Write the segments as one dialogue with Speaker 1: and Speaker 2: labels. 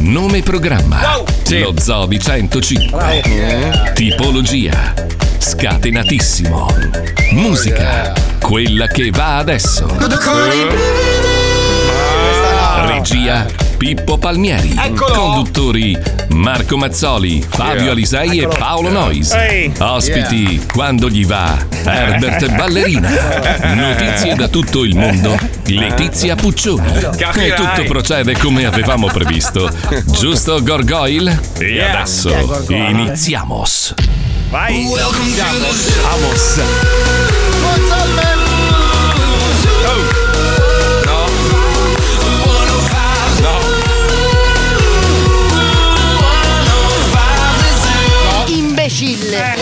Speaker 1: Nome programma. Lo Zobi 105. Tipologia. Scatenatissimo. Musica. Quella che va adesso. Ah. Regia Pippo Palmieri. Conduttori Marco Mazzoli, Fabio
Speaker 2: Yeah.
Speaker 1: Alisei
Speaker 2: Eccolo.
Speaker 1: e Paolo Nois.
Speaker 2: Ehi.
Speaker 1: Ospiti quando gli va Herbert Ballerina. Notizie da tutto il mondo.
Speaker 2: Eh.
Speaker 1: Letizia Puccioni.
Speaker 3: Capirai.
Speaker 1: E tutto procede come avevamo previsto. Giusto Gorgoyle? E
Speaker 3: Yeah. Yeah,
Speaker 1: adesso
Speaker 3: Gorgoyle.
Speaker 1: iniziamo.
Speaker 3: Vai.
Speaker 1: Vamos.
Speaker 3: Oh.
Speaker 4: Imbecille.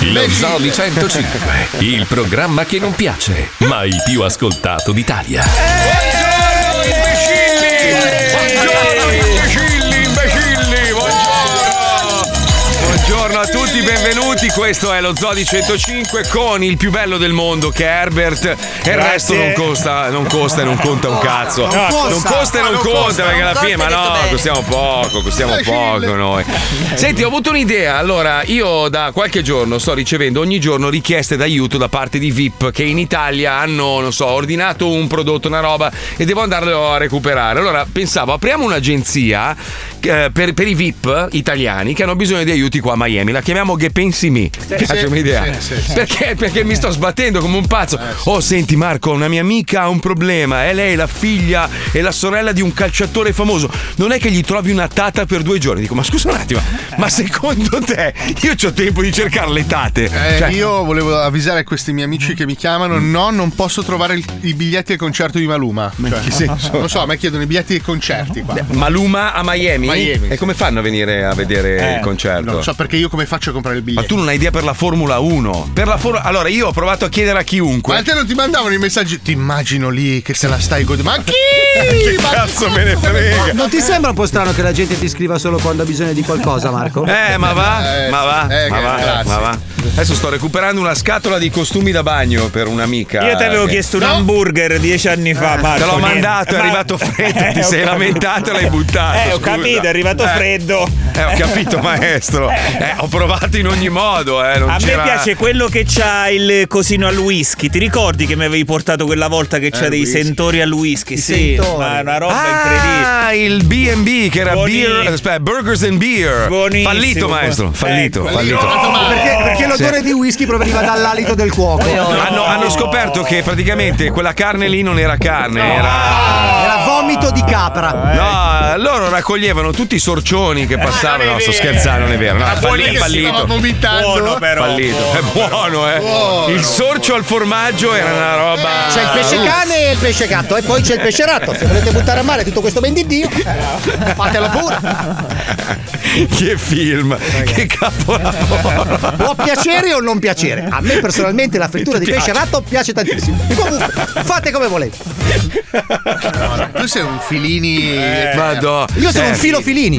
Speaker 1: Lo Zoli 105, il programma che non piace, ma il più ascoltato d'Italia.
Speaker 3: Imbecilli, imbecilli, buongiorno! Buongiorno a tutti, benvenuti. Questo è lo Zodi 105 con il più bello del mondo che è Herbert. E il
Speaker 2: Grazie.
Speaker 3: resto non costa, non costa e non conta un cazzo.
Speaker 2: Non costa. Ah,
Speaker 3: Non costa e non
Speaker 2: Non
Speaker 3: conta
Speaker 2: costa,
Speaker 3: perché
Speaker 2: non
Speaker 3: alla
Speaker 2: costa,
Speaker 3: fine, ma
Speaker 2: hai detto
Speaker 3: no,
Speaker 2: bene.
Speaker 3: costiamo poco, costiamo
Speaker 2: Imbecille.
Speaker 3: poco noi. Senti, ho avuto un'idea. Allora, io da qualche giorno sto ricevendo ogni giorno richieste d'aiuto da parte di VIP che in Italia hanno, non so, ordinato un prodotto, una roba e devo andarlo a recuperare. Allora, pensavo, apriamo un'agenzia eh, per, per i VIP italiani che hanno bisogno di aiuti qua a Miami. La chiamiamo Che Pensi Me. Cazzo,
Speaker 2: sì,
Speaker 3: un'idea.
Speaker 2: sì, sì, sì.
Speaker 3: Perché? Perché mi sto sbattendo come un
Speaker 5: Eh,
Speaker 3: pazzo. Oh, senti Marco, una mia amica ha un problema. È lei la figlia e la sorella di un calciatore famoso. Non è che gli trovi una tata per due giorni. Dico, ma scusa un attimo,
Speaker 5: Eh.
Speaker 3: ma secondo te io ho tempo di cercare le tate?
Speaker 5: Eh,
Speaker 3: Cioè, Mm.
Speaker 5: Io volevo avvisare questi miei amici che mi chiamano: no, non posso trovare il- i biglietti al concerto di Maluma. Cioè,
Speaker 3: che senso? Eh,
Speaker 5: Non so, a me chiedono i biglietti dei concerti qua.
Speaker 3: Maluma a Miami?
Speaker 5: Miami, Eh,
Speaker 3: E come fanno a venire a vedere Eh, il concerto?
Speaker 5: Non so perché io come faccio a comprare il
Speaker 3: Ma
Speaker 5: biglietto.
Speaker 3: tu non hai idea per la Formula 1? Per la For- allora, io ho provato a chiedere a chiunque.
Speaker 5: Ma a te non ti mandavano i messaggi? Ti immagino lì che se la stai godendo. Ma chi?
Speaker 3: Che
Speaker 5: Ma
Speaker 3: cazzo me ne frega?
Speaker 6: Non ti sembra un po' strano che la gente ti scriva solo quando ha bisogno di qualcosa, Marco?
Speaker 3: Eh, ma va,
Speaker 5: Eh,
Speaker 3: ma va,
Speaker 5: eh,
Speaker 3: ma
Speaker 5: che
Speaker 3: va,
Speaker 5: classe.
Speaker 3: ma va. Adesso sto recuperando una scatola di costumi da bagno per un'amica.
Speaker 2: Io ti avevo
Speaker 3: Eh,
Speaker 2: chiesto un
Speaker 5: No.
Speaker 2: hamburger dieci anni fa, Ah, Marco.
Speaker 3: Te l'ho
Speaker 2: niente.
Speaker 3: mandato, è
Speaker 2: Ma- Eh,
Speaker 3: arrivato freddo, ti
Speaker 2: ho
Speaker 3: sei
Speaker 2: capito.
Speaker 3: lamentato e l'hai buttato.
Speaker 2: Eh, ho
Speaker 3: scusa.
Speaker 2: capito, è arrivato
Speaker 3: Eh,
Speaker 2: freddo.
Speaker 3: Eh, ho capito, maestro. Eh, ho provato in ogni modo, eh. Non
Speaker 2: A
Speaker 3: c'era-
Speaker 2: me piace quello che c'ha il cosino al whisky. Ti ricordi che mi avevi portato quella volta che c'ha
Speaker 5: il
Speaker 2: dei
Speaker 5: whisky.
Speaker 2: sentori al whisky? sì,
Speaker 6: sentori.
Speaker 2: ma è una roba incredibile.
Speaker 3: Ah, il BB che era
Speaker 2: Buoni-
Speaker 3: beer, eh, aspetta, Burgers and Beer.
Speaker 2: Buonissimo.
Speaker 3: Fallito, maestro. Fallito,
Speaker 2: Ecco.
Speaker 3: fallito.
Speaker 6: Perché, perché l'odore di whisky proveniva dall'alito del cuoco.
Speaker 3: Hanno, hanno scoperto che praticamente quella carne lì non era carne, era.
Speaker 6: Era vomito di
Speaker 2: Ah,
Speaker 6: capra.
Speaker 2: eh.
Speaker 3: No, loro raccoglievano tutti i sorcioni che passavano. No, sto scherzando, non è vero. No, è falli- è
Speaker 5: Stava
Speaker 3: fallito.
Speaker 5: vomitando.
Speaker 2: Buono però.
Speaker 3: Fallito. È buono, eh. Il sorcio al formaggio era una roba. Uh.
Speaker 7: C'è il pesce cane e il pesce gatto e poi c'è il pesce ratto. Se volete buttare a mare tutto questo ben di Dio, eh, fatelo pure.
Speaker 3: che film, che capolavoro.
Speaker 7: Può piacere o non piacere. A me personalmente la frittura di pesce ratto piace tantissimo. Comunque, fate come volete.
Speaker 5: Tu sei un filini.
Speaker 3: Madò.
Speaker 7: Io sono un
Speaker 3: Eh,
Speaker 7: filo filini.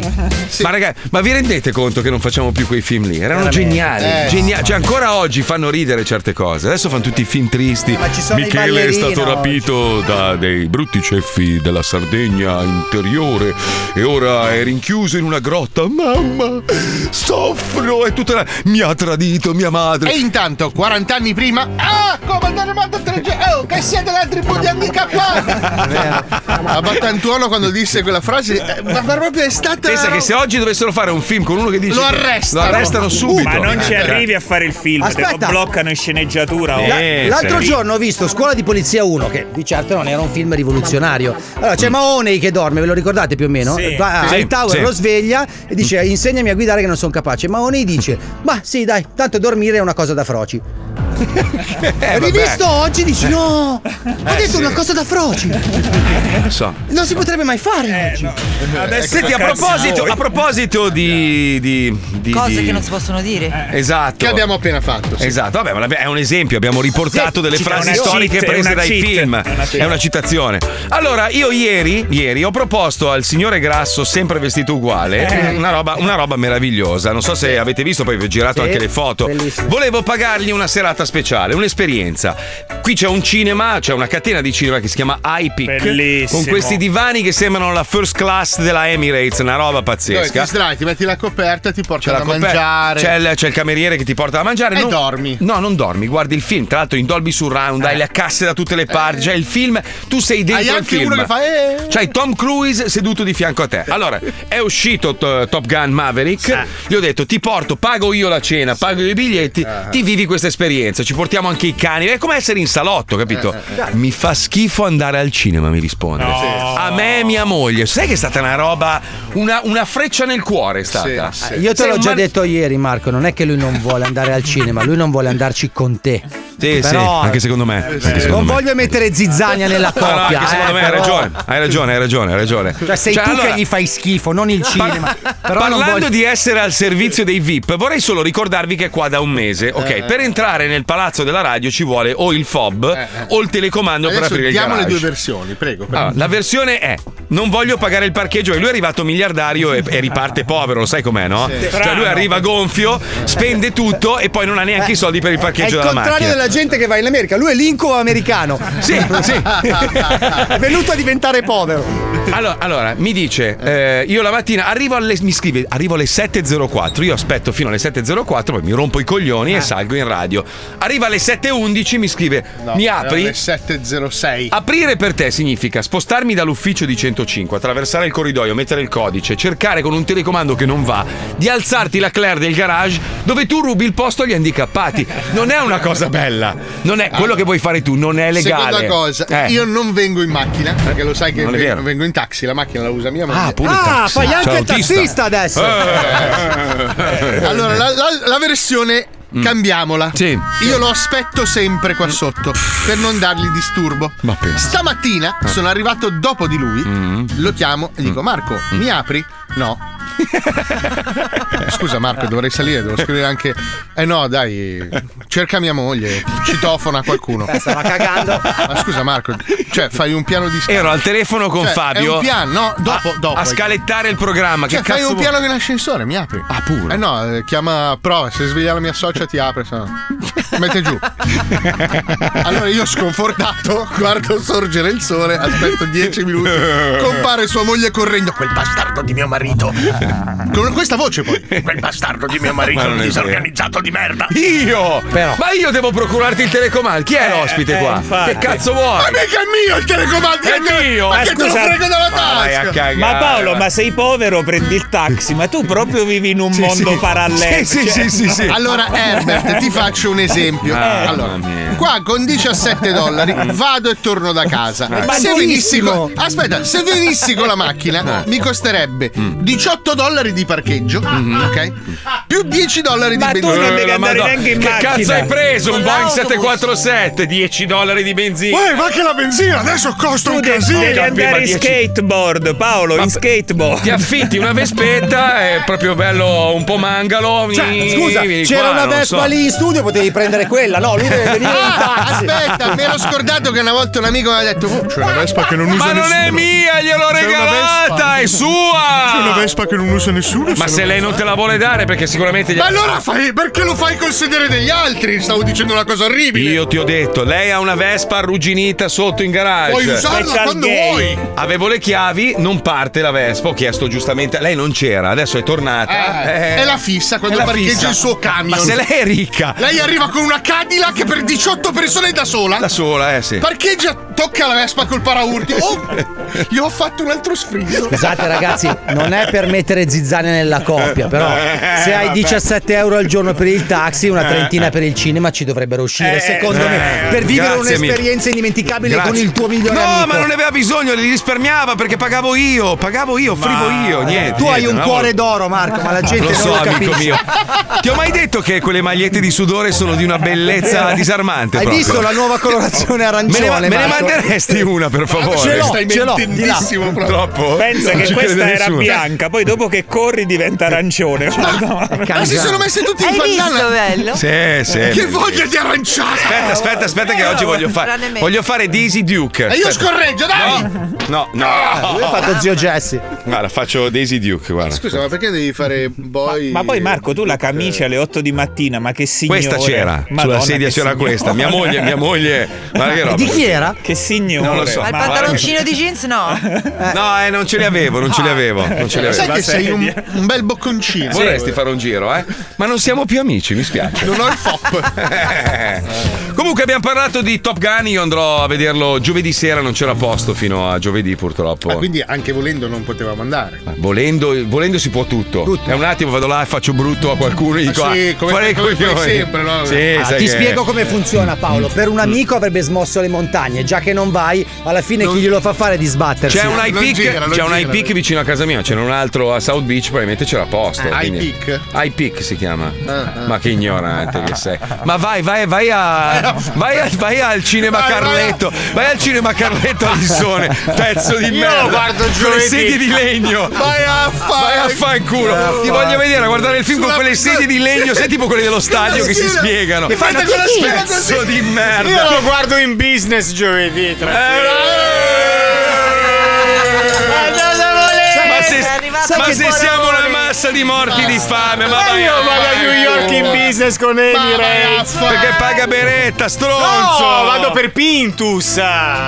Speaker 3: Ma ragazzi, ma vi rendete conto che non facciamo più quei film lì? Erano geniali,
Speaker 5: Eh,
Speaker 3: geniali. Cioè, ancora oggi fanno ridere certe cose. Adesso fanno tutti i film tristi.
Speaker 7: ma ci sono i
Speaker 3: Michele è
Speaker 7: ballerini
Speaker 3: stato
Speaker 7: oggi.
Speaker 3: rapito da dei brutti ceffi della Sardegna interiore e ora è rinchiuso in una grotta. Mamma, soffro e tutta la... mi ha tradito mia madre.
Speaker 5: E intanto, 40 eh, anni prima. Ah, comandante Mando 3G. Oh, che siete la tribù di amica
Speaker 3: Eh,
Speaker 5: qua? A Battantuono quando disse quella frase. eh, Ma proprio è stata.
Speaker 3: Pensa che se oggi dovessero fare un film con uno che dice
Speaker 5: Lo
Speaker 3: che-
Speaker 5: arrestano. Uh,
Speaker 3: lo arrestano subito.
Speaker 2: Ma non ci
Speaker 3: Eh,
Speaker 2: arrivi a fare il film, te lo
Speaker 7: Aspetta.
Speaker 2: bloccano in sceneggiatura. oh.
Speaker 3: Eh,
Speaker 7: La- l'altro
Speaker 3: sì.
Speaker 7: giorno ho visto Scuola di Polizia 1, che di certo non era un film rivoluzionario. Allora c'è Mahoney che dorme, ve lo ricordate più o meno?
Speaker 2: Sì.
Speaker 7: Va a
Speaker 3: Mm. Sì,
Speaker 7: Hightower
Speaker 3: sì. Mm.
Speaker 7: lo sveglia e dice insegnami a guidare che non sono capace. Mahoney dice ma sì dai, tanto dormire è una cosa da froci.
Speaker 3: Eh, vabbè, Eh,
Speaker 7: Rivisto oggi dici no, ho detto una cosa da froci,
Speaker 3: non so.
Speaker 7: non si potrebbe mai fare oggi.
Speaker 3: Eh,
Speaker 2: Adesso
Speaker 3: Senti, a
Speaker 2: cazzi
Speaker 3: proposito,
Speaker 2: voi.
Speaker 3: a proposito di, di, di-
Speaker 8: Cose
Speaker 3: di-
Speaker 8: che non si possono dire.
Speaker 9: Eh.
Speaker 3: Esatto.
Speaker 5: Che abbiamo appena fatto. sì.
Speaker 3: Esatto, vabbè, ma l'abbiamo- è un esempio, abbiamo riportato delle
Speaker 2: sì, è
Speaker 3: frasi
Speaker 2: una
Speaker 3: storiche
Speaker 2: cheat, è
Speaker 3: prese
Speaker 2: una
Speaker 3: dai
Speaker 2: cheat.
Speaker 3: film.
Speaker 2: È una cheat.
Speaker 3: È una citazione. Allora, io ieri, ieri ho proposto al signore Grasso, sempre vestito uguale, una, roba, una roba meravigliosa. Non so se avete visto, poi vi ho girato
Speaker 7: Sì,
Speaker 3: anche le foto.
Speaker 7: bellissimo.
Speaker 3: Volevo pagargli una serata serata speciale, un'esperienza. Qui c'è un cinema, c'è una catena di cinema che si chiama IPIC.
Speaker 5: Bellissimo.
Speaker 3: Con questi divani che sembrano la first class della Emirates, una roba
Speaker 5: Dove ti
Speaker 3: pazzesca.
Speaker 5: sdrai, ti metti la coperta e ti
Speaker 3: C'è
Speaker 5: porta
Speaker 3: la
Speaker 5: da
Speaker 3: coperta,
Speaker 5: mangiare.
Speaker 3: c'è il, c'è il cameriere che ti porta da mangiare
Speaker 5: E
Speaker 3: non-
Speaker 5: dormi. Eh.
Speaker 3: No, non dormi, guardi il film. Tra l'altro, in Dolby Surround hai le casse da tutte le parti. C'è il film, tu sei dentro
Speaker 5: Hai
Speaker 3: il
Speaker 5: anche
Speaker 3: film.
Speaker 5: uno che fa. Eh.
Speaker 3: C'hai Tom Cruise seduto di fianco a te. Allora, è uscito to- Top Gun Maverick. Gli ho detto: ti porto, pago io la cena, pago i biglietti,
Speaker 5: Eh.
Speaker 3: ti vivi questa esperienza. Ci portiamo anche i cani. È come essere in salotto, capito?
Speaker 4: Eh, eh, eh.
Speaker 3: Mi fa schifo andare al cinema, mi risponde.
Speaker 4: No. Sì.
Speaker 3: A me e mia moglie. Sai che è stata una roba, una, una freccia nel cuore è stata.
Speaker 6: Eh, Io te
Speaker 3: Sei
Speaker 6: l'ho
Speaker 3: un
Speaker 6: già
Speaker 3: man-
Speaker 6: detto ieri, Marco. Non è che lui non vuole andare al cinema, lui non vuole andarci con te.
Speaker 3: Sì,
Speaker 6: Però-
Speaker 3: sì, anche secondo me.
Speaker 7: eh,
Speaker 3: Anche secondo
Speaker 6: non
Speaker 3: me.
Speaker 6: voglio mettere zizzania nella
Speaker 3: No, no,
Speaker 6: coppia.
Speaker 3: anche secondo
Speaker 6: eh,
Speaker 3: me hai
Speaker 6: però-
Speaker 3: ragione, hai ragione, hai ragione, hai ragione.
Speaker 6: Cioè, sei
Speaker 3: Cioè,
Speaker 6: tu
Speaker 3: allora-
Speaker 6: che gli fai schifo, non il cinema. Però non
Speaker 3: Parlando
Speaker 6: voglio-
Speaker 3: di essere al servizio dei VIP, vorrei solo ricordarvi che è qua da un mese. Ok,
Speaker 5: Eh.
Speaker 3: per entrare nel palazzo della radio ci vuole o il FOB
Speaker 6: Eh,
Speaker 3: o il telecomando per
Speaker 5: Adesso
Speaker 3: aprire il
Speaker 5: diamo le
Speaker 3: garage.
Speaker 5: due versioni, prego. prego.
Speaker 3: Allora, la versione è: non voglio pagare il parcheggio. E lui è arrivato miliardario e, e riparte povero, lo sai com'è, no?
Speaker 5: Sì.
Speaker 3: Cioè, lui arriva gonfio, spende tutto e poi non ha
Speaker 6: Eh,
Speaker 3: neanche i soldi per il
Speaker 7: È il
Speaker 3: parcheggio della
Speaker 7: contrario
Speaker 3: macchina.
Speaker 7: della gente che va in America. Lui è l'inco americano.
Speaker 3: Sì, sì.
Speaker 7: è venuto a diventare povero.
Speaker 3: Allora, allora, mi dice, eh, io la mattina arrivo alle, mi scrive, arrivo alle 7.04, io aspetto fino alle 7.04, poi mi rompo i coglioni
Speaker 5: Eh.
Speaker 3: e salgo in radio. Arriva alle 7.11, mi scrive,
Speaker 5: No,
Speaker 3: mi
Speaker 5: era
Speaker 3: apri?
Speaker 5: alle 706.
Speaker 3: Aprire per te significa spostarmi dall'ufficio di 105, attraversare il corridoio, mettere il codice, cercare con un telecomando che non va, di alzarti la Claire del garage dove tu rubi il posto agli handicappati. Non è una cosa bella. Non è
Speaker 5: Ah.
Speaker 3: quello che vuoi fare tu, non è legale.
Speaker 5: Seconda cosa,
Speaker 3: Eh.
Speaker 5: io non vengo in macchina, perché lo sai che
Speaker 3: Non è
Speaker 5: vengo,
Speaker 3: vero.
Speaker 5: vengo in taxi, la macchina la usa mia moglie.
Speaker 3: Ah, pure il
Speaker 7: Ah,
Speaker 3: taxi.
Speaker 7: fai anche
Speaker 3: Ciao,
Speaker 7: il
Speaker 3: autista.
Speaker 7: tassista adesso.
Speaker 3: Eh.
Speaker 5: Allora, la, la- la versione cambiamola.
Speaker 3: Mm. Sì.
Speaker 5: Io lo aspetto sempre qua sotto per non dargli disturbo.
Speaker 3: Ma pensa. Ah. Mm.
Speaker 5: Stamattina sono arrivato dopo di lui, lo chiamo e dico Marco, mi apri? No. Scusa Marco, dovrei salire, devo scrivere anche... Eh no, dai, cerca mia moglie, citofona qualcuno.
Speaker 6: Eh, Stava cagando.
Speaker 5: Ma scusa Marco, cioè fai un piano di...
Speaker 3: Ero al telefono con
Speaker 5: Cioè, è
Speaker 3: Fabio.
Speaker 5: un piano, no, dopo,
Speaker 3: a,
Speaker 5: dopo.
Speaker 3: a scalettare il programma.
Speaker 5: Cioè,
Speaker 3: che
Speaker 5: fai
Speaker 3: cazzo
Speaker 5: un
Speaker 3: vuoi?
Speaker 5: piano con l'ascensore, mi apri.
Speaker 3: Ah, pure.
Speaker 5: Eh no, eh, chiama prova, se sveglia la mia socia ti apre, se no. Mette giù. Allora io sconfortato guardo sorgere il sole, aspetto 10 minuti, compare sua moglie correndo, quel bastardo di mio marito. Con questa voce poi. Quel bastardo di mio marito,
Speaker 3: Ma non è
Speaker 5: un
Speaker 3: vero.
Speaker 5: disorganizzato di merda.
Speaker 3: Io!
Speaker 6: Però.
Speaker 3: Ma io devo procurarti il telecomando. Chi è l'ospite
Speaker 2: eh,
Speaker 3: qua?
Speaker 2: infatti.
Speaker 3: Che cazzo vuoi?
Speaker 5: Ma mica è mio il telecomando,
Speaker 3: È mio! eh,
Speaker 5: Ma
Speaker 2: Ma
Speaker 5: che te lo
Speaker 2: scusa,
Speaker 5: frego dalla
Speaker 3: Ma vai a
Speaker 5: tasca!
Speaker 3: cagare.
Speaker 2: Ma Paolo, ma sei povero, prendi il taxi, ma tu proprio vivi in un mondo
Speaker 3: sì. Sì,
Speaker 2: parallelo.
Speaker 3: sì, sì,
Speaker 2: Cioè,
Speaker 3: sì, sì.
Speaker 5: Allora, Herbert, ti faccio un esempio.
Speaker 3: Ah,
Speaker 5: Eh,
Speaker 3: Mamma
Speaker 5: Allora,
Speaker 3: mia.
Speaker 5: qua con 17 dollari vado e torno da casa. Se venissi con, aspetta, se venissi con la macchina
Speaker 3: Eh.
Speaker 5: mi costerebbe
Speaker 3: Mm.
Speaker 5: 18 dollari di parcheggio, ok? Più 10 dollari di
Speaker 2: Ma tu
Speaker 5: benzina.
Speaker 2: non devi
Speaker 3: Eh, la
Speaker 2: andare
Speaker 3: Mm-hmm. Madonna.
Speaker 2: neanche in
Speaker 3: che
Speaker 2: macchina.
Speaker 3: cazzo hai preso? Un Boeing 747, 10 dollari di benzina.
Speaker 5: Uè, ma che la benzina adesso costa
Speaker 2: Tu devi, devi
Speaker 3: capiva
Speaker 2: andare in
Speaker 3: 10.
Speaker 2: skateboard, Paolo, in skateboard.
Speaker 3: Ti affitti una vespetta, è proprio bello, un po' mangalo.
Speaker 7: Cioè,
Speaker 3: vieni-
Speaker 7: scusa,
Speaker 3: vieni
Speaker 7: c'era
Speaker 3: qua,
Speaker 7: una
Speaker 3: non lo
Speaker 7: Vespa
Speaker 3: so.
Speaker 7: lì in studio, potevi prendere quella. No, lui deve venire in
Speaker 5: Ah,
Speaker 7: taxi.
Speaker 5: aspetta, mi ero scordato che una volta un amico mi ha detto "Oh, C'è una Vespa che non usa
Speaker 3: Ma non è mia, gliel'ho
Speaker 5: C'è una
Speaker 3: regalata,
Speaker 5: Vespa.
Speaker 3: è sua!
Speaker 5: che non usa nessuno.
Speaker 3: Ma se lei non te la vuole dare, perché sicuramente gli
Speaker 5: Ma allora fai, perché lo fai col sedere degli altri? Stavo dicendo una cosa orribile.
Speaker 3: Io ti ho detto, lei ha una vespa arrugginita sotto in
Speaker 5: Puoi
Speaker 3: garage.
Speaker 5: usarla
Speaker 2: Special
Speaker 5: quando
Speaker 2: day.
Speaker 5: vuoi.
Speaker 3: Avevo le chiavi, non parte la vespa. Ho chiesto giustamente. Lei non c'era, adesso è tornata.
Speaker 5: Eh,
Speaker 3: Eh,
Speaker 5: è la fissa quando
Speaker 3: è la
Speaker 5: parcheggia
Speaker 3: fissa.
Speaker 5: il suo camion.
Speaker 3: Ma se lei è ricca,
Speaker 5: Lei arriva con una Cadillac per 18 persone da sola.
Speaker 3: da sola, eh sì.
Speaker 5: Parcheggia, tocca la Vespa col paraurti. Oh, gli ho fatto un altro sfrigo.
Speaker 6: Scusate ragazzi, non è per mettere zizzania nella coppia, però se hai 17 euro al giorno per il taxi,
Speaker 3: Eh.
Speaker 6: una trentina per il cinema ci dovrebbero uscire, secondo me, per vivere
Speaker 3: grazie, amico.
Speaker 6: un'esperienza indimenticabile
Speaker 3: Grazie.
Speaker 6: con il tuo migliore
Speaker 3: no,
Speaker 6: amico.
Speaker 3: ma non ne aveva bisogno, li risparmiava perché pagavo io, pagavo io, frivo io, niente.
Speaker 6: eh, Tu hai
Speaker 3: niente,
Speaker 6: un
Speaker 3: non
Speaker 6: cuore d'oro, Marco, ma la gente
Speaker 3: Lo
Speaker 6: non
Speaker 3: so,
Speaker 6: lo
Speaker 3: amico
Speaker 6: capisce.
Speaker 3: mio. Ti ho mai detto che quelle magliette di sudore sono di una bellezza disarmante?
Speaker 6: Hai
Speaker 3: proprio?
Speaker 6: visto la nuova colorazione
Speaker 3: Me ne, me
Speaker 6: arancione?
Speaker 3: ne
Speaker 6: Marco?
Speaker 3: manderesti una, per favore?
Speaker 6: Ce l'ho,
Speaker 5: Stai
Speaker 6: ce l'ho, di là.
Speaker 5: mentendissimo proprio.
Speaker 3: Troppo?
Speaker 2: Pensa
Speaker 3: Non
Speaker 2: che
Speaker 3: ci crede
Speaker 2: questa era
Speaker 3: nessuno.
Speaker 2: bianca, poi dopo dopo che corri diventa arancione.
Speaker 5: Ma si sono messi tutti in
Speaker 4: Hai
Speaker 5: pandanna.
Speaker 4: visto, bello?
Speaker 3: Sì, sì.
Speaker 5: Che
Speaker 3: bellissimo.
Speaker 5: voglia di aranciata!
Speaker 2: Eh,
Speaker 3: Aspetta, Eh, aspetta, aspetta, che oggi voglio fare.
Speaker 4: tranne me.
Speaker 3: Voglio fare Daisy Duke.
Speaker 5: E Eh, io Eh,
Speaker 3: Aspetta.
Speaker 5: scorreggio, dai!
Speaker 3: No, no.
Speaker 6: Lui ha fatto zio Jesse.
Speaker 3: Guarda, faccio Daisy Duke, guarda.
Speaker 5: Scusa, ma perché devi fare boy?
Speaker 2: Ma poi Marco, tu la camicia alle 8 di mattina, ma che signore.
Speaker 3: Questa c'era.
Speaker 2: Madonna,
Speaker 3: Sulla sedia
Speaker 2: che
Speaker 3: c'era
Speaker 2: signore.
Speaker 3: questa. Mia moglie, mia moglie. Guarda che roba.
Speaker 6: Di chi era?
Speaker 2: Che signore.
Speaker 3: Non lo so.
Speaker 4: Ma il
Speaker 3: Ma-
Speaker 4: pantaloncino di jeans no.
Speaker 3: No, eh, non ce li avevo, non ce li avevo. Non ce li avevo.
Speaker 5: Sai che sei un,
Speaker 2: Ah. sedia.
Speaker 5: un bel bocconcino.
Speaker 3: Vorresti fare un giro, eh? Ma non siamo più amici, mi spiace.
Speaker 5: Non ho il pop.
Speaker 3: Eh. Comunque abbiamo parlato di Top Gun, io andrò a vederlo giovedì sera, non c'era posto fino a giovedì purtroppo.
Speaker 5: Ah, Quindi anche volendo non potevamo andare.
Speaker 3: Volendo, volendo si può tutto. È un attimo vado là e Ah, faccio brutto a qualcuno e dico
Speaker 5: Ah, sì,
Speaker 3: "Ah,
Speaker 5: come-
Speaker 3: fare i
Speaker 5: come fai
Speaker 3: coglioni".
Speaker 5: sempre, no?
Speaker 3: Sì,
Speaker 6: Ah,
Speaker 3: sai
Speaker 6: ti
Speaker 3: che- Mm.
Speaker 6: spiego come funziona Paolo. Per un amico avrebbe smosso le montagne, già che non vai, alla fine
Speaker 5: Non-
Speaker 6: chi glielo fa fare di sbattersi?
Speaker 3: C'è un
Speaker 5: Non
Speaker 3: high peak,
Speaker 5: gira, non
Speaker 3: c'è un
Speaker 5: gira.
Speaker 3: high peak vicino a casa mia, c'era un altro a South Beach, probabilmente c'era posto.
Speaker 5: Ah,
Speaker 3: quindi-
Speaker 5: high peak?
Speaker 3: High peak si chiama.
Speaker 5: Ah, ah.
Speaker 3: Ma che ignorante che sei. Ma vai, vai, vai a. Vai, a- vai al cinema
Speaker 5: Vai, vai a-
Speaker 3: Carletto. Vai al cinema Carletto Alissone, pezzo di
Speaker 5: Io
Speaker 3: merda.
Speaker 5: lo guardo
Speaker 3: Con le
Speaker 5: giovedì.
Speaker 3: sedie di legno.
Speaker 5: Vai
Speaker 3: Vai
Speaker 5: a fare.
Speaker 3: a fanculo. Ti voglio vedere a guardare il film con
Speaker 5: Sulla-
Speaker 3: quelle sedie di legno, sei tipo quelli dello stadio che si
Speaker 5: schiena-
Speaker 3: spiegano.
Speaker 5: Che fanno con la schiena
Speaker 3: Pezzo
Speaker 5: così.
Speaker 3: di merda. Eh,
Speaker 8: lo guardo in business giovedì. Tra...
Speaker 3: Ma se,
Speaker 4: È arrivato
Speaker 3: ma
Speaker 4: il
Speaker 3: se
Speaker 4: buon
Speaker 3: siamo
Speaker 4: amore.
Speaker 3: una massa di morti di fame, ma vai a fare-
Speaker 8: business con
Speaker 5: Ma vai a fare.
Speaker 3: Perché paga Beretta, stronzo!
Speaker 8: per Pintus.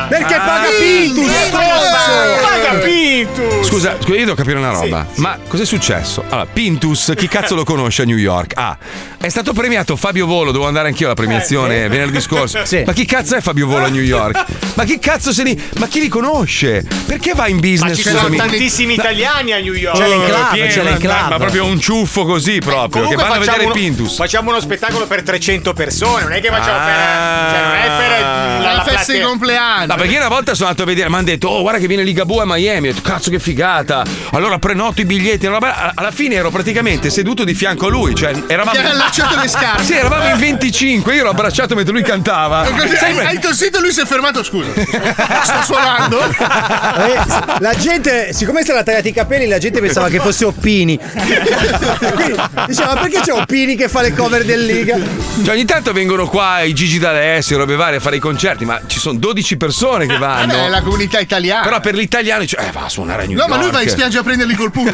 Speaker 6: Perché paga Pintus,
Speaker 5: Pintus.
Speaker 6: stronzo!
Speaker 5: Paga
Speaker 7: Eh.
Speaker 8: Pintus.
Speaker 3: Scusa, scusa, io devo capire una roba. Ma cos'è successo? Allora, Pintus, chi cazzo lo conosce a New York? Ah, è stato premiato Fabio Volo, devo andare anch'io alla premiazione venerdì scorso.
Speaker 6: Sì.
Speaker 3: Ma chi cazzo è Fabio Volo a New York? Ma chi cazzo se li. Ma chi li conosce? Perché va in business?
Speaker 8: Ci sono
Speaker 3: scusami?
Speaker 8: tantissimi italiani a New York.
Speaker 3: Cioè,
Speaker 5: Cioè,
Speaker 6: C'è l'enclave,
Speaker 3: Oh, Pieno,
Speaker 6: c'è l'enclave.
Speaker 3: Ma proprio un ciuffo così proprio.
Speaker 8: Comunque
Speaker 3: che vanno a
Speaker 8: facciamo
Speaker 3: vedere
Speaker 8: uno,
Speaker 3: Pintus.
Speaker 8: Facciamo uno spettacolo per 300 persone, non è che facciamo
Speaker 3: Ah.
Speaker 8: per cioè non è per la,
Speaker 5: La,
Speaker 8: la
Speaker 5: festa di
Speaker 8: platea.
Speaker 5: compleanno.
Speaker 3: No, perché io una volta sono andato a vedere, mi hanno detto, oh, guarda che viene Ligabue a Miami. Ho detto, cazzo, che figata. Allora prenoto i biglietti. e roba. A- Alla fine ero praticamente seduto di fianco a lui. Cioè,
Speaker 5: Ti ha
Speaker 3: eravamo.
Speaker 5: allacciato le scarpe.
Speaker 3: Sì, eravamo in 25. Io l'ho abbracciato mentre lui cantava.
Speaker 5: Così,
Speaker 3: Sai,
Speaker 5: hai, hai tossito e lui si è fermato. Scusa, sto suonando.
Speaker 6: Eh, la gente, siccome si era tagliati i capelli, la gente pensava che fosse Oppini. Quindi diceva, ma perché c'è Oppini che fa le cover del Liga?
Speaker 3: cioè, ogni tanto vengono qua i Gigi D'Alessio, robe varie a fare i concerti, ma ci sono 12 persone che vanno.
Speaker 5: Ah, Vabbè, è la comunità italiana.
Speaker 3: Ah, Però per l'italiano dice, eh, va a suonare a New
Speaker 5: No,
Speaker 3: York.
Speaker 5: ma lui va in spiaggia a prenderli col pugno.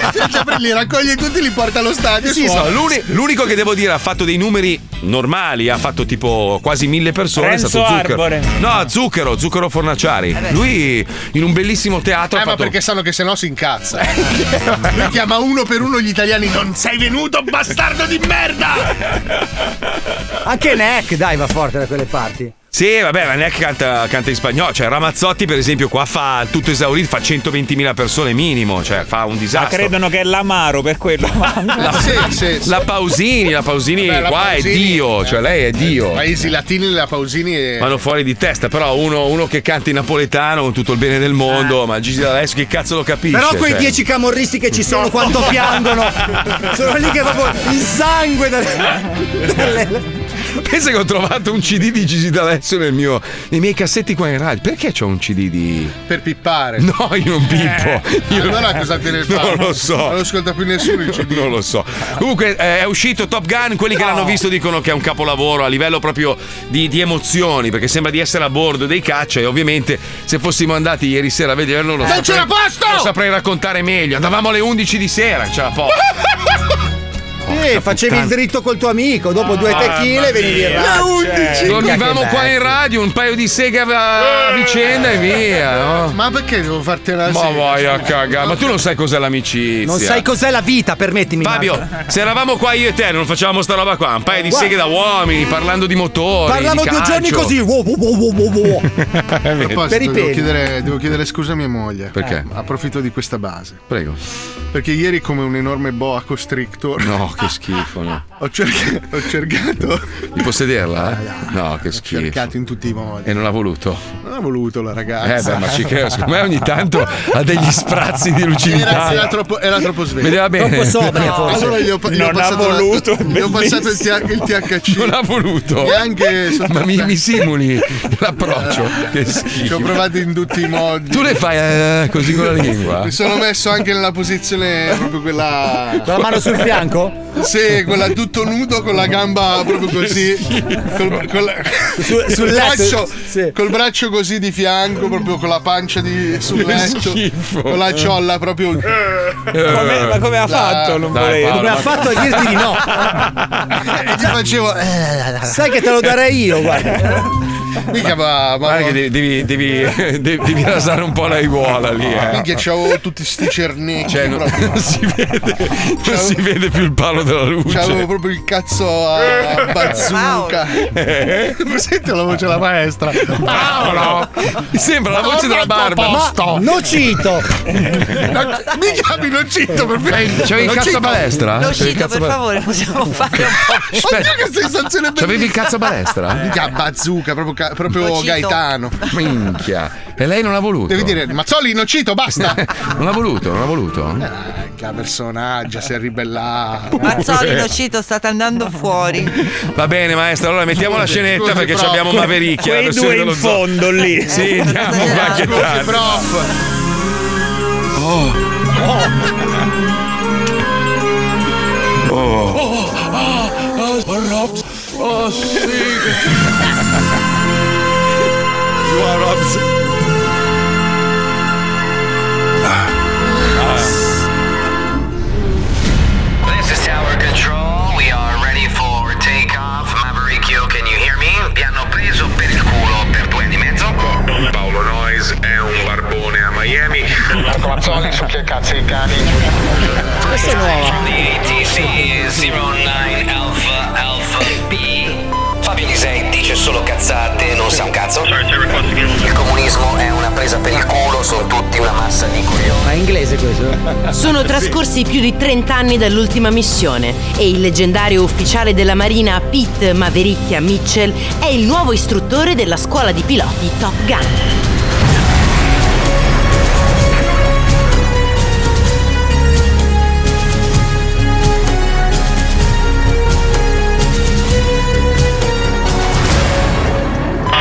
Speaker 5: spiaggia a prenderli, raccoglie tutti, li porta allo stadio.
Speaker 3: Sì,
Speaker 5: suona. Eh,
Speaker 3: no, l'uni- l'unico che devo dire ha fatto dei numeri normali, ha fatto tipo quasi mille persone. è
Speaker 2: Renzo
Speaker 3: stato Zucchero.
Speaker 2: Arbore.
Speaker 3: No, Zucchero, Zucchero Fornaciari. Lui in un bellissimo teatro
Speaker 5: Eh,
Speaker 3: ha
Speaker 5: ma
Speaker 3: fatto.
Speaker 5: perché sanno che sennò si incazza. Lui chiama uno per uno gli italiani. Non sei venuto, bastardo di merda!
Speaker 6: Anche Neck, dai, va forte da quelle parti.
Speaker 3: Sì, vabbè, ma neanche canta, canta in spagnolo. Cioè, Ramazzotti, per esempio, qua fa tutto esaurito, fa 120.000 persone minimo, cioè fa un
Speaker 2: Ma
Speaker 3: disastro.
Speaker 2: credono che è l'amaro per quello.
Speaker 5: La, sì, sì, sì.
Speaker 3: La Eh? Pausini, la Pausini
Speaker 5: Vabbè, la
Speaker 3: qua
Speaker 5: Pausini-
Speaker 3: è Dio, cioè lei è Dio.
Speaker 5: Paesi latini, la Pausini e.
Speaker 3: Vanno fuori di testa, però uno, uno che canta in napoletano con tutto il bene del mondo, ma Gigi D'Alessio che cazzo lo capisce?
Speaker 6: Però quei
Speaker 3: cioè?
Speaker 6: dieci camorristi che ci sono, quanto piangono! Sono lì che proprio il sangue da- dalle-
Speaker 3: Pensa che ho trovato un CD di Gigi D'Alessio nel mio, nei miei cassetti qua in radio. Perché c'ho un CD di.
Speaker 5: per pippare.
Speaker 3: No, io non pippo. Io
Speaker 5: Eh, Allora cosa te ne fa?
Speaker 3: Non lo so.
Speaker 5: Non lo ascolta più nessuno il CD.
Speaker 3: Non lo so. Comunque eh, è uscito Top Gun, quelli che l'hanno visto dicono che è un capolavoro a livello proprio di, di emozioni, perché sembra di essere a bordo dei caccia e ovviamente se fossimo andati ieri sera a vederlo lo,
Speaker 5: Non c'era posto!
Speaker 3: lo saprei raccontare meglio. Andavamo alle 11 di sera, c'era poco.
Speaker 6: Eh, facevi il dritto col tuo amico, dopo due tequile venivi in
Speaker 5: Cioè.
Speaker 6: radio.
Speaker 3: Dormivamo
Speaker 6: che
Speaker 3: qua
Speaker 6: bello.
Speaker 3: in radio, un paio di seghe a
Speaker 5: Eh,
Speaker 3: a vicenda e via. no?
Speaker 5: Ma perché devo farti una
Speaker 3: Ma
Speaker 5: sì?
Speaker 3: vai a cagare, ma tu non sai cos'è l'amicizia.
Speaker 6: Non sai cos'è la vita, permettimi.
Speaker 3: Fabio,
Speaker 6: Marco.
Speaker 3: se eravamo qua io e te, non facevamo sta roba qua. Un paio di seghe da uomini, parlando di motori.
Speaker 6: parlavo
Speaker 3: di
Speaker 6: due giorni
Speaker 3: calcio.
Speaker 6: così. wow, wow, wow, wow, wow, wow.
Speaker 5: A
Speaker 6: Per i
Speaker 5: proposito, devo
Speaker 6: peli.
Speaker 5: chiedere, devo chiedere scusa a mia moglie. Eh,
Speaker 3: Perché?
Speaker 5: Approfitto di questa base.
Speaker 3: Prego.
Speaker 5: Perché ieri, come un enorme boa constrictor,
Speaker 3: No, che schifo, no.
Speaker 5: Ho, cerca- ho cercato.
Speaker 7: Di
Speaker 3: eh?
Speaker 7: possederla? No, che
Speaker 5: Ho
Speaker 7: schifo.
Speaker 5: cercato in tutti i modi.
Speaker 7: E non l'ha voluto.
Speaker 5: Non ha voluto la
Speaker 7: Eh
Speaker 5: ragazza.
Speaker 7: beh, ma ci credo, secondo me ogni tanto ha degli sprazzi di
Speaker 5: Era, era
Speaker 7: lucidità.
Speaker 5: troppo, era troppo sveglio.
Speaker 7: Vedeva
Speaker 6: Troppo
Speaker 7: bene.
Speaker 6: sobria forse.
Speaker 5: Allora gli ho, gli ho
Speaker 3: Non ha
Speaker 5: passato la-
Speaker 3: voluto, è
Speaker 5: gli ho passato il, TH il THC.
Speaker 7: Non l'ha voluto.
Speaker 5: Neanche sotto-
Speaker 7: Ma mi, mi simuli l'approccio. Che
Speaker 5: Ci ho
Speaker 7: schifo.
Speaker 5: provato in tutti i modi.
Speaker 7: Tu le fai eh, così con la lingua.
Speaker 5: Mi sono messo anche nella posizione proprio quella.
Speaker 6: Con la mano sul fianco?
Speaker 5: Sì, quella tutto nudo con la gamba proprio così. Col, col-
Speaker 6: Su- sul
Speaker 5: col
Speaker 6: letto,
Speaker 5: braccio,
Speaker 6: sì.
Speaker 5: col braccio così di fianco, proprio con la pancia di, sul letto.
Speaker 7: schifo.
Speaker 5: Con la ciolla proprio.
Speaker 3: Come- ma come ha fatto? Non
Speaker 7: Dai,
Speaker 3: volevo.
Speaker 7: Paolo.
Speaker 6: Come ha fatto a dirti di no?
Speaker 5: E ti facevo. eh,
Speaker 6: Sai che te lo darei io, guarda.
Speaker 5: mica ma. ma
Speaker 7: Guarda che devi, devi, devi- devi- devi rasare un po' la iguala lì. Eh.
Speaker 5: Minchia, c'avevo tutti sti cernetti.
Speaker 7: Cioè, non,
Speaker 5: proprio.
Speaker 7: non si vede, non si vede più il palo della
Speaker 5: C'avevo
Speaker 7: luce.
Speaker 5: proprio il cazzo a, a bazooka. Sento Eh, la voce della maestra.
Speaker 7: Paolo! Mi sembra la voce della barba.
Speaker 6: Ma nocito!
Speaker 5: Mi chiami Nocito per
Speaker 7: C'avevi c'avevi il cazzo a balestra? C'avevi il
Speaker 4: Nocito,
Speaker 7: cazzo a
Speaker 4: per
Speaker 7: bal-
Speaker 4: favore, possiamo fare un po'.
Speaker 7: Aspetta,
Speaker 5: che sensazione bellissima.
Speaker 7: c'avevi il cazzo a balestra?
Speaker 5: Minchia, bazooka, proprio, ca- proprio
Speaker 4: Nocito.
Speaker 5: Gaetano.
Speaker 7: Minchia. E lei non l'ha voluto.
Speaker 5: Devi dire, Mazzoli, Nocito, basta.
Speaker 7: Non l'ha voluto, non l'ha voluto.
Speaker 5: Minchia, personaggio, si è ribellato.
Speaker 3: Eh.
Speaker 4: Mazzoli, Nocito, state andando fuori.
Speaker 7: Va bene, maestro, allora mettiamo la scenetta
Speaker 5: scusi,
Speaker 7: perché ci
Speaker 5: però,
Speaker 7: abbiamo Mavericchia. la
Speaker 3: Quei
Speaker 7: versione
Speaker 3: due in
Speaker 7: dello zoo.
Speaker 3: fondo lì.
Speaker 7: Sì, andiamo
Speaker 4: Cosa
Speaker 7: va che
Speaker 4: c'era?
Speaker 5: Scusi,
Speaker 7: tardi.
Speaker 5: prof. Oh.
Speaker 7: Oh, sì.
Speaker 10: This is Tower Control. We are ready for takeoff. Mavericchio, can you hear me? Vi hanno preso per il culo per due anni e mezzo. Paolo Noyes è un barbone a Miami. Marco Mazzoli su che cazzo i cani.
Speaker 6: Questa è nuova.
Speaker 10: ATC 09 Alpha Alpha B. Fabio Lisei dice solo cazzate, non sa un cazzo. Il comunismo è una presa per il culo, sono tutti una massa di coglioni.
Speaker 6: Ma è inglese questo?
Speaker 11: Sono trascorsi più di 30 anni dall'ultima missione e il leggendario ufficiale della Marina Pete Mavericchia Mitchell è il nuovo istruttore della scuola di piloti Top Gun.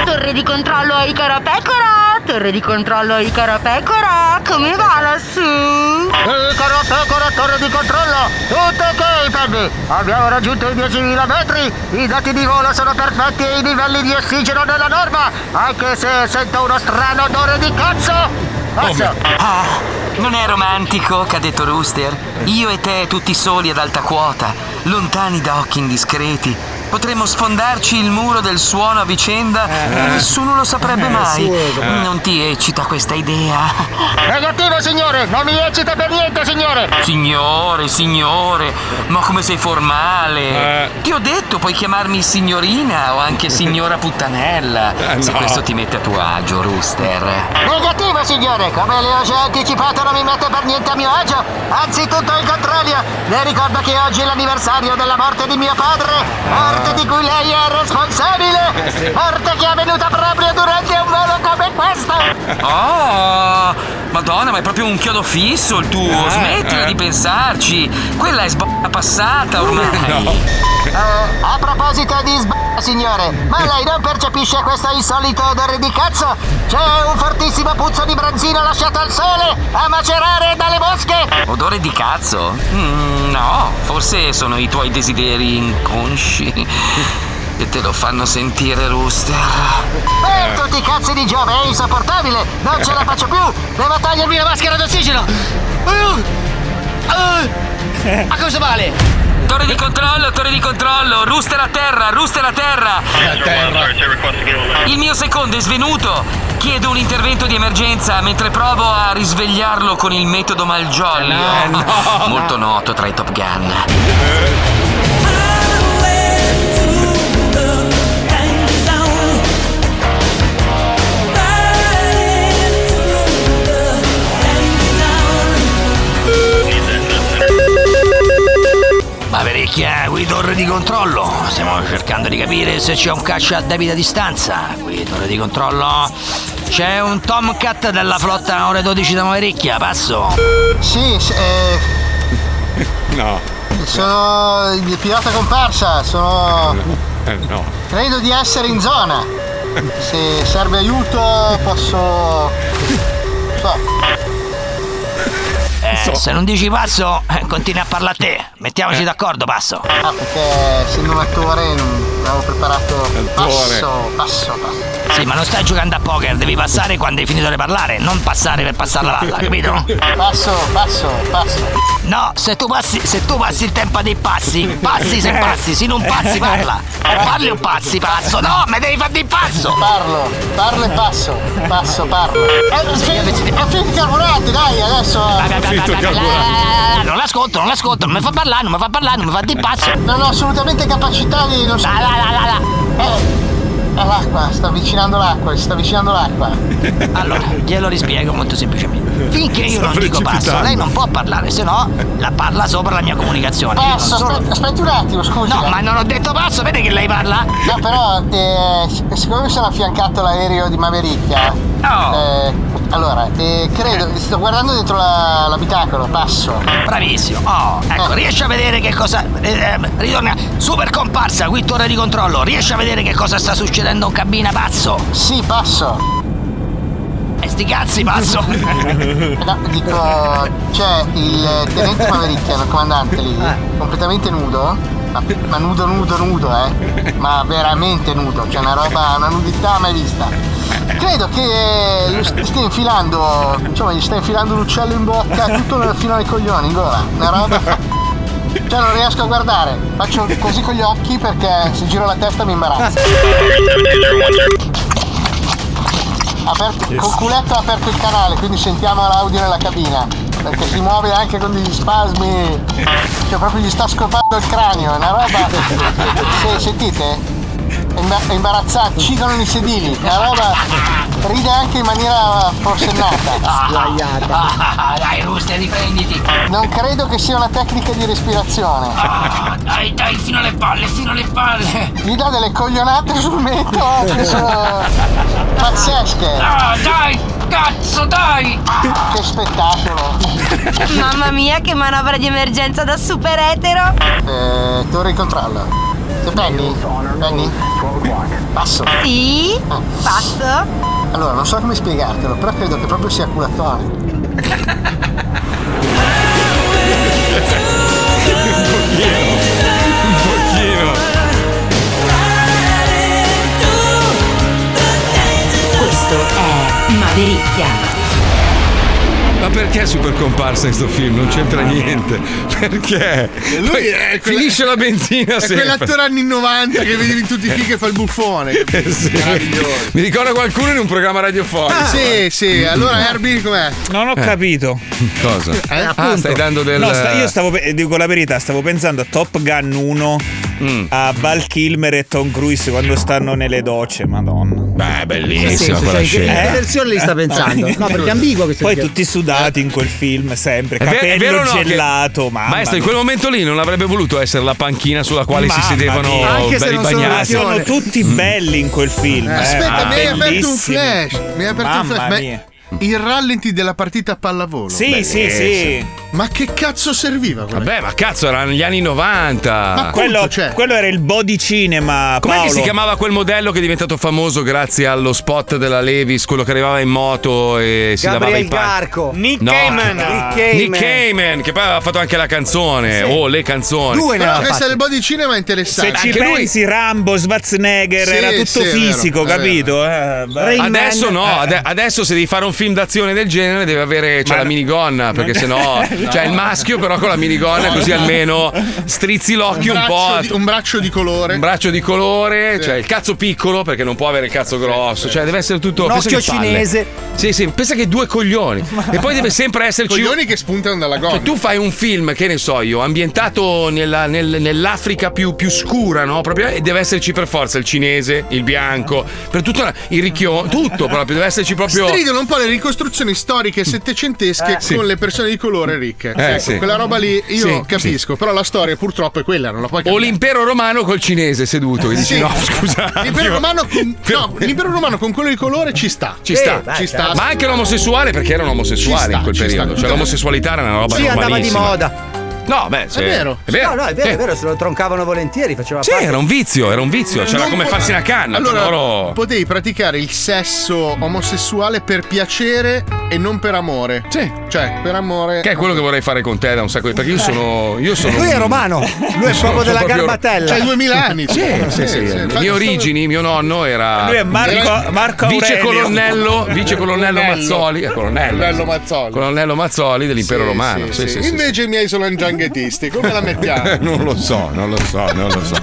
Speaker 12: Torre di controllo a Icaro Pecora! Torre di controllo a Icaro Pecora! Come va lassù?
Speaker 10: Caro Pecora, Eh, torre di controllo, tutto ok Peggy, abbiamo raggiunto i 10.000 metri, i dati di volo sono perfetti e i livelli di ossigeno nella norma, anche se sento uno strano odore di cazzo.
Speaker 4: Ah, non è romantico, che ha detto Rooster. Io e te tutti soli ad alta quota, lontani da occhi indiscreti. Potremmo sfondarci il muro del suono a vicenda
Speaker 10: Eh.
Speaker 4: e Eh, nessuno lo
Speaker 6: Eh,
Speaker 4: saprebbe mai. Mm, Non ti eccita questa idea?
Speaker 10: Negativo signore, non mi eccita per niente signore.
Speaker 4: Signore, signore, ma come sei
Speaker 3: Eh.
Speaker 4: formale? Ti ho detto, puoi chiamarmi signorina o anche signora puttanella.
Speaker 3: Eh,
Speaker 4: Se questo ti mette a tuo agio, Rooster.
Speaker 10: Negativo signore, come le ho già anticipato non mi mette per niente a mio agio, anzi tutto il contrario. Mi ricorda che oggi è l'anniversario della morte di mio padre, morte di cui lei è responsabile, morte che è avvenuta proprio durante un volo come questo.
Speaker 4: Oh, madonna, ma è proprio un chiodo fisso il tuo. Smettila di pensarci. Quella è sbocca passata ormai.
Speaker 10: Eh, a proposito di sb... signore, ma lei non percepisce questo insolito odore di cazzo? C'è un fortissimo puzzo di branzino lasciato al sole a macerare dalle mosche!
Speaker 4: Odore di cazzo? Mm, no, forse sono i tuoi desideri inconsci che te lo fanno sentire, Rooster.
Speaker 10: Per tutti i cazzi di Giove, è insopportabile! Non ce la faccio più! Devo togliermi la maschera d'ossigeno! Uh, uh, ma cosa vale?
Speaker 4: Torre di controllo, torre di controllo, Rooster a terra, Rooster a terra. Il mio secondo è svenuto. Chiedo un intervento di emergenza mentre provo a risvegliarlo con il metodo Malgioglio. Molto noto tra i Top Gun.
Speaker 10: Minchia, qui torre di controllo. Stiamo cercando di capire se c'è un caccia a debita distanza. Qui torre di controllo. C'è un Tomcat della flotta ore 12 da Mavericchia, passo.
Speaker 13: Sì, s- eh,
Speaker 3: No.
Speaker 13: sono il pilota comparsa, sono...
Speaker 3: Eh, no.
Speaker 13: Credo di essere in zona. Se serve aiuto posso... So.
Speaker 10: Eh, Se non dici passo, eh, continui a parlare a te. Mettiamoci d'accordo, passo.
Speaker 13: Ah, perché essendo un attore non avevo preparato... Passo, passo, passo.
Speaker 10: Sì, ma non stai giocando a poker, devi passare quando hai finito di parlare, non passare per passare la palla, capito?
Speaker 13: Passo, passo, passo.
Speaker 10: No, se tu passi, se tu passi il tempo dei passi, passi se passi, se non passi parla. O parli o passi, passo. No, mi devi fare di passo.
Speaker 13: Parlo, parlo e passo, passo, parlo. Eh, sfi- Ho finito i carburanti, dai, adesso...
Speaker 10: Ah, Non l'ascolto, non l'ascolto, non mi fa parlare, non mi fa parlare, non mi fa di passo.
Speaker 13: Non ho assolutamente capacità di... Non so... Eh, eh, l'acqua, sta avvicinando l'acqua, si sta avvicinando l'acqua.
Speaker 10: Allora, glielo rispiego molto semplicemente. Finché io
Speaker 13: Sta
Speaker 10: non dico passo,
Speaker 13: precipitando.
Speaker 10: lei non può parlare, se
Speaker 14: Ah,
Speaker 10: no la parla sopra la mia comunicazione. Io non
Speaker 13: Passo,
Speaker 10: sono-
Speaker 13: aspe- aspetti un attimo, scusa.
Speaker 10: No, ma non ho detto passo, vedi che lei parla?
Speaker 13: No, però, eh, sic- siccome mi sono affiancato l'aereo di Mavericchia, eh, allora, eh, credo, sto guardando dentro la- l'abitacolo, passo.
Speaker 10: Bravissimo. Oh, ecco, riesci a vedere che cosa. eh, eh, ritorna. Super comparsa, qui torre di controllo. Riesci a vedere che cosa sta succedendo in cabina, pazzo?
Speaker 13: Sì, passo.
Speaker 10: E sti cazzi, pazzo.
Speaker 13: Eh, No, dico, c'è il tenente Mavericchia, il comandante lì,
Speaker 10: Ah.
Speaker 13: completamente nudo, ma, ma nudo, nudo, nudo, eh, ma veramente nudo, cioè una roba, una nudità mai vista. Credo che gli st- stia infilando, insomma, gli sta infilando l'uccello in bocca, tutto nel- fino ai coglioni, in gola, una roba... Cioè non riesco a guardare, faccio così con gli occhi perché se giro la testa mi imbarazzo. Aperto, Col culetto ha aperto il canale, quindi sentiamo l'audio nella cabina. Perché si muove anche con degli spasmi. Cioè proprio gli sta scopando il cranio, è una roba. Se, sentite? È, imba- è imbarazzante, cigano nei sedili, è una roba. Ride anche in maniera forsennata.
Speaker 10: Ah, dai, Rooster, riprenditi.
Speaker 13: Non credo che sia una tecnica di respirazione.
Speaker 10: Ah, Dai, dai, fino alle palle, fino alle palle.
Speaker 13: Gli dà delle coglionate sul mento che sono pazzesche.
Speaker 10: Ah, dai, cazzo, dai!
Speaker 13: Che spettacolo!
Speaker 15: Mamma mia, che manovra di emergenza da super etero!
Speaker 13: Eh, torre in controllo. Sei Penny? Penny? Passo.
Speaker 15: Sì?
Speaker 13: Oh.
Speaker 15: Passo?
Speaker 13: Allora, non so come spiegartelo, però credo che proprio sia culatone.
Speaker 3: Un pochino.
Speaker 16: Questo è Mavericchia.
Speaker 3: Ma perché è super comparsa in sto film? Non c'entra
Speaker 4: Eh.
Speaker 3: niente. Perché?
Speaker 5: lui
Speaker 3: Poi
Speaker 5: è quella-
Speaker 3: Finisce la benzina
Speaker 5: È
Speaker 3: sempre.
Speaker 5: quell'attore anni 90 che vedevi in tutti i film che fa il buffone.
Speaker 3: Eh, sì.
Speaker 5: Meraviglioso.
Speaker 3: Mi ricorda qualcuno in un programma radiofonico.
Speaker 5: Ah, sì, sì, allora Eh, Herbie com'è?
Speaker 2: Non ho
Speaker 3: Eh.
Speaker 2: capito.
Speaker 3: Cosa?
Speaker 6: Eh,
Speaker 3: ah,
Speaker 2: Appunto.
Speaker 3: stai dando del.
Speaker 2: No, sta- io stavo. pe- dico la verità, stavo pensando a Top Gun 1,
Speaker 3: Mm.
Speaker 2: a Val Kilmer e Tom Cruise quando stanno nelle docce, madonna. Eh.
Speaker 3: Beh,
Speaker 6: Che senso, quella cioè, in che- scena. in
Speaker 3: Eh.
Speaker 6: che versione lì sta pensando? No, perché è ambigua questa
Speaker 2: Poi
Speaker 6: richiesta.
Speaker 2: tutti sudati in quel film, sempre.
Speaker 3: È ver- è vero o
Speaker 2: Capello
Speaker 3: no che-
Speaker 2: gelato, mamma
Speaker 3: Maestro, in quel momento lì non avrebbe voluto essere la panchina sulla quale si
Speaker 2: Mamma
Speaker 3: sedevano
Speaker 2: mia.
Speaker 3: belli bagnati.
Speaker 2: sono tutti belli in quel film.
Speaker 5: Aspetta,
Speaker 2: eh,
Speaker 5: mi hai aperto un
Speaker 2: bellissimi.
Speaker 5: flash. Mi hai aperto un
Speaker 2: Mamma
Speaker 5: flash. Ma
Speaker 2: mia.
Speaker 5: I rallenti della partita a pallavolo.
Speaker 2: Sì, sì, sì.
Speaker 5: Ma che cazzo serviva quella?
Speaker 3: Vabbè, ma cazzo, erano gli anni 90.
Speaker 2: Ma quello,
Speaker 5: cioè.
Speaker 2: quello era il body cinema.
Speaker 3: Ah. Com'è
Speaker 2: Paolo.
Speaker 3: che si chiamava quel modello che è diventato famoso grazie allo spot della Levis, quello che arrivava in moto e si lavava i panni?
Speaker 8: Nick
Speaker 3: No.
Speaker 8: Cayman.
Speaker 5: Ah.
Speaker 3: Nick Cayman, che poi aveva fatto anche la canzone, o le canzoni.
Speaker 5: Però questa del body cinema è
Speaker 2: Se
Speaker 5: interessante.
Speaker 2: ci
Speaker 5: Anche lui-
Speaker 2: pensi, Rambo, Schwarzenegger,
Speaker 5: Sì,
Speaker 2: era tutto
Speaker 5: sì, è vero,
Speaker 2: fisico,
Speaker 5: è vero.
Speaker 2: capito? Eh, beh.
Speaker 3: Adesso no,
Speaker 5: Eh.
Speaker 3: ade- adesso se devi fare un film d'azione del genere deve avere cioè, la minigonna, perché sennò
Speaker 5: No.
Speaker 3: cioè il maschio però con la minigonna
Speaker 5: No,
Speaker 3: così
Speaker 5: no.
Speaker 3: almeno strizzi l'occhio un,
Speaker 5: braccio
Speaker 3: po'.
Speaker 5: di- un braccio di colore.
Speaker 3: Un braccio di colore, cioè il cazzo piccolo perché non può avere il cazzo grosso, cioè deve essere tutto
Speaker 5: Un
Speaker 3: pensa
Speaker 5: occhio
Speaker 3: che palle.
Speaker 5: cinese.
Speaker 3: Sì, sì, pensa che due coglioni. E poi deve sempre esserci
Speaker 5: Coglioni che spuntano dalla gonna.
Speaker 3: Cioè, tu fai un film, che ne so io, ambientato nella- nel- nell'Africa più, più scura, no? Proprio, e deve esserci per forza il cinese, il bianco, per tutto la- il ricchione, tutto Eh, proprio, deve esserci proprio.
Speaker 5: Stridono un po' le ricostruzioni storiche settecentesche
Speaker 3: Eh. Sì.
Speaker 5: con le persone di colore ricche.
Speaker 3: Eh,
Speaker 5: Ecco,
Speaker 3: sì.
Speaker 5: Quella roba lì io
Speaker 3: Sì,
Speaker 5: capisco, però la storia purtroppo è quella, non la puoi
Speaker 3: O
Speaker 5: cambiare.
Speaker 3: l'impero romano col cinese seduto, che dici no, scusa.
Speaker 5: L'impero romano, con, no, l'impero romano con quello di colore ci sta. eh,
Speaker 3: Ci sta.
Speaker 5: ci sta.
Speaker 3: Ma anche l'omosessuale, perché erano omosessuali
Speaker 5: Ci sta,
Speaker 3: in quel
Speaker 5: ci
Speaker 3: periodo.
Speaker 5: sta.
Speaker 3: Cioè, l'omosessualità era una roba
Speaker 6: Sì, andava di
Speaker 3: normalissima.
Speaker 6: moda.
Speaker 3: No, beh, sì.
Speaker 6: è vero.
Speaker 3: È vero.
Speaker 6: No, no, è vero,
Speaker 3: Sì.
Speaker 6: è vero, se lo troncavano volentieri, faceva
Speaker 3: Sì,
Speaker 6: parte.
Speaker 3: era un vizio, era un vizio. C'era
Speaker 5: Non
Speaker 3: come
Speaker 5: pot-
Speaker 3: farsi una canna.
Speaker 5: Allora,
Speaker 3: cioè, loro-
Speaker 5: potevi praticare il sesso omosessuale per piacere e non per amore.
Speaker 3: Sì.
Speaker 5: Cioè, per amore.
Speaker 3: Che è quello che vorrei fare con te da un sacco di. Perché io sono. Io sono
Speaker 5: Lui è
Speaker 6: romano.
Speaker 5: Lui è
Speaker 3: Sono-
Speaker 5: proprio della
Speaker 3: sono
Speaker 5: Garbatella. C'hai 2000 anni, tu.
Speaker 3: Sì, sì, sì.
Speaker 5: Eh, Sì, sì,
Speaker 3: Le
Speaker 5: infatti
Speaker 3: mie
Speaker 5: sono-
Speaker 3: origini, mio nonno era.
Speaker 5: Lui è Marco- Marco
Speaker 3: Vice
Speaker 5: Aurelio.
Speaker 3: colonnello, vice colonnello
Speaker 5: Colonnello.
Speaker 3: Mazzoli. eh, colonnello.
Speaker 5: Colonnello Mazzoli.
Speaker 3: Colonnello Mazzoli dell'impero romano. Sì, sì, sì, sì.
Speaker 5: Invece i miei sono angianghetisti, come la mettiamo?
Speaker 3: non lo so, non lo so, non lo so.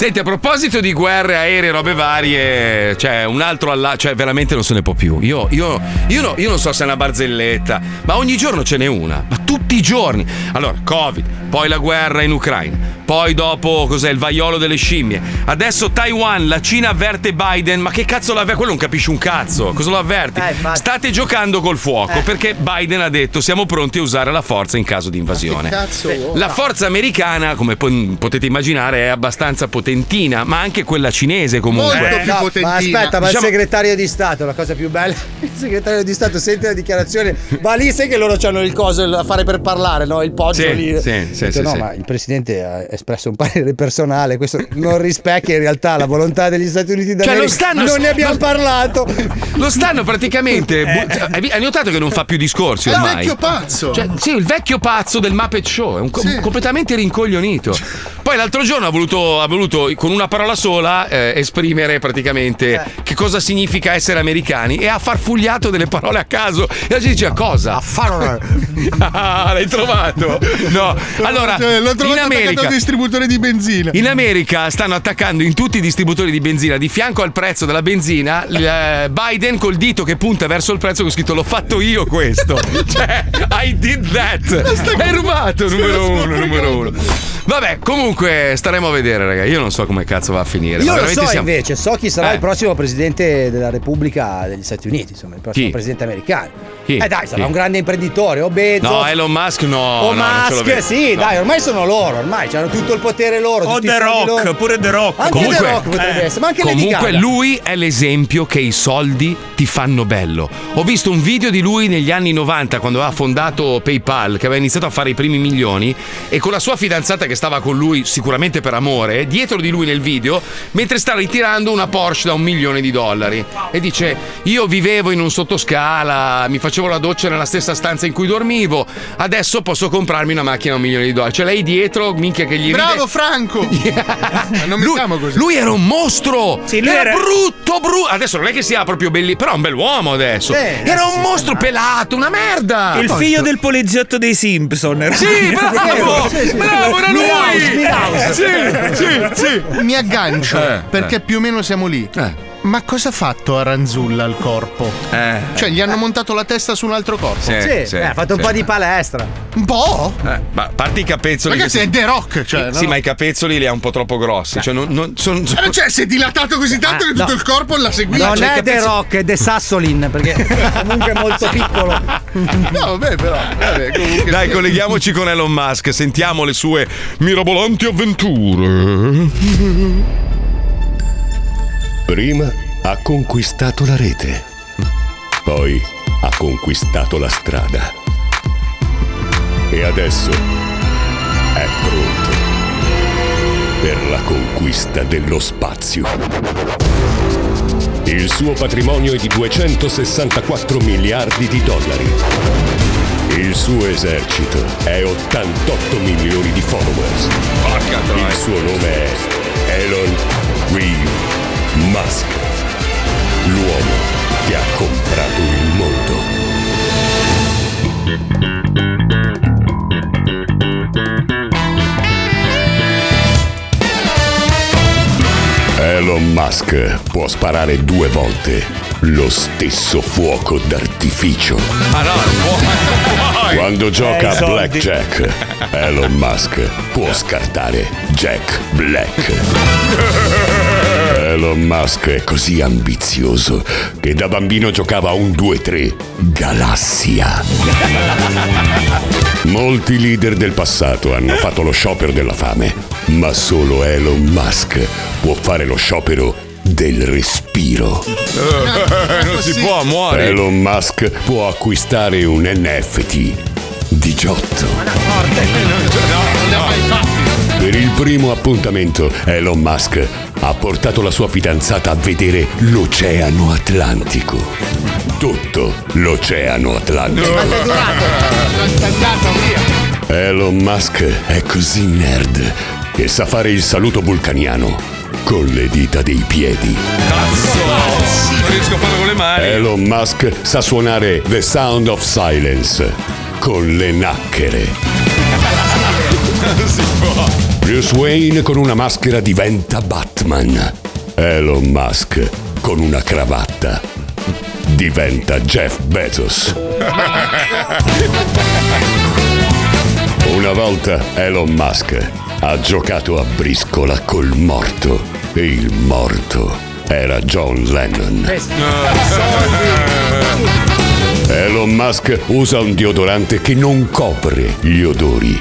Speaker 3: Senti, a proposito di guerre aeree, robe varie, cioè un altro alla... cioè veramente non se ne può più. Io, io, io, no- io non so se è una barzelletta, ma ogni giorno ce n'è una, ma tutti i giorni. Allora, Covid, poi la guerra in Ucraina, poi dopo cos'è il vaiolo delle scimmie, adesso Taiwan, la Cina avverte Biden, ma che cazzo l'avverte? Quello non capisce un cazzo, cosa lo avverti? State giocando col fuoco, perché Biden ha detto siamo pronti a usare la forza in caso di invasione.
Speaker 5: Cazzo. vuoi?
Speaker 3: La forza americana, come po- potete immaginare, è abbastanza potentina, ma anche quella cinese comunque.
Speaker 6: Eh, no, Ma aspetta, ma
Speaker 3: Diciamo-
Speaker 6: il segretario di Stato, la cosa più bella. Il segretario di Stato sente la dichiarazione, va lì, sai che loro hanno il coso da fare per parlare, no? Il poggio
Speaker 3: Sì,
Speaker 6: lì.
Speaker 3: sì, sì,
Speaker 6: Detto,
Speaker 3: sì,
Speaker 6: no,
Speaker 3: sì.
Speaker 6: ma il presidente ha espresso un parere personale, questo non rispecchia in realtà la volontà degli Stati Uniti d'America.
Speaker 3: Cioè, lo stanno-
Speaker 6: non ne abbiamo parlato.
Speaker 3: Lo stanno praticamente. bu- cioè, hai- hai notato che non fa più discorsi
Speaker 5: È il
Speaker 3: ormai?
Speaker 5: Eh. vecchio pazzo.
Speaker 3: Cioè, sì, il vecchio pazzo del Muppet Show, è un co- completamente rincoglionito. Poi l'altro giorno ha voluto, ha voluto, con una parola sola eh, esprimere praticamente
Speaker 5: Eh.
Speaker 3: che cosa significa essere americani e ha farfugliato delle parole a caso. E la gente dice cosa? A ah, l'hai trovato? No. Allora,
Speaker 5: Cioè, l'ho
Speaker 3: in
Speaker 5: trovato attaccato
Speaker 3: America
Speaker 5: al distributore di benzina.
Speaker 3: in America stanno attaccando in tutti i distributori di benzina, di fianco al prezzo della benzina, l- eh, Biden col dito che punta verso il prezzo che ho scritto l'ho fatto io questo. cioè, I did that. È rubato, numero uno, numero uno. Vabbè, comunque staremo a vedere, raga. Io non so come cazzo va a finire.
Speaker 6: Io
Speaker 3: ma
Speaker 6: lo
Speaker 3: veramente
Speaker 6: so
Speaker 3: siamo-
Speaker 6: invece, so chi sarà
Speaker 3: Eh.
Speaker 6: il prossimo presidente della Repubblica degli Stati Uniti, insomma, il prossimo
Speaker 3: Chi?
Speaker 6: presidente americano.
Speaker 3: Chi?
Speaker 6: Eh dai, sarà
Speaker 3: Chi?
Speaker 6: un grande imprenditore, obeso.
Speaker 3: No, Elon Musk no.
Speaker 6: o
Speaker 3: no, non ce lo
Speaker 6: Musk,
Speaker 3: vedo.
Speaker 6: sì,
Speaker 3: No.
Speaker 6: dai, ormai sono loro, ormai hanno tutto il potere loro.
Speaker 2: O
Speaker 6: tutti i
Speaker 2: The
Speaker 6: soldi
Speaker 2: Rock,
Speaker 6: loro.
Speaker 2: pure The Rock.
Speaker 6: Anche
Speaker 3: Comunque-
Speaker 6: The Rock potrebbe
Speaker 3: eh.
Speaker 6: essere, ma anche Lady
Speaker 3: Comunque
Speaker 6: Gaga.
Speaker 3: lui è l'esempio che i soldi ti fanno bello. Ho visto un video di lui negli anni 90 quando aveva fondato PayPal, che aveva iniziato a fare i primi milioni e con la sua fidanzata che stava con lui sicuramente per amore, dietro di lui nel video, mentre sta ritirando una Porsche da un milione di dollari e dice "Io vivevo in un sottoscala, mi facevo la doccia nella stessa stanza in cui dormivo, adesso posso comprarmi una macchina a un milione di dollari". Cioè lei dietro, minchia che gli
Speaker 5: Bravo
Speaker 3: ride-
Speaker 5: Franco! Ma non mettiamo così.
Speaker 3: lui era un mostro!
Speaker 5: Sì, lui
Speaker 3: era,
Speaker 5: era-
Speaker 3: brutto, brutto! Adesso non è che sia proprio bellissimo, però è un bell'uomo adesso.
Speaker 2: Sì,
Speaker 5: Eh.
Speaker 3: era un mostro pelato, una merda!
Speaker 2: Il figlio del poliziotto dei Simpson. era-
Speaker 3: Sì, bravo! bravo, era lui! Sì, sì, sì!
Speaker 5: Mi aggancio
Speaker 2: Eh,
Speaker 5: perché
Speaker 2: eh.
Speaker 5: più o meno siamo lì. Ma cosa ha fatto Aranzulla al corpo?
Speaker 3: Eh.
Speaker 5: Cioè, gli hanno montato la testa su un altro corpo.
Speaker 3: Sì, Sì, sì, eh, ha fatto un sì. po' di
Speaker 6: palestra.
Speaker 5: Un po'?
Speaker 3: Eh, ma a parte i capezzoli.
Speaker 5: Ragazzi,
Speaker 3: che
Speaker 5: è The Rock, cioè,
Speaker 3: Sì,
Speaker 5: no?
Speaker 3: ma i capezzoli li ha un po' troppo grossi. Cioè, non, non- son- son-
Speaker 5: Eh, cioè, si è dilatato così tanto
Speaker 6: Ah,
Speaker 5: che tutto
Speaker 6: no.
Speaker 5: il corpo l'ha seguito.
Speaker 6: non
Speaker 5: Cioè,
Speaker 6: è The
Speaker 5: capezzo-
Speaker 6: Rock, è The Sassolin, perché comunque è molto piccolo.
Speaker 5: No, vabbè, però. Vabbè, comunque.
Speaker 3: Dai, colleghiamoci con Elon Musk, sentiamo le sue mirabolanti avventure.
Speaker 17: Prima ha conquistato la rete, poi ha conquistato la strada. E adesso è pronto per la conquista dello spazio. Il suo patrimonio è di 264 miliardi di dollari. Il suo esercito è 88 milioni di followers. Il suo nome è Elon Reeve Musk. L'uomo che ha comprato il mondo. Elon Musk può sparare due volte lo stesso fuoco d'artificio.
Speaker 3: Ah no,
Speaker 17: Quando gioca
Speaker 3: Eh, i
Speaker 17: a
Speaker 3: soldi.
Speaker 17: Blackjack, Elon Musk può scartare Jack Black. Elon Musk è così ambizioso che da bambino giocava a un 2-3 Galassia. Molti leader del passato hanno fatto lo sciopero della fame, ma solo Elon Musk può fare lo sciopero del respiro.
Speaker 3: Eh, non si può, muori.
Speaker 17: Elon Musk può acquistare un NFT 18. Per il primo appuntamento, Elon Musk ha portato la sua fidanzata a vedere l'Oceano Atlantico. Tutto l'Oceano Atlantico.
Speaker 5: Eh,
Speaker 17: Elon Musk è così nerd che sa fare il saluto vulcaniano con le dita dei piedi.
Speaker 3: Non riesco a farlo con le mani.
Speaker 17: Elon Musk sa suonare The Sound of Silence con le nacchere.
Speaker 3: Non si può.
Speaker 17: Bruce Wayne con una maschera diventa Batman. Elon Musk con una cravatta diventa Jeff Bezos. Una volta Elon Musk ha giocato a briscola col morto e il morto era John Lennon. Elon Musk usa un deodorante che non copre gli odori,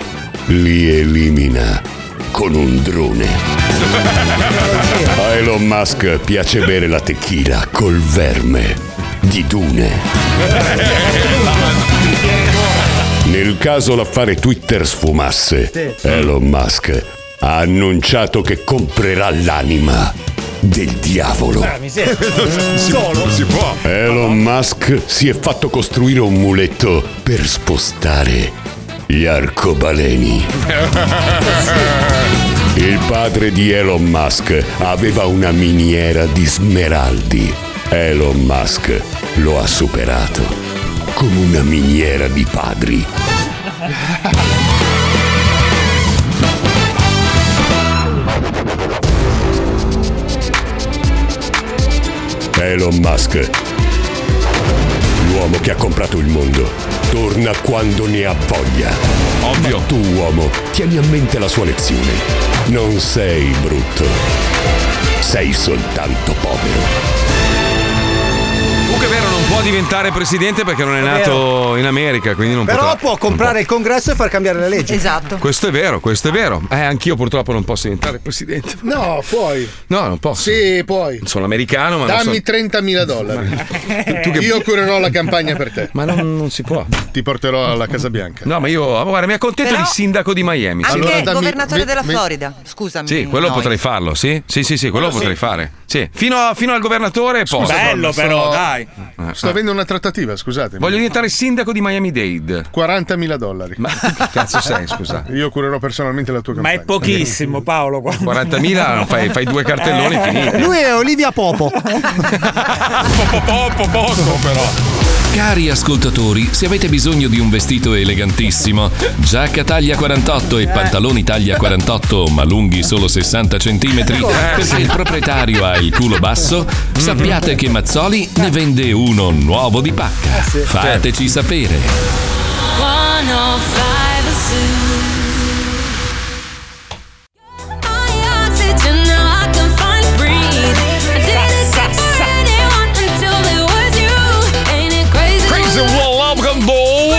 Speaker 17: li elimina con un drone. A Elon Musk piace bere la tequila col verme di dune. Nel caso l'affare Twitter sfumasse, Elon Musk ha annunciato che comprerà l'anima del diavolo.
Speaker 16: Ah,
Speaker 18: Ah,
Speaker 3: Solo? Si può.
Speaker 17: Elon Musk si è fatto costruire un muletto per spostare gli arcobaleni. Il padre di Elon Musk aveva una miniera di smeraldi. Elon Musk lo ha superato con una miniera di padri. Elon Musk, l'uomo che ha comprato il mondo, torna quando ne ha voglia. Ovvio. tu, uomo, tieni a mente la sua lezione. Non sei brutto. Sei soltanto povero.
Speaker 3: Comunque è vero, non può diventare presidente perché non è nato in America, quindi non
Speaker 7: Però
Speaker 3: potrà.
Speaker 7: può comprare il congresso e far cambiare le leggi.
Speaker 16: Esatto.
Speaker 3: Questo è vero, questo è vero. Eh, anch'io purtroppo non posso diventare presidente.
Speaker 5: No, puoi.
Speaker 3: No, non posso.
Speaker 5: Sì, puoi.
Speaker 3: Sono americano, ma non
Speaker 5: Dammi
Speaker 3: so.
Speaker 5: 30.000 dollari.
Speaker 3: Tu che-
Speaker 5: Io curerò la campagna per te.
Speaker 3: Ma non, si può.
Speaker 5: Ti porterò alla Casa Bianca.
Speaker 3: No, ma io ma guarda, mi accontento
Speaker 18: Però-
Speaker 3: di sindaco di Miami.
Speaker 18: Anche
Speaker 5: Allora dammi-
Speaker 18: governatore
Speaker 5: mi-
Speaker 18: della
Speaker 5: mi-
Speaker 18: Florida, scusami.
Speaker 3: Sì, quello
Speaker 18: noi.
Speaker 3: potrei farlo, sì? Sì, sì, sì, quello
Speaker 5: Quello
Speaker 3: potrei
Speaker 5: sì.
Speaker 3: fare. Sì, fino, a- fino al governatore e poi.
Speaker 5: Scusa, Paolo, sto-
Speaker 3: Eh,
Speaker 5: Sto
Speaker 3: eh.
Speaker 5: avendo una trattativa, scusate.
Speaker 3: Voglio diventare sindaco di Miami Dade.
Speaker 5: 40.000 dollari.
Speaker 3: Ma che cazzo sei, scusa?
Speaker 5: Io curerò personalmente la tua
Speaker 2: Ma
Speaker 5: campagna.
Speaker 2: è pochissimo, Paolo. guarda.
Speaker 3: 40.000 non fai, fai due cartelloni
Speaker 5: Eh,
Speaker 3: e finite.
Speaker 7: Lui è Olivia Popo.
Speaker 3: Poco, poco però.
Speaker 1: Cari ascoltatori, se avete bisogno di un vestito elegantissimo, giacca taglia 48 e pantaloni taglia 48 ma lunghi solo 60 cm, perché il proprietario ha il culo basso, sappiate che Mazzoli ne vende uno nuovo di pacca. Fateci sapere.
Speaker 12: 105 Oxygen, now I can finally breathe. I did it for anyone until it was you. Ain't it crazy?
Speaker 3: Crazy Wall of Gamboa.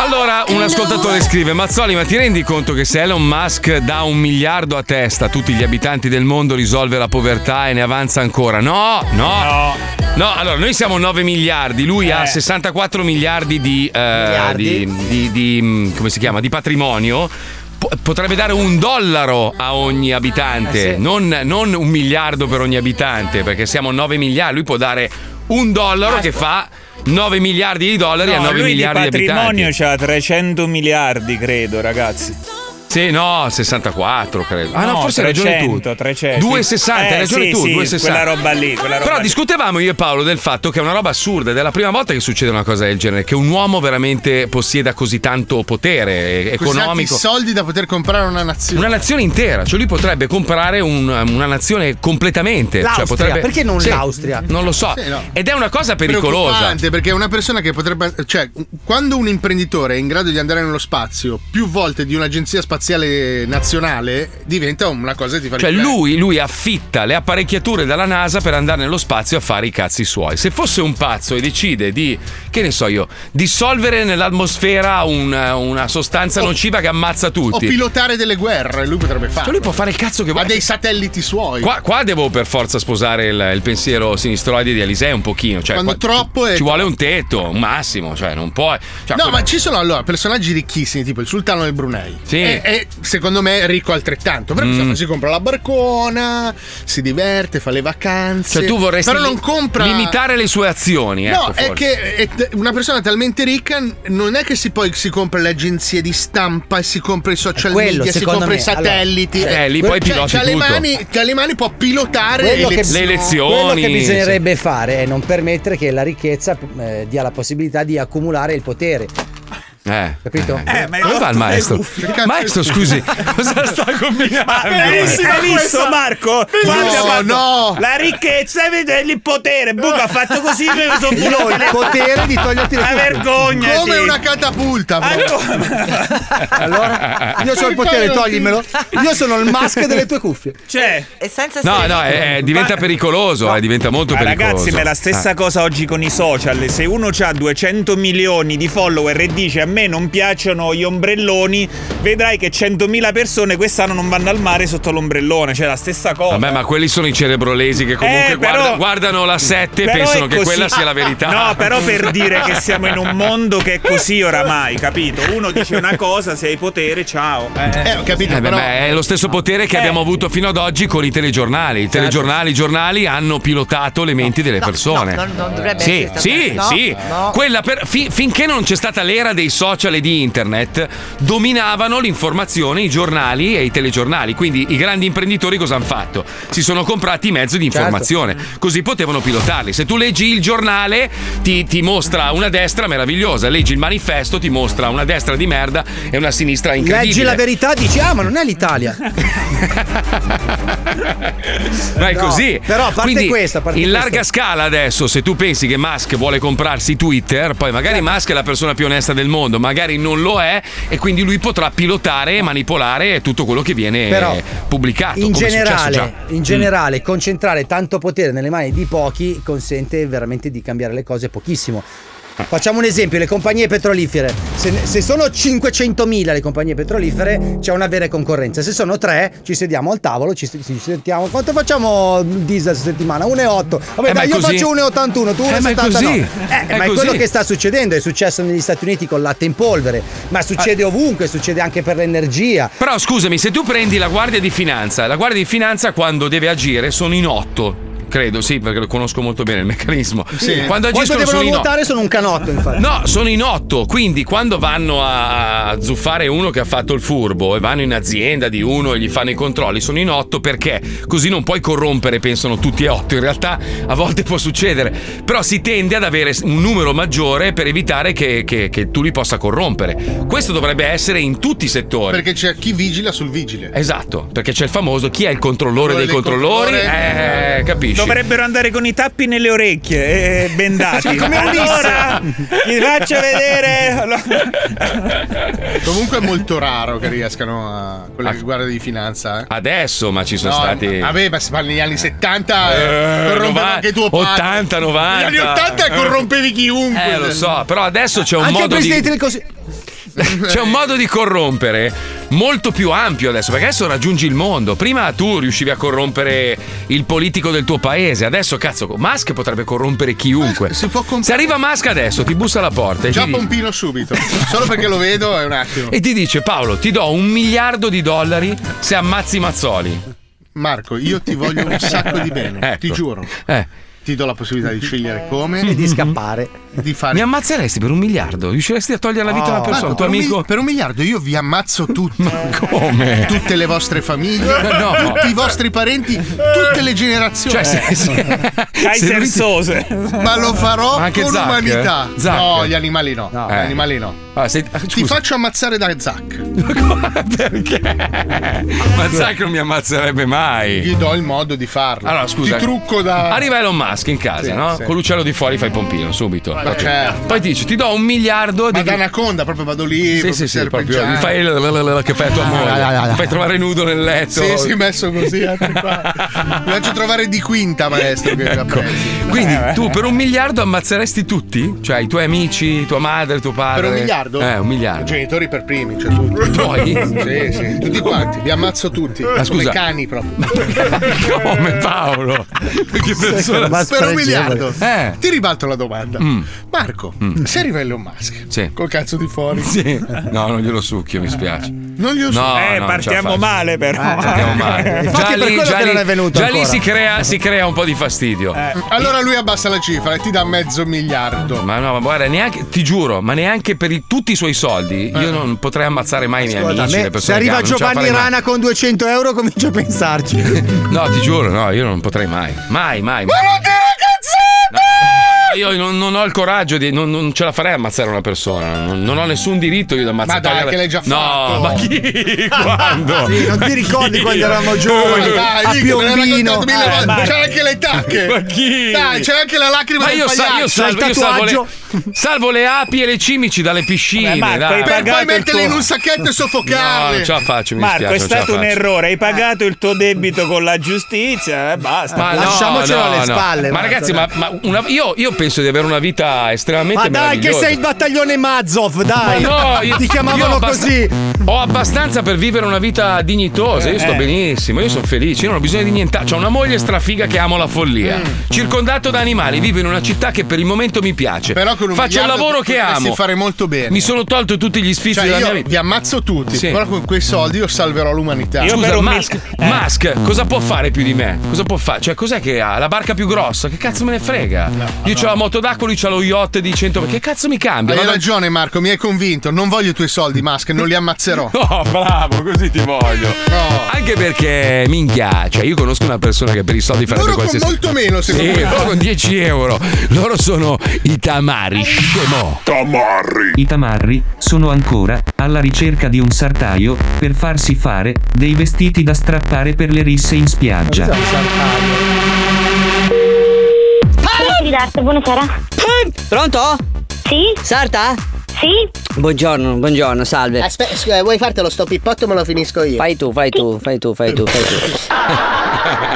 Speaker 3: Allora, un ascoltatore scrive: Mazzoli, ma ti rendi conto che se Elon Musk dà un miliardo a testa a tutti gli abitanti del mondo risolve la povertà e ne avanza ancora? No, no. No, allora noi siamo 9 miliardi, lui ha 64 miliardi di, eh, di- di- di, mm, come si chiama? Di patrimonio. Po- Potrebbe dare un dollaro a ogni abitante,
Speaker 19: Eh, sì.
Speaker 3: non, non un miliardo per ogni abitante, perché siamo 9 miliardi. Lui può dare un dollaro che fa 9 miliardi di dollari a
Speaker 2: No,
Speaker 3: 9
Speaker 2: lui di
Speaker 3: miliardi di abitanti.
Speaker 2: patrimonio c'ha 300 miliardi, credo, ragazzi.
Speaker 3: Sì, no, 64 credo. Ah no, forse hai ragione tu.
Speaker 2: 300, 300.
Speaker 3: 2,60,
Speaker 2: Eh,
Speaker 3: hai ragione
Speaker 2: sì,
Speaker 3: tu,
Speaker 2: sì,
Speaker 3: 2,60.
Speaker 2: Quella roba lì, quella roba
Speaker 3: Però
Speaker 2: lì.
Speaker 3: discutevamo io e Paolo del fatto che è una roba assurda, ed è la prima volta che succede una cosa del genere, che un uomo veramente possieda così tanto potere eh,
Speaker 5: Così tanti
Speaker 3: economico.
Speaker 5: soldi da poter comprare una nazione.
Speaker 3: Una nazione intera, cioè lui potrebbe comprare un- una nazione completamente.
Speaker 5: L'Austria,
Speaker 3: Cioè potrebbe...
Speaker 5: perché non
Speaker 3: Sì,
Speaker 5: l'Austria?
Speaker 3: Non lo so.
Speaker 5: Sì, no.
Speaker 3: Ed è una cosa pericolosa.
Speaker 5: Preoccupante, perché è una persona che potrebbe. Cioè, quando un imprenditore è in grado di andare nello spazio più volte di un'agenzia spaziale nazionale diventa una cosa che ti fa
Speaker 3: Cioè,
Speaker 5: riflettere.
Speaker 3: lui, lui affitta le apparecchiature dalla NASA per andare nello spazio a fare i cazzi suoi. Se fosse un pazzo e decide di, che ne so io, dissolvere nell'atmosfera una, una
Speaker 5: Oh.
Speaker 3: sostanza nociva che ammazza
Speaker 5: o
Speaker 3: tutti.
Speaker 5: pilotare delle guerre, lui potrebbe farlo.
Speaker 3: Cioè, lui può fare il cazzo che vuole.
Speaker 5: Ha dei satelliti suoi.
Speaker 3: Qua, qua devo per forza sposare il, il pensiero sinistroide di Alisei un pochino. Cioè,
Speaker 5: Quando
Speaker 3: qua-
Speaker 5: troppo è-
Speaker 3: Ci vuole un tetto, un massimo, cioè non puoi. cioè,
Speaker 5: no,
Speaker 3: que-
Speaker 5: ma ci sono allora personaggi ricchissimi, tipo il sultano del Brunei.
Speaker 3: Sì. Mm.
Speaker 5: E, e secondo me è ricco altrettanto. Però insomma, si compra la barcona, si diverte, fa le vacanze.
Speaker 3: cioè, tu vorresti
Speaker 5: Però
Speaker 3: li-
Speaker 5: non compra.
Speaker 3: limitare le sue azioni.
Speaker 5: No,
Speaker 3: ecco,
Speaker 5: è
Speaker 3: forse.
Speaker 5: che è t- una persona talmente ricca non è che si poi si compra le agenzie di stampa e si compra i social
Speaker 6: quello,
Speaker 5: media, si
Speaker 6: secondo
Speaker 5: compra
Speaker 6: me,
Speaker 5: i satelliti.
Speaker 3: allora. Eh, lì poi
Speaker 5: Cioè,
Speaker 3: piloti
Speaker 5: c'ha le
Speaker 3: tutto.
Speaker 5: mani, c'ha le mani può pilotare
Speaker 6: Quello che,
Speaker 5: elezioni.
Speaker 6: quello che bisognerebbe fare è non permettere che la ricchezza eh, dia la possibilità di accumulare il potere.
Speaker 3: Eh.
Speaker 6: Capito?
Speaker 3: Eh, ma Dove va il maestro? Maestro, scusi, cosa sta combinando?
Speaker 2: Benissimo, hai visto Marco? Fabio ha fatto
Speaker 5: no.
Speaker 2: La ricchezza vede il potere. Buca ha fatto così e
Speaker 3: Ah,
Speaker 2: sono bulloni.
Speaker 5: Il potere di toglierti le
Speaker 2: La
Speaker 5: cuffie.
Speaker 2: vergogna.
Speaker 5: Come una catapulta.
Speaker 6: Ah,
Speaker 5: proprio.
Speaker 9: Ah,
Speaker 3: eh.
Speaker 6: Allora, io sono il potere, toglimelo. Io sono il mask delle tue cuffie.
Speaker 2: Cioè,
Speaker 16: e senza
Speaker 3: No, no, è- è- diventa pericoloso, eh, diventa molto
Speaker 2: Ma
Speaker 3: pericoloso.
Speaker 2: ragazzi, ma è la stessa
Speaker 3: Ah.
Speaker 2: cosa oggi con i social. Se uno ha 200 milioni di follower e dice a me non piacciono gli ombrelloni, vedrai che 100.000 persone quest'anno non vanno al mare sotto l'ombrellone. Cioè, la stessa cosa.
Speaker 3: Vabbè, ma quelli sono i cerebrolesi che comunque
Speaker 2: Eh, però-
Speaker 3: guarda- guardano la 7 e
Speaker 2: Però
Speaker 3: pensano
Speaker 2: è
Speaker 3: che
Speaker 2: così.
Speaker 3: quella sia la verità.
Speaker 2: No, però per dire che siamo in un mondo che è così oramai, capito? Uno dice una cosa, se hai potere, ciao. Eh,
Speaker 5: ho capito,
Speaker 3: Eh, beh, beh, è lo stesso potere che abbiamo avuto fino ad oggi con i telegiornali. I
Speaker 2: Esatto.
Speaker 3: telegiornali, i giornali hanno pilotato le menti delle persone.
Speaker 18: no, non
Speaker 6: Eh
Speaker 18: dovrebbe
Speaker 3: sì,
Speaker 18: essere
Speaker 3: sì,
Speaker 18: stato- no,
Speaker 3: sì.
Speaker 18: no.
Speaker 3: Quella per- fi- finché non c'è stata l'era dei social e di internet, dominavano l'informazione i giornali e i telegiornali. Quindi i grandi imprenditori cosa hanno fatto? Si sono comprati i mezzi di
Speaker 6: Certo.
Speaker 3: informazione, così potevano pilotarli. Se tu leggi il giornale, ti, ti mostra una destra meravigliosa. Leggi il manifesto, ti mostra una destra di merda e una sinistra incredibile.
Speaker 6: Leggi la verità, dici, ah, ma non è l'Italia.
Speaker 3: Ma è
Speaker 6: No,
Speaker 3: così.
Speaker 6: però a parte
Speaker 3: Quindi,
Speaker 6: questo, a parte
Speaker 3: in
Speaker 6: questo.
Speaker 3: larga scala adesso, se tu pensi che Musk vuole comprarsi Twitter, poi magari
Speaker 6: Certo.
Speaker 3: Musk è la persona più onesta del mondo, magari non lo è, e quindi lui potrà pilotare e manipolare tutto quello che viene
Speaker 6: Però,
Speaker 3: eh, pubblicato.
Speaker 6: In
Speaker 3: come è successo già.
Speaker 6: generale, in
Speaker 3: Mm.
Speaker 6: generale, concentrare tanto potere nelle mani di pochi consente veramente di cambiare le cose pochissimo.
Speaker 7: Ah.
Speaker 6: Facciamo un esempio, le compagnie petrolifere. Se, se sono 500.000 le compagnie petrolifere, c'è una vera concorrenza. Se sono tre, ci sediamo al tavolo, ci, ci sentiamo. Quanto facciamo diesel a settimana? 1,8. Vabbè,
Speaker 7: Eh, ma
Speaker 6: dai,
Speaker 7: è
Speaker 6: io
Speaker 7: così.
Speaker 6: faccio 1,81, tu
Speaker 7: Eh, ma è
Speaker 6: 1,79.
Speaker 7: così.
Speaker 6: Eh,
Speaker 7: È
Speaker 6: ma è
Speaker 7: così.
Speaker 6: quello che sta succedendo. È successo negli Stati Uniti col latte in polvere, ma
Speaker 7: Ah.
Speaker 6: succede ovunque, succede anche per l'energia.
Speaker 3: Mm. Però scusami, se tu prendi la Guardia di Finanza, la Guardia di Finanza quando deve agire sono in otto. Credo, sì, perché lo conosco molto bene il meccanismo. Quando agiscono
Speaker 6: devono
Speaker 3: sono in otto.
Speaker 6: nuotare sono un canotto, infatti.
Speaker 3: No, sono in otto, quindi quando vanno a zuffare uno che ha fatto il furbo e vanno in azienda di uno e gli fanno i controlli, sono in otto perché così non puoi corrompere, pensano tutti e otto. In realtà a volte può succedere, però si tende ad avere un numero maggiore per evitare che, che- che tu li possa corrompere. Questo dovrebbe essere in tutti i settori.
Speaker 5: Perché c'è chi vigila sul vigile.
Speaker 3: Esatto, perché c'è il famoso chi è il controllore dei
Speaker 5: Quello del
Speaker 3: controllori?
Speaker 5: controllore.
Speaker 3: Eh, capisci?
Speaker 2: Dovrebbero andare con i tappi nelle orecchie e bendati.
Speaker 5: Cioè, come Ulisse.
Speaker 2: allora, ti faccio vedere. Allora-
Speaker 5: Comunque è molto raro che riescano a quella che guarda di finanza. eh.
Speaker 3: Ah. Adesso, ma ci sono
Speaker 5: No,
Speaker 3: stati.
Speaker 5: ma- Vabbè, ma si parla negli anni 70 eh,
Speaker 3: Eh,
Speaker 5: corrompeva
Speaker 3: 90,
Speaker 5: anche tuo padre.
Speaker 3: 80, 90.
Speaker 5: Negli anni 80 corrompevi chiunque.
Speaker 3: Eh, lo so, però adesso c'è un
Speaker 6: Anche il
Speaker 3: modo di.
Speaker 6: presidente del consiglio.
Speaker 3: C'è un modo di corrompere molto più ampio adesso, perché adesso raggiungi il mondo. Prima tu riuscivi a corrompere il politico del tuo paese, adesso cazzo, Musk potrebbe corrompere
Speaker 5: Eh,
Speaker 3: chiunque. Se arriva Musk adesso, ti bussa alla porta e
Speaker 5: Già
Speaker 3: ti, dice-
Speaker 5: Pompino subito. Solo perché lo vedo è un attimo.
Speaker 3: e ti dice Paolo, ti do un miliardo di dollari se ammazzi Mazzoli.
Speaker 5: Marco, io ti voglio un sacco di bene,
Speaker 3: Ecco. Eh.
Speaker 5: ti giuro. Ti do la possibilità di scegliere come Mm.
Speaker 6: e di scappare.
Speaker 5: Di fare Oh.
Speaker 3: Mi ammazzeresti per un miliardo? Riusciresti a togliere la vita a una persona?
Speaker 5: Marco,
Speaker 3: tuo
Speaker 5: per, un
Speaker 3: amico?
Speaker 5: mi- per un miliardo io vi ammazzo tutti.
Speaker 3: come?
Speaker 5: Tutte le vostre famiglie,
Speaker 3: No.
Speaker 5: tutti i vostri parenti, tutte le generazioni.
Speaker 3: Cioè, se- se- se lui ti- Sose.
Speaker 5: Ma lo farò
Speaker 3: Ma anche
Speaker 5: con
Speaker 3: Zac,
Speaker 5: l'umanità.
Speaker 3: eh? Zac.
Speaker 5: No, gli animali no.
Speaker 3: Eh.
Speaker 5: Gli animali no.
Speaker 3: Ah, se- ah,
Speaker 5: Ti
Speaker 3: scusa.
Speaker 5: faccio ammazzare da Zack.
Speaker 3: Perché? Ma sai che non mi ammazzerebbe mai.
Speaker 5: Gli do il modo di farlo.
Speaker 3: Allora, scusa.
Speaker 5: Ti trucco da.
Speaker 3: Arriva Elon Musk in casa,
Speaker 5: Sì,
Speaker 3: no?
Speaker 5: sì.
Speaker 3: Con l'uccello di fuori fai pompino, subito.
Speaker 5: Ma
Speaker 3: Ok.
Speaker 5: certo.
Speaker 3: Poi dici, ti do un miliardo
Speaker 5: Ma
Speaker 3: di.
Speaker 5: da anaconda, proprio vado lì.
Speaker 3: Sì,
Speaker 5: proprio
Speaker 3: sì, sì,
Speaker 5: serpeggiante.
Speaker 3: proprio. Mi fai il- la- la- la- la- che fai a
Speaker 5: Ah,
Speaker 3: tua moglie. Mi fai trovare nudo nel letto.
Speaker 5: Sì, sì, messo così. eh, anche qua. Mi faccio trovare di quinta, maestro. Che
Speaker 3: Ecco. Quindi
Speaker 5: Eh,
Speaker 3: tu per un miliardo ammazzeresti tutti? Cioè i tuoi amici, tua madre, tuo padre?
Speaker 5: Per un miliardo?
Speaker 3: Eh, un miliardo.
Speaker 5: I genitori per primi, cioè tutti.
Speaker 3: I tuoi?
Speaker 5: Sì, sì, tutti quanti, li ammazzo tutti.
Speaker 3: Ma Ah, scusa.
Speaker 5: Come cani proprio.
Speaker 3: Come Paolo? Che persona
Speaker 5: per un miliardo.
Speaker 3: Eh.
Speaker 5: Ti ribalto la domanda.
Speaker 3: Mm.
Speaker 5: Marco,
Speaker 3: Mm.
Speaker 5: se arriva Elon Musk,
Speaker 3: Sì.
Speaker 5: col cazzo di fuori.
Speaker 3: Sì. No, non glielo succhio, mi spiace.
Speaker 5: Non glielo
Speaker 3: No,
Speaker 5: so.
Speaker 3: no, non ce la faccio. Eh, partiamo male.
Speaker 5: Infatti,
Speaker 3: Già
Speaker 5: per
Speaker 3: lì-
Speaker 5: quello
Speaker 3: già
Speaker 5: che
Speaker 3: lì-
Speaker 5: non è venuto
Speaker 3: Già
Speaker 5: ancora. Eh.
Speaker 3: lì si crea, si crea un po' di fastidio.
Speaker 5: Allora lui abbassa la cifra e ti dà mezzo miliardo.
Speaker 3: Ma no, ma guarda, neanche, ti giuro, ma neanche per i- tutti i suoi soldi
Speaker 5: Eh.
Speaker 3: io non potrei ammazzare mai i miei
Speaker 6: Guarda, a
Speaker 3: amici.
Speaker 6: me,
Speaker 3: le persone
Speaker 6: se arriva
Speaker 3: che amo, non ce la
Speaker 6: Giovanni
Speaker 3: farei mai.
Speaker 6: Rana con 200 euro comincia a pensarci.
Speaker 3: No, ti giuro, no, io non potrei mai. Mai, mai. mai. Io non, non ho il coraggio di. Non, non ce la farei a ammazzare una persona. Non, non ho nessun diritto io di ammazzare
Speaker 5: Ma dai,
Speaker 3: togliere-
Speaker 5: che l'hai già fatto.
Speaker 3: No, ma chi? Quando?
Speaker 5: Sì, non ti
Speaker 3: Ma chi?
Speaker 5: ricordi quando eravamo giovani,
Speaker 3: Ma
Speaker 5: a Piombino. Eh, ma-
Speaker 3: C'era
Speaker 5: Ma
Speaker 3: Ma
Speaker 5: chi?
Speaker 3: chi?
Speaker 5: Ma
Speaker 3: ma
Speaker 5: io
Speaker 3: io,
Speaker 5: sa- io
Speaker 3: salvo, io salvo, le, salvo le api e le cimici dalle piscine.
Speaker 2: Eh, Marco,
Speaker 3: dai.
Speaker 2: hai
Speaker 5: Per poi
Speaker 2: pagato il
Speaker 5: metterle
Speaker 2: tuo-
Speaker 5: in un sacchetto e
Speaker 3: No,
Speaker 5: soffocarle.
Speaker 3: non ce la faccio, mi
Speaker 2: Marco, è
Speaker 3: dispiace, non ce
Speaker 2: stato
Speaker 3: la
Speaker 2: un
Speaker 3: faccio.
Speaker 2: errore. Hai pagato il tuo debito con la giustizia e
Speaker 7: Eh,
Speaker 2: basta.
Speaker 3: Ma no, no, no. Ma ragazzi, ma, ma una- io, io penso di avere una vita estremamente
Speaker 7: Ma dai, che
Speaker 3: meravigliosa.
Speaker 7: sei il battaglione Mazov, dai!
Speaker 3: Ma no, io-
Speaker 7: Ti chiamavano
Speaker 3: io abbast-
Speaker 7: così!
Speaker 3: Ho abbastanza per vivere una vita dignitosa. Io sto
Speaker 7: Eh.
Speaker 3: benissimo, io sono felice, io non ho bisogno di niente. C'ho una moglie strafiga che amo la follia.
Speaker 7: Mm.
Speaker 3: Circondato da animali, vivo in una città che per il momento mi piace.
Speaker 5: Però con un
Speaker 3: Faccio il
Speaker 5: miliardo
Speaker 3: lavoro che
Speaker 5: potresti
Speaker 3: amo.
Speaker 5: fare molto bene.
Speaker 3: Mi sono tolto tutti gli sfizi
Speaker 5: Cioè,
Speaker 3: della
Speaker 5: io
Speaker 3: mia vita.
Speaker 5: vi ammazzo tutti,
Speaker 3: Sì.
Speaker 5: però con quei soldi io salverò l'umanità.
Speaker 3: Scusa, Musk, Musk, cosa può fare più di me? Cosa può fare? Cioè, cos'è che ha? La barca più grossa? Che cazzo me ne frega? Io ho la moto d'acqua, lui c'ha lo yacht di 100. Che cazzo mi cambia?
Speaker 5: Hai
Speaker 3: Vado-
Speaker 5: ragione Marco, mi hai convinto. Non voglio i tuoi soldi, Musk, non li ammazzerò.
Speaker 3: No, bravo, così ti voglio. Anche perché, minchia, cioè io conosco una persona che per i soldi farebbe
Speaker 5: Loro con
Speaker 3: qualsiasi
Speaker 5: molto meno,
Speaker 3: Sì,
Speaker 5: secondo me.
Speaker 3: loro con 10 euro. Loro sono i tamari, scemo. Tamari.
Speaker 18: I tamarri sono ancora alla ricerca di un sartaio per farsi fare dei vestiti da strappare per le risse in spiaggia.
Speaker 19: Sarta, buonasera.
Speaker 14: Eh, Pronto?
Speaker 19: Sì?
Speaker 14: Sarta?
Speaker 19: Sì?
Speaker 14: Buongiorno, buongiorno, salve.
Speaker 19: Aspetta, scusa, vuoi fartelo sto pippotto me lo finisco io?
Speaker 14: Fai tu, fai tu, fai tu, fai tu, fai tu.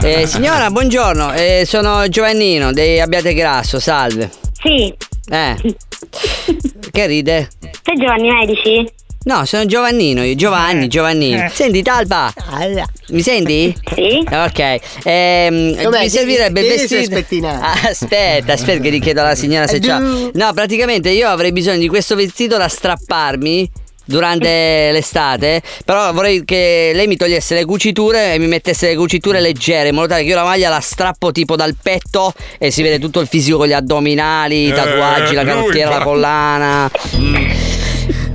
Speaker 14: Eh, signora, buongiorno, eh, sono Giovannino dei Abbiate Grasso, salve.
Speaker 19: Sì.
Speaker 14: Eh. Che ride?
Speaker 19: Sei Giovanni Medici?
Speaker 14: No, sono Giovannino, io, Giovanni, Giovannino.
Speaker 19: Eh.
Speaker 14: Senti, Talpa. Mi senti?
Speaker 19: Sì.
Speaker 14: Ok. Ehm,
Speaker 19: Com'è?
Speaker 14: mi servirebbe il
Speaker 19: Dimmi se è
Speaker 14: vestito.
Speaker 19: spettinato.
Speaker 14: Aspetta, aspetta, che richiedo alla signora se c'ha.
Speaker 19: Adù.
Speaker 14: No, praticamente io avrei bisogno di questo vestito da strapparmi. Durante l'estate, però vorrei che lei mi togliesse le cuciture e mi mettesse le cuciture leggere in modo tale che io la maglia la strappo tipo dal petto e si vede tutto il fisico con gli addominali, i tatuaggi, la
Speaker 19: lui
Speaker 14: canottiera, la
Speaker 19: fa-
Speaker 14: collana.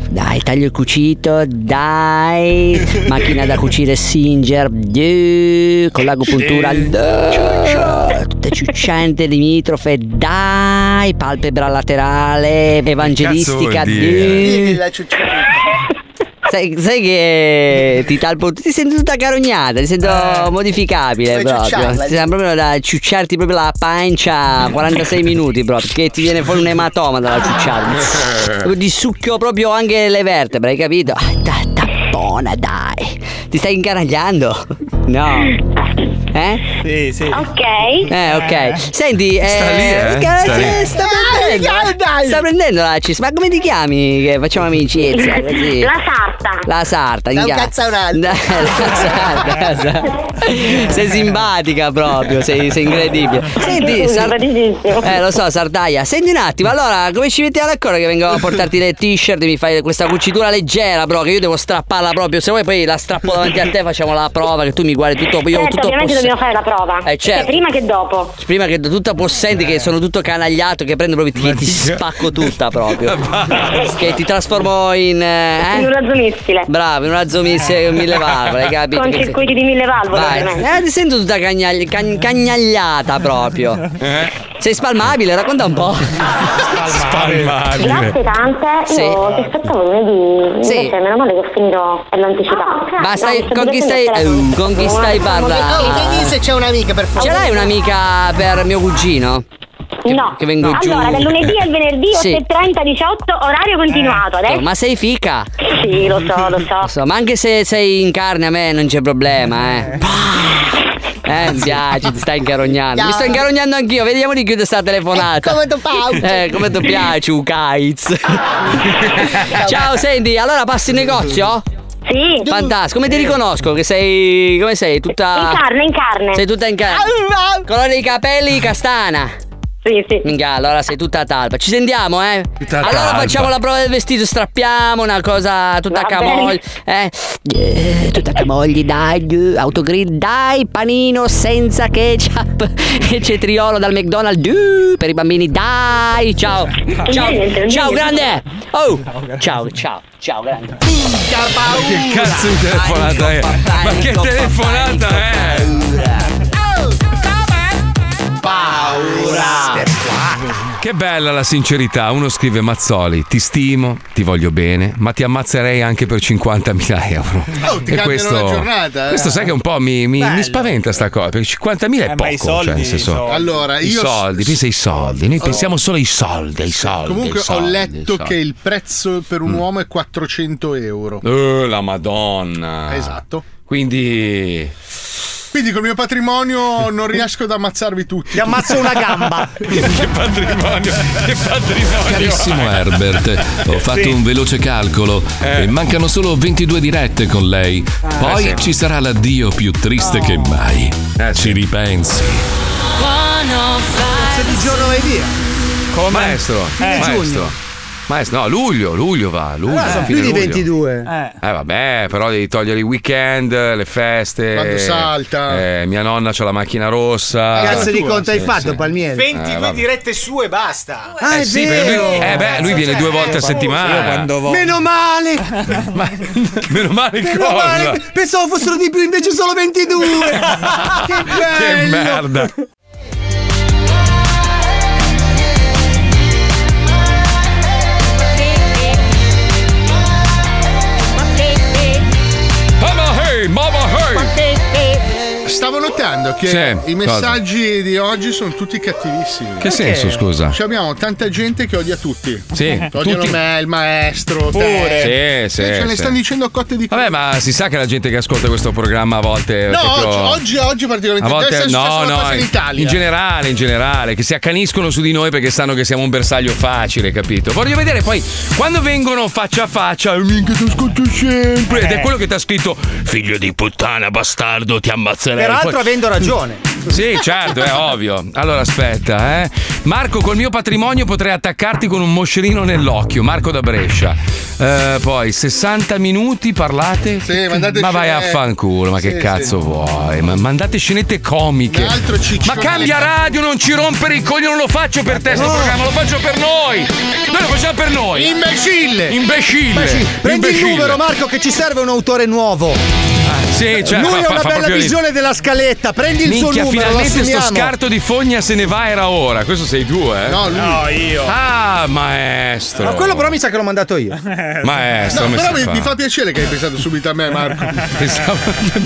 Speaker 14: Dai, taglio il cucito, dai. Macchina da cucire Singer, dì, con l'agopuntura, dì, eh, tutte ciucciante, limitrofe, dai. Palpebra laterale, evangelistica,
Speaker 19: Cazzo vuol dire?
Speaker 14: dì.
Speaker 19: La
Speaker 14: Sai, sai che ti talpo, ti sento tutta carognata, ti sento modificabile
Speaker 19: Vuoi
Speaker 14: proprio.
Speaker 19: ciucciarla?
Speaker 14: Ti sembra proprio da ciucciarti proprio la pancia 46 minuti proprio, che ti viene fuori un ematoma dalla ciucciarti. Di succhio proprio anche le vertebre, hai capito? Ah, da, tappona, dai. Ti stai incanagliando? No. Eh?
Speaker 2: Sì, sì.
Speaker 19: Ok.
Speaker 14: Eh, ok. Senti, eh,
Speaker 19: Sta lì, eh?
Speaker 14: che-
Speaker 19: Sta lì.
Speaker 14: sta prendendo. Sta prendendo la cis. Ma come ti chiami? Che facciamo amicizia così.
Speaker 19: La sarta.
Speaker 14: La sarta,
Speaker 19: Da un
Speaker 14: minchia.
Speaker 19: cazzo a un altro.
Speaker 14: Da- la sarta, la sarta. Sei simpatica proprio, sei, sei incredibile. Senti, sar- eh, lo so, Sardaia. Senti un attimo, allora, come ci mettiamo d'accordo che vengo a portarti le t-shirt e mi fai questa cucitura leggera, bro, che io devo strapparla proprio. Se vuoi poi la strappo davanti a te, facciamo la prova, che tu mi guardi tutto, io
Speaker 19: Certo,
Speaker 14: tutto
Speaker 19: ovviamente dobbiamo fare la prova.
Speaker 14: Eh, certo.
Speaker 19: Sia prima che dopo.
Speaker 14: Prima che tutta possente, che sono tutto canagliato, che prendo proprio ti, ti spacco tutta proprio. che ti trasformo in. eh,
Speaker 19: In un razzo missile.
Speaker 14: Bravo, in un razzo missile con mille valvole, hai capito?
Speaker 19: Con
Speaker 14: Che-
Speaker 19: circuiti di mille valvole,
Speaker 14: Vai.
Speaker 19: ovviamente.
Speaker 14: Eh, ti sento tutta cagnagli- cagn- cagnagliata proprio. Sei spalmabile, racconta un po'.
Speaker 3: eh.
Speaker 19: Grazie tante, io ti aspettavo lunedì,
Speaker 14: Sì.
Speaker 19: invece meno male che ho finito e l'ho anticipato.
Speaker 14: Basta,
Speaker 19: No, mi sto
Speaker 14: con chi
Speaker 19: divertendo
Speaker 14: stai.
Speaker 19: a fare la
Speaker 14: eh,
Speaker 19: puntata.
Speaker 14: con chi stai
Speaker 19: Oh,
Speaker 14: parlando?
Speaker 19: vedi se
Speaker 14: Ce
Speaker 19: c'è un'amica per favore.
Speaker 14: l'hai un'amica per mio cugino? No. Che vengo giù.
Speaker 19: Allora, dal lunedì al venerdì
Speaker 14: Sì. Eh,
Speaker 19: 8.30, 18, orario continuato. Adesso
Speaker 14: Ma sei fica?
Speaker 19: Sì, lo so, lo so.
Speaker 14: ma anche se sei in carne a me non c'è problema, eh. Eh, mi piace, ti stai incarognando. Mi sto incarognando anch'io, vediamo di chiudere sta telefonata. come tu piaci. Eh, come tu piaci, Ukaiz. Ciao, senti, allora passi in negozio?
Speaker 19: Sì.
Speaker 14: Fantastico, come ti riconosco? Che sei. come sei? Tutta.
Speaker 19: In carne, in carne. Ah,
Speaker 14: Sei tutta in carne. Colore dei capelli castana.
Speaker 19: Sì, sì.
Speaker 14: Minchia, allora sei tutta talpa. Ci sentiamo, eh? allora
Speaker 19: talpa.
Speaker 14: facciamo la prova del vestito, strappiamo una cosa tutta a
Speaker 19: Va
Speaker 14: camogli. Eh? Eh, Tutta a camogli, dai, eh, autogrill, dai, panino senza ketchup e cetriolo dal McDonald's eh, per i bambini, dai. Ciao. Ciao,
Speaker 10: niente.
Speaker 14: ciao grande. Oh, ciao, ciao, ciao, grande.
Speaker 3: Che cazzo di telefonata è? Ma che telefonata è?
Speaker 10: Paura.
Speaker 3: Che bella la sincerità. Uno scrive Mazzoli, ti stimo, ti voglio bene, ma ti ammazzerei anche per 50.000 euro.
Speaker 5: Oh, ti cambiano la giornata, eh.
Speaker 3: questo sai che un po' mi, mi- mi
Speaker 5: Bello.
Speaker 3: spaventa sta cosa, perché 50.000 è
Speaker 5: Eh, ma
Speaker 3: poco. cioè,
Speaker 5: i soldi-
Speaker 3: nel senso-
Speaker 5: i soldi. Allora,
Speaker 3: I
Speaker 5: io-
Speaker 3: soldi, pensa ai soldi, noi
Speaker 5: Oh.
Speaker 3: pensiamo solo ai soldi, ai soldi.
Speaker 5: Comunque
Speaker 3: ai soldi,
Speaker 5: ho
Speaker 3: ai
Speaker 5: letto
Speaker 3: soldi.
Speaker 5: che il prezzo per un
Speaker 3: Mm.
Speaker 5: uomo è 400 euro.
Speaker 3: Eh, la Madonna.
Speaker 5: Esatto.
Speaker 3: Quindi.
Speaker 5: Quindi col mio patrimonio non riesco ad ammazzarvi tutti. Ti
Speaker 3: ammazzo una gamba.
Speaker 5: che
Speaker 3: patrimonio, che patrimonio.
Speaker 1: Carissimo Herbert, ho fatto un veloce calcolo e mancano solo 22 dirette con lei. Poi
Speaker 12: Eh, sì.
Speaker 1: ci sarà l'addio più triste che mai. Ci ripensi.
Speaker 7: Se di giorno vai via.
Speaker 3: Come maestro,
Speaker 7: Fine
Speaker 3: maestro.
Speaker 7: giugno.
Speaker 3: Maestro, no, luglio, luglio va, Eh, luglio.
Speaker 6: Allora Ah,
Speaker 5: Ah,
Speaker 6: sono
Speaker 3: fine
Speaker 6: più di
Speaker 3: luglio.
Speaker 6: 22.
Speaker 3: Eh vabbè, però devi togliere i weekend, le feste.
Speaker 5: Quando salta.
Speaker 3: Eh, mia nonna c'ha la macchina rossa.
Speaker 7: Cazzo di conto hai
Speaker 3: Ah, Sì,
Speaker 7: fatto,
Speaker 3: sì. Eh,
Speaker 7: Palmieri?
Speaker 8: 22
Speaker 3: vabbè.
Speaker 8: dirette sue e basta.
Speaker 7: Ah, è
Speaker 3: sì, perché
Speaker 7: vero.
Speaker 3: lui- eh, beh, lui viene due volte a settimana.
Speaker 2: io quando vo-
Speaker 7: Meno male.
Speaker 3: Meno male
Speaker 7: Meno
Speaker 3: cosa?
Speaker 7: male. Pensavo fossero di più, invece solo 22. che
Speaker 3: Che
Speaker 7: bello.
Speaker 3: merda. Mama hey, mama
Speaker 5: hey. Stavo notando che
Speaker 3: Sì,
Speaker 5: i messaggi di oggi sono tutti cattivissimi.
Speaker 3: Che senso, scusa?
Speaker 5: Ci abbiamo tanta gente che odia tutti.
Speaker 3: Sì,
Speaker 5: Che Odiano
Speaker 3: tutti.
Speaker 5: me, il maestro,
Speaker 3: Pure.
Speaker 5: te. Eh,
Speaker 3: Sì, sì,
Speaker 5: Ce
Speaker 3: sì.
Speaker 5: ne stanno dicendo a cotte di
Speaker 3: Vabbè, ma si sa che la gente che ascolta questo programma a volte.
Speaker 5: No,
Speaker 3: Eh, proprio-
Speaker 5: oggi, oggi, oggi
Speaker 3: A
Speaker 5: particolarmente. Deve
Speaker 3: volte
Speaker 5: essere successa
Speaker 3: no,
Speaker 5: una
Speaker 3: no,
Speaker 5: cosa in Italia.
Speaker 3: in generale, in generale, che si accaniscono su di noi perché sanno che siamo un bersaglio facile, capito? Voglio vedere poi quando vengono faccia a faccia, "Eh, minchia ti ascolto sempre
Speaker 7: Eh.
Speaker 3: ed è quello che ti ha scritto figlio di puttana bastardo, ti ammazzerei.
Speaker 7: Peraltro
Speaker 3: Poi-
Speaker 7: avendo ragione.
Speaker 3: Sì, certo, è ovvio. Allora aspetta, eh. Marco, col mio patrimonio potrei attaccarti con un moscerino nell'occhio, Marco da Brescia. Eh, poi 60 minuti parlate.
Speaker 5: mandate
Speaker 3: ma vai a
Speaker 5: scenette.
Speaker 3: fanculo, ma che
Speaker 5: Sì,
Speaker 3: cazzo vuoi? Ma mandate scenette comiche. ma cambia radio, non ci rompere i coglioni, non lo faccio per te sto
Speaker 5: No.
Speaker 3: programma, lo faccio per noi. Noi lo facciamo per noi.
Speaker 5: Imbecille!
Speaker 3: Imbecille!
Speaker 6: Prendi
Speaker 3: Imbecille.
Speaker 6: il numero, Marco, che ci serve un autore nuovo.
Speaker 3: Sì, cioè,
Speaker 6: Lui
Speaker 3: fa- fa-
Speaker 6: ha una
Speaker 3: fa
Speaker 6: bella
Speaker 3: proprio lì.
Speaker 6: visione della scaletta. Prendi il suo
Speaker 3: Minchia,
Speaker 6: numero.
Speaker 3: finalmente
Speaker 6: lo
Speaker 3: sto
Speaker 6: assumiamo.
Speaker 3: scarto di fogna se ne va era ora. Questo sei tu, eh?
Speaker 6: No, lui.
Speaker 2: No, io.
Speaker 3: Ah, maestro.
Speaker 6: Ma quello però mi sa che l'ho mandato io.
Speaker 3: Maestro,
Speaker 5: No,
Speaker 3: come
Speaker 5: però
Speaker 3: si
Speaker 5: mi,
Speaker 3: fa?
Speaker 5: mi fa piacere che hai pensato subito a me, Marco.
Speaker 3: Pensavo.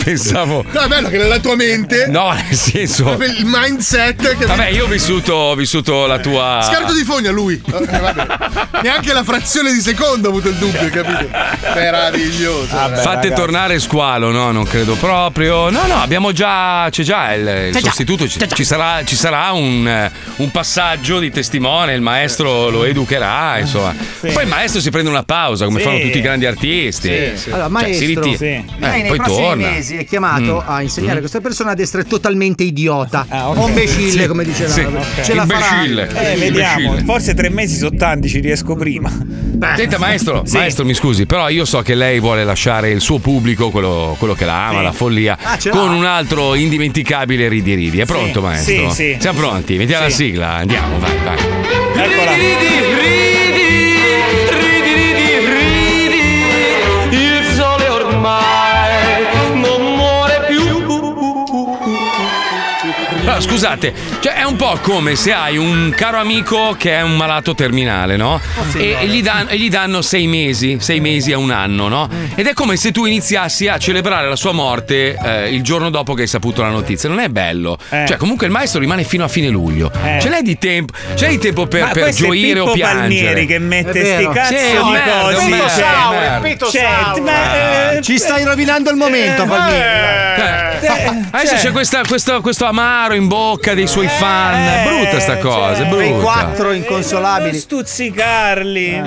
Speaker 3: pensavo...
Speaker 5: No, è bello che nella tua mente.
Speaker 3: No, nel senso.
Speaker 5: proprio Il mindset che.
Speaker 3: Vabbè, io ho vissuto, ho vissuto la tua.
Speaker 5: Scarto di fogna lui. Ah. Eh, vabbè. Neanche la frazione di secondo ha avuto il dubbio, capito? Eh, Meraviglioso.
Speaker 2: Ah,
Speaker 3: Fate
Speaker 5: ragazzi.
Speaker 3: tornare squalo, no, non credo proprio. No, no, abbiamo già. C'è già il, il
Speaker 5: C'è già,
Speaker 3: sostituto. Ci, ci sarà, ci sarà un, eh, un passaggio di testimone, il maestro lo educherà. Insomma. Poi il maestro si prende una pausa, come
Speaker 6: Sì.
Speaker 3: fanno tutti i grandi artisti.
Speaker 6: Allora,
Speaker 3: Cioè, si
Speaker 6: maestro,
Speaker 3: ritira.
Speaker 6: sì. lei
Speaker 3: Eh,
Speaker 6: nei
Speaker 3: poi
Speaker 6: prossimi
Speaker 3: torna.
Speaker 6: mesi è chiamato
Speaker 3: Mm.
Speaker 6: a insegnare a
Speaker 3: Mm.
Speaker 6: questa persona ad essere totalmente idiota
Speaker 2: Ah,
Speaker 6: o imbecille,
Speaker 2: Sì,
Speaker 6: come diceva.
Speaker 2: sì.
Speaker 6: Ce la farà.
Speaker 2: Eh, vediamo. Forse tre mesi sono tanti, ci riesco prima.
Speaker 3: Senta, maestro,
Speaker 2: Sì.
Speaker 3: maestro, mi scusi, però io so che lei vuole lasciare il suo pubblico, quello, quello quello che la ama,
Speaker 2: Sì.
Speaker 3: la follia,
Speaker 2: Ah, ce l'ha.
Speaker 3: con un altro indimenticabile Ridi Ridi. È pronto, maestro?
Speaker 2: sì, sì.
Speaker 3: Siamo pronti, mettiamo la sigla, andiamo, vai, vai.
Speaker 2: Eccola.
Speaker 12: Il sole ormai non muore più.
Speaker 3: No, scusate, cioè è un po' come se hai un caro amico che è un malato terminale, no?
Speaker 2: Ah,
Speaker 3: e, e gli dan- e gli danno sei mesi, sei mesi a un anno, no?
Speaker 2: Mm.
Speaker 3: Ed è come se tu iniziassi a celebrare la sua morte eh, il giorno dopo che hai saputo la notizia. Non è bello.
Speaker 2: Eh.
Speaker 3: Cioè, comunque il maestro rimane fino a fine luglio. Ce l'hai di tempo, ce l'hai di tempo per,
Speaker 2: Ma
Speaker 3: per
Speaker 2: questo è
Speaker 3: giorire o
Speaker 2: Pippo
Speaker 3: piangere.
Speaker 2: Palmieri che mette
Speaker 3: È vero.
Speaker 2: sti cazzi
Speaker 3: Sì,
Speaker 2: di
Speaker 3: merda,
Speaker 2: cose.
Speaker 3: merda,
Speaker 2: Cioè,
Speaker 3: merda.
Speaker 2: cioè, ma, eh,
Speaker 7: Ci stai rovinando il momento, Palmieri.
Speaker 3: Eh.
Speaker 6: Eh.
Speaker 3: Adesso
Speaker 6: Cioè,
Speaker 3: c'è questa- questo, questo amaro in bocca dei
Speaker 7: Eh,
Speaker 3: suoi fan. È brutta sta cosa, è brutta.
Speaker 7: Quei quattro inconsolabili.
Speaker 2: Eh,
Speaker 6: Eh.
Speaker 2: Stuzzicarli. Eh.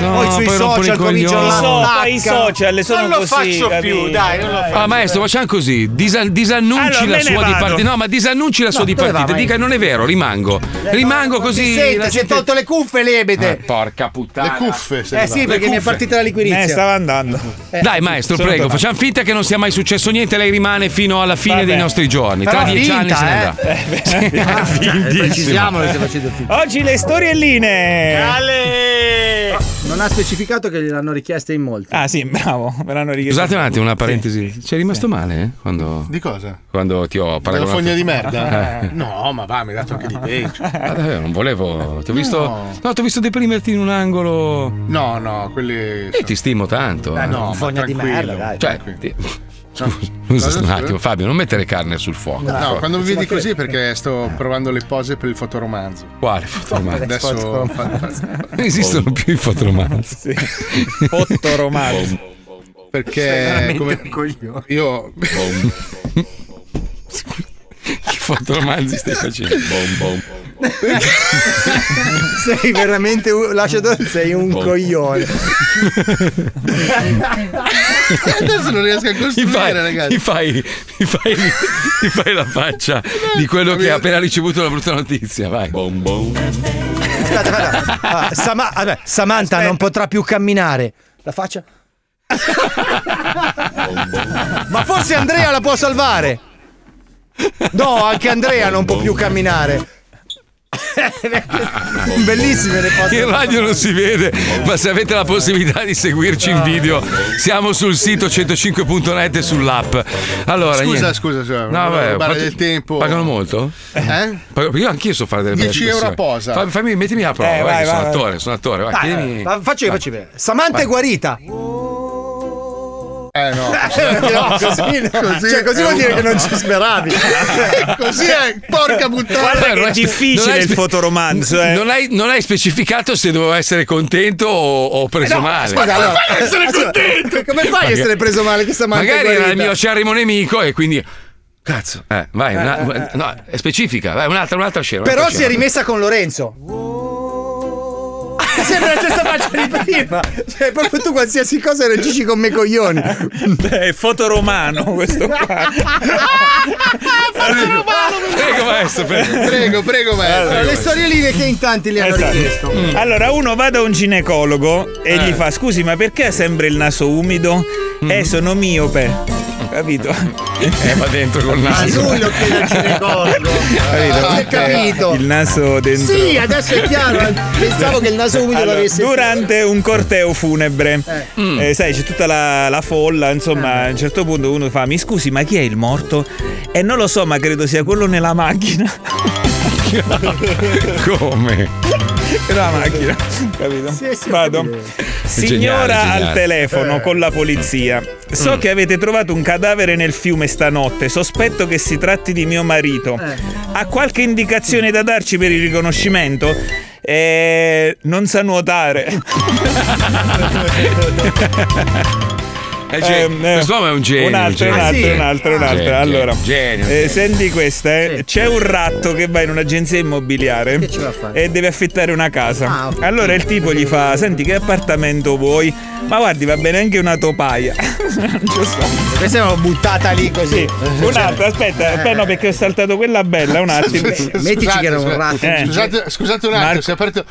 Speaker 7: Poi sui
Speaker 3: poi rompono
Speaker 7: social
Speaker 3: i coglioni.
Speaker 7: cominciano
Speaker 2: I
Speaker 7: la
Speaker 2: so-
Speaker 7: attacca.
Speaker 2: i social sono
Speaker 7: Non lo
Speaker 2: così,
Speaker 7: faccio più,
Speaker 2: capito?
Speaker 7: dai, non lo
Speaker 2: Dai.
Speaker 3: Ah, maestro, facciamo così: disa- disannunci
Speaker 2: Allora,
Speaker 3: la
Speaker 2: me ne
Speaker 3: sua
Speaker 2: vado.
Speaker 3: di partita. No, ma disannunci la sua
Speaker 2: No,
Speaker 3: di
Speaker 2: dove va,
Speaker 3: partita. Dica, non è vero, rimango. Rimango così. la
Speaker 7: Senti, si è
Speaker 3: gente-
Speaker 7: tolto le cuffie, lebede.
Speaker 3: Ah, porca puttana.
Speaker 7: Le cuffie, se Eh, sì, va. perché
Speaker 3: Le
Speaker 7: mi è
Speaker 3: cuffie.
Speaker 7: partita la liquirizia.
Speaker 2: Eh, stava andando.
Speaker 3: Dai, maestro,
Speaker 2: Sono
Speaker 3: prego,
Speaker 2: tornato.
Speaker 3: facciamo finta che non sia mai successo niente. Lei rimane fino alla fine
Speaker 2: Vabbè.
Speaker 3: dei nostri giorni. Tra
Speaker 2: Però
Speaker 3: dieci
Speaker 2: finta,
Speaker 3: anni se ne
Speaker 2: eh.
Speaker 3: andrà.
Speaker 2: Eh, beh, finta.
Speaker 3: Sì,
Speaker 2: Cioè, precisiamolo se
Speaker 3: fintissimo.
Speaker 2: Oggi le storielline.
Speaker 8: Ale!
Speaker 6: Non ha specificato che gliel'hanno richiesta in molti.
Speaker 2: Ah, sì, bravo. Me l'hanno richiesto.
Speaker 3: Scusate un attimo, una parentesi. C'è rimasto male? eh, Quando...
Speaker 5: Di cosa?
Speaker 3: Quando ti ho
Speaker 5: Della
Speaker 3: paragonato.
Speaker 5: fogna di merda?
Speaker 3: Eh.
Speaker 5: No, ma va, mi hai dato anche di peggio.
Speaker 3: Ah, davvero, non volevo. Ti ho visto. No, ti ho visto deprimerti in un angolo.
Speaker 5: No, no, quelli.
Speaker 3: Io ti stimo tanto. eh.
Speaker 5: Eh, no, ma tranquillo.
Speaker 3: Cioè, ti- Scusa un attimo, Fabio, non mettere carne sul fuoco.
Speaker 5: Cioè, No,
Speaker 3: per favore.
Speaker 5: quando mi vedi così è perché sto provando le pose per il fotoromanzo.
Speaker 3: Quale fotoromanzo?
Speaker 5: Adesso
Speaker 3: Non esistono più i fotoromanzi.
Speaker 2: Fotoromanzi.
Speaker 5: Perché come- io
Speaker 3: Che fotoromanzi stai facendo?
Speaker 7: Sei veramente un... Lascia sei un coglione.
Speaker 5: adesso non riesco a
Speaker 3: Mi fai,
Speaker 5: costruire, ragazzi.
Speaker 3: mi, fai, mi fai- mi fai la faccia di quello che ha appena ricevuto la brutta notizia. Vai.
Speaker 6: Ah, Sama- vabbè, Samantha non potrà più camminare. La faccia?
Speaker 7: Ma forse Andrea la può salvare. No, anche Andrea non può più camminare. Bellissime le foto.
Speaker 3: In radio non si vede, ma se avete la possibilità di seguirci
Speaker 5: Ah.
Speaker 3: in video, siamo sul sito 105.net e sull'app. Allora,
Speaker 5: Scusa,
Speaker 3: niente.
Speaker 5: Ah, scusa, scusa,
Speaker 3: No, vabbè,
Speaker 5: rubare
Speaker 3: quanto-
Speaker 5: del tempo.
Speaker 3: Pagano molto?
Speaker 5: Eh?
Speaker 3: Pag- Io anch'io so fare delle belle
Speaker 5: 10 euro a
Speaker 3: espressioni.
Speaker 5: posa.
Speaker 3: Fammi, fammi- mettimi a prova,
Speaker 5: Eh,
Speaker 3: vai,
Speaker 5: vai,
Speaker 3: che sono
Speaker 5: vai,
Speaker 3: attore,
Speaker 5: vai.
Speaker 3: sono attore, vai, Ah.
Speaker 7: Dai,
Speaker 3: chiedimi-
Speaker 7: va- facci,
Speaker 3: vai.
Speaker 7: facci bene. Samantha è
Speaker 3: Vai.
Speaker 7: guarita.
Speaker 5: Eh no,
Speaker 7: No, così no. Cioè, così vuol dire che non ci speravi.
Speaker 5: così è, porca puttana.
Speaker 2: Guarda che
Speaker 3: Eh, Non
Speaker 2: è
Speaker 3: hai spe-
Speaker 2: difficile
Speaker 3: non hai
Speaker 2: il
Speaker 3: spe-
Speaker 2: fotoromanzo, eh.
Speaker 3: Non hai, non hai specificato se dovevo essere contento o, o preso
Speaker 7: No,
Speaker 3: male.
Speaker 7: scusa, allora, allora, Cioè, Come fai a
Speaker 3: Magari-
Speaker 7: essere preso male che Samantha è
Speaker 3: Magari era il
Speaker 7: guarita?
Speaker 3: mio acerrimo nemico e quindi. Cazzo, eh, vai, una, no, è specifica, vai, un'altra, un'altra scena.
Speaker 6: Però
Speaker 3: un'altra
Speaker 6: si è
Speaker 3: scena.
Speaker 6: rimessa con Lorenzo.
Speaker 7: Sembra la stessa faccia di prima. Cioè, proprio tu qualsiasi cosa reagisci con me coglioni.
Speaker 2: È fotoromano questo qua.
Speaker 3: Prego, maestro, prego.
Speaker 5: Prego, prego, maestro.
Speaker 7: le storielline che in tanti le hanno
Speaker 2: Esatto.
Speaker 7: richiesto.
Speaker 3: Mm.
Speaker 7: Mm.
Speaker 2: Allora uno va da un ginecologo e
Speaker 3: Eh.
Speaker 2: gli fa scusi ma perché ha sempre il naso umido? Eh sono miope. Capito?
Speaker 3: Mm. Eh, va dentro col naso.
Speaker 7: Ma lui lo chiede al ginecologo.
Speaker 2: Capito?
Speaker 7: Hai capito?
Speaker 2: Il naso dentro.
Speaker 7: Sì, adesso è chiaro. eh. Pensavo che il naso umido
Speaker 2: Allora,
Speaker 7: l'avesse.
Speaker 2: durante un corteo funebre,
Speaker 7: Mm.
Speaker 2: eh, sai, c'è tutta la, la folla. Insomma,
Speaker 7: Ah.
Speaker 2: a un certo punto uno fa: Mi scusi, ma chi è il morto? E non lo so, ma credo sia quello nella macchina.
Speaker 3: Come?
Speaker 2: la macchina, capito? Vado.
Speaker 3: Geniale,
Speaker 2: Signora
Speaker 3: geniale. Mm.
Speaker 2: al telefono con la polizia. So che avete trovato un cadavere nel fiume stanotte. Sospetto che si tratti di mio marito. Ha qualche indicazione da darci per il riconoscimento? Eh, non sa nuotare.
Speaker 3: È gen-
Speaker 2: Ehm, eh,
Speaker 3: Quest'uomo è un genio.
Speaker 2: Un altro,
Speaker 3: genio.
Speaker 2: un altro, un altro, un altro.
Speaker 3: Genio,
Speaker 2: allora,
Speaker 3: genio,
Speaker 2: eh,
Speaker 3: genio.
Speaker 2: senti questa, eh. C'è un ratto che va in un'agenzia immobiliare
Speaker 7: Che ci va a fare?
Speaker 2: e deve affittare una casa.
Speaker 7: Ah, ok.
Speaker 2: Allora il tipo gli fa: Senti, che appartamento vuoi? Ma guardi, va bene anche una topaia. Giusto.
Speaker 7: Questa è una buttata lì così. Eh, cioè.
Speaker 2: Sì, un'altra, aspetta, beh, no, perché ho saltato quella bella, un attimo.
Speaker 5: Scusate, scusate,
Speaker 2: Eh.
Speaker 5: Scusate, scusate un attimo,
Speaker 2: Marco-
Speaker 5: si è aperto,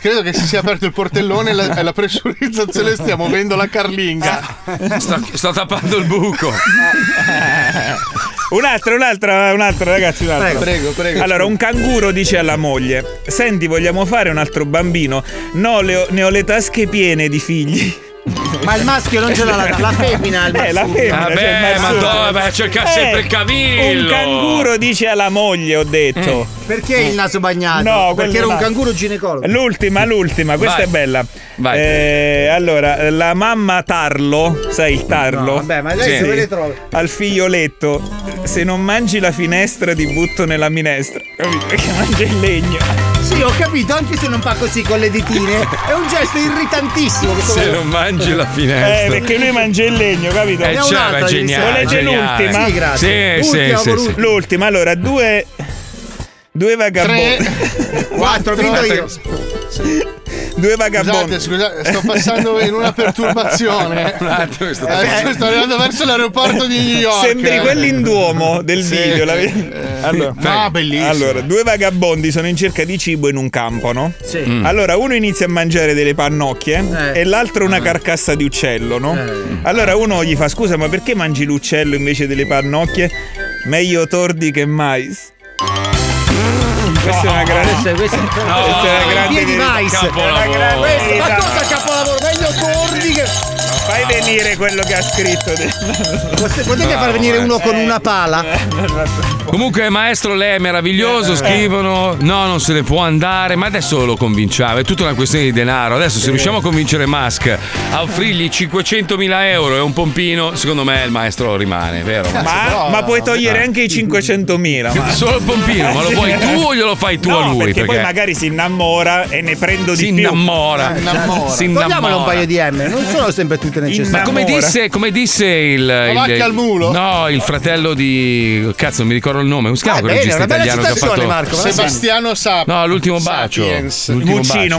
Speaker 5: credo che si sia aperto il portellone e la, e la pressurizzazione stia muovendo la carlinga.
Speaker 3: Sto, sto tappando il buco.
Speaker 2: Eh, Un'altra, un'altra, un'altra, ragazzi, un'altra.
Speaker 3: Prego, prego, prego.
Speaker 2: Allora, un canguro dice alla moglie: Senti, vogliamo fare un altro bambino? No, le ho- ne ho le tasche piene di figli.
Speaker 7: Ma il maschio non ce l'ha la, la femmina. Il
Speaker 2: Eh, la
Speaker 7: marsupio.
Speaker 2: femmina. cioè il
Speaker 3: Vabbè, ma
Speaker 2: marsupio.
Speaker 3: dove? Beh, cerca
Speaker 2: Eh,
Speaker 3: sempre il cavillo.
Speaker 2: Un canguro dice alla moglie, ho detto.
Speaker 7: Perché il naso bagnato?
Speaker 2: No, quello
Speaker 7: Perché era un
Speaker 2: là.
Speaker 7: canguro ginecologo.
Speaker 2: L'ultima, l'ultima, questa
Speaker 7: Vai.
Speaker 2: è bella. Eh, allora, la mamma Tarlo, sai il Tarlo? vabbè,
Speaker 7: ma lei dove le trova?
Speaker 2: Al figlioletto, se non mangi la finestra ti butto nella minestra. Capito? Perché mangia il legno.
Speaker 7: Sì, ho capito, anche se non fa così con le ditine. È un gesto irritantissimo. questo
Speaker 3: Se
Speaker 7: qua.
Speaker 3: non mangi la finestra.
Speaker 2: Eh, perché lui mangia il legno, capito?
Speaker 3: Eh, cioè, ma è geniale,
Speaker 2: Volete
Speaker 3: geniale.
Speaker 2: l'ultima?
Speaker 3: Sì, grazie. Sì, sì,
Speaker 2: Ultima,
Speaker 3: sì,
Speaker 2: voluta.
Speaker 3: sì.
Speaker 2: L'ultima, allora, due. Due vagabondi.
Speaker 5: Quattro, vinto io.
Speaker 2: Due
Speaker 5: Scusate,
Speaker 2: vagabondi.
Speaker 5: scusate, sto passando in una perturbazione.
Speaker 2: Un attimo,
Speaker 5: Adesso sto arrivando verso l'aeroporto di New York. Eh.
Speaker 2: Sembri quell'induomo del
Speaker 5: Sì.
Speaker 2: video. la- Allora,
Speaker 5: no, bellissimo.
Speaker 2: Allora, due vagabondi sono in cerca di cibo in un campo, no?
Speaker 7: Sì. Mm.
Speaker 2: Allora, uno inizia a mangiare delle pannocchie
Speaker 7: Eh.
Speaker 2: e l'altro una carcassa di uccello, no?
Speaker 3: Eh.
Speaker 2: Allora uno gli fa: Scusa, ma perché mangi l'uccello invece delle pannocchie? Meglio tordi che mais. Questa è una grande.
Speaker 7: Questa- questa-
Speaker 2: questa è una grande.
Speaker 7: Piedi
Speaker 2: verità.
Speaker 7: mais.
Speaker 2: È una grande
Speaker 7: Questo- Ma
Speaker 2: verità.
Speaker 7: cosa capolavoro? Meglio tordi che.
Speaker 2: Fai venire quello che ha scritto.
Speaker 7: Potete potete far venire uno con una pala?
Speaker 3: Comunque, maestro, lei è
Speaker 2: Eh.
Speaker 3: meraviglioso. Scrivono: No, non se ne può andare. Ma adesso lo convinciamo. È tutta una questione di denaro. Adesso, se riusciamo a convincere Musk a offrirgli 500.000 euro e un pompino, secondo me il maestro rimane, vero?
Speaker 2: Ah, Ma, ma puoi togliere anche i 500.000. Ma...
Speaker 3: Solo il pompino, ma lo vuoi tu o glielo fai tu
Speaker 2: Eh, No,
Speaker 3: a lui?
Speaker 2: Perché, poi
Speaker 3: Perché-
Speaker 2: magari si innamora e ne prendo
Speaker 3: Si
Speaker 2: di più.
Speaker 3: innamora. Si innamora. Si innamora.
Speaker 7: Togliamolo un paio di M, non sono sempre tutte necessarie.
Speaker 3: Ma come disse, come disse il. il-
Speaker 7: vacca al mulo?
Speaker 3: No, il fratello di. Cazzo, non mi ricordo il nome. Come si
Speaker 7: Ah,
Speaker 3: chiama quel regista italiano che ha fatto.
Speaker 5: Sebastiano Sapi.
Speaker 3: No, l'ultimo bacio. L'ultimo bacio.
Speaker 5: Muccino,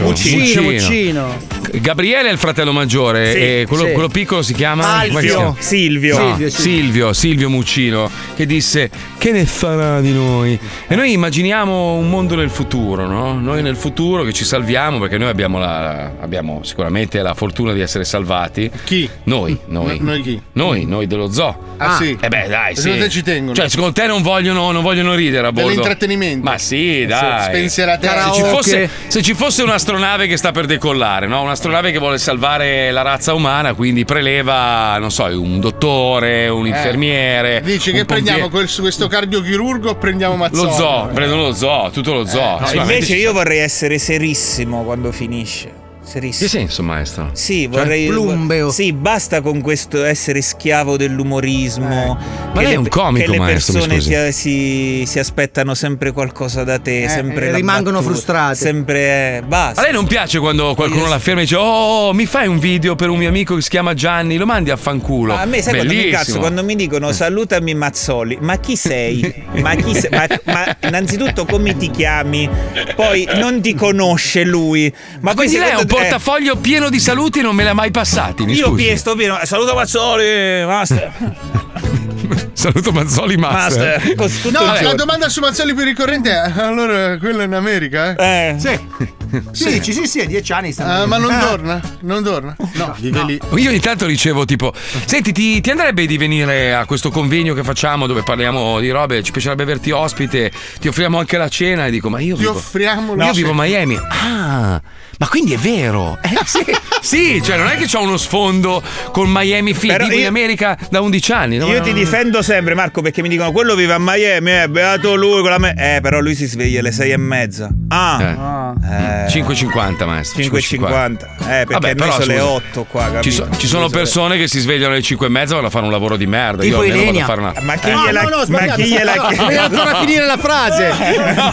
Speaker 7: Muccino,
Speaker 5: Muccino.
Speaker 7: Muccino.
Speaker 3: Gabriele è il fratello maggiore
Speaker 7: Sì,
Speaker 3: e quello,
Speaker 7: sì.
Speaker 3: quello piccolo si chiama
Speaker 7: Alfio.
Speaker 3: come si chiama?
Speaker 2: Silvio.
Speaker 3: No,
Speaker 2: Silvio,
Speaker 3: Silvio,
Speaker 2: sì.
Speaker 3: Silvio, Muccino che disse che ne farà di noi? E noi immaginiamo un mondo nel futuro, no? Noi nel futuro che ci salviamo perché noi abbiamo, la- abbiamo sicuramente la fortuna di essere salvati. Chi? Noi, noi.
Speaker 5: No, noi chi?
Speaker 3: Noi, noi dello zoo.
Speaker 5: Ah, sì?
Speaker 3: Eh beh, dai, sì.
Speaker 5: Secondo te ci tengono?
Speaker 3: Cioè, secondo te non vogliono, non vogliono ridere a bordo?
Speaker 5: Dell'intrattenimento.
Speaker 3: Ma sì, dai.
Speaker 5: spensierate-
Speaker 3: se ci,
Speaker 5: Karaoke.
Speaker 3: fosse, se ci fosse un'astronave che sta per decollare, no? Un'astronave che vuole salvare la razza umana, quindi preleva, non so, un dottore,
Speaker 2: Eh,
Speaker 3: un infermiere.
Speaker 5: Dici
Speaker 3: un
Speaker 5: che prendiamo
Speaker 3: pompiere.
Speaker 5: quel- questo cardiochirurgo o prendiamo Mazzoni?
Speaker 3: Lo zoo, prendono lo zoo, tutto lo zoo.
Speaker 2: eh. No,
Speaker 3: Sicuramente
Speaker 2: invece
Speaker 3: ci-
Speaker 2: io vorrei essere serissimo quando finisce. Serissimo.
Speaker 3: Che senso, maestro?
Speaker 2: Sì,
Speaker 3: Cioè?
Speaker 2: vorrei. Sì, basta con questo essere schiavo dell'umorismo.
Speaker 3: Eh. Ma lei è un comico,
Speaker 2: Che le
Speaker 3: maestro, mi
Speaker 2: persone
Speaker 3: scusi.
Speaker 2: ti- si, si aspettano sempre qualcosa da te.
Speaker 7: Eh,
Speaker 2: sempre
Speaker 7: eh,
Speaker 2: la
Speaker 7: rimangono
Speaker 2: battuta,
Speaker 7: frustrate.
Speaker 2: Sempre. eh, basta.
Speaker 3: A lei non piace quando qualcuno la ferma e dice Oh, mi fai un video per un mio amico che si chiama Gianni, lo mandi a fanculo.
Speaker 2: Ma A me sai quando mi
Speaker 3: Bellissimo. Eh.
Speaker 2: incazzo quando mi dicono salutami Mazzoli, ma chi sei? Ma, chi se- ma- ma innanzitutto come ti chiami? Poi non ti conosce lui. Ma eh, poi
Speaker 3: Quindi lei ha un
Speaker 2: secondo te-
Speaker 3: portafoglio pieno di saluti e non me l'ha mai passati. Mi
Speaker 2: Io
Speaker 3: scusi.
Speaker 2: pie- sto pieno, saluta Mazzoli, master.
Speaker 3: Saluto Mazzoli Master.
Speaker 2: Master, cos- tutto
Speaker 5: No,
Speaker 2: il
Speaker 5: la
Speaker 2: giorno.
Speaker 5: domanda su Mazzoli più ricorrente è allora quello in America, eh?
Speaker 2: Eh.
Speaker 5: Sì, dici,
Speaker 7: sì, sì, a dieci anni
Speaker 5: Ah, ma non torna, non torna. No, lì.
Speaker 3: Io ogni tanto ricevo tipo, senti, ti, ti andrebbe di venire a questo convegno che facciamo dove parliamo di robe, ci piacerebbe averti ospite, ti offriamo anche la cena e dico, ma io
Speaker 5: Ti
Speaker 3: vivo...
Speaker 5: offriamo la
Speaker 3: Io vivo a
Speaker 5: cena."
Speaker 3: Miami. Ah, ma quindi è vero? Eh, sì, sì, cioè non è che c'ho uno sfondo con Miami Fit,
Speaker 2: Però
Speaker 3: vivo in
Speaker 2: io-
Speaker 3: America da 11 anni. no?
Speaker 2: Io ti difendo sempre, Marco, perché mi dicono quello vive a Miami, è beato lui con la me. Eh, però lui si sveglia alle sei e mezza. Ah, eh.
Speaker 3: 5,50 maestro.
Speaker 2: 5,50. Eh, perché noi
Speaker 3: però,
Speaker 2: sono le
Speaker 3: scusa,
Speaker 2: 8 qua, capito?
Speaker 3: Ci, so- ci sono persone che si svegliano alle 5 e mezza e vanno a fare un lavoro di merda.
Speaker 2: Tipo
Speaker 3: Io almeno vado
Speaker 2: Ilenia.
Speaker 3: a fare una.
Speaker 6: Ah,
Speaker 2: Ma chi
Speaker 3: Eh.
Speaker 2: gliela- ma chi gliela
Speaker 7: Devi ancora finire la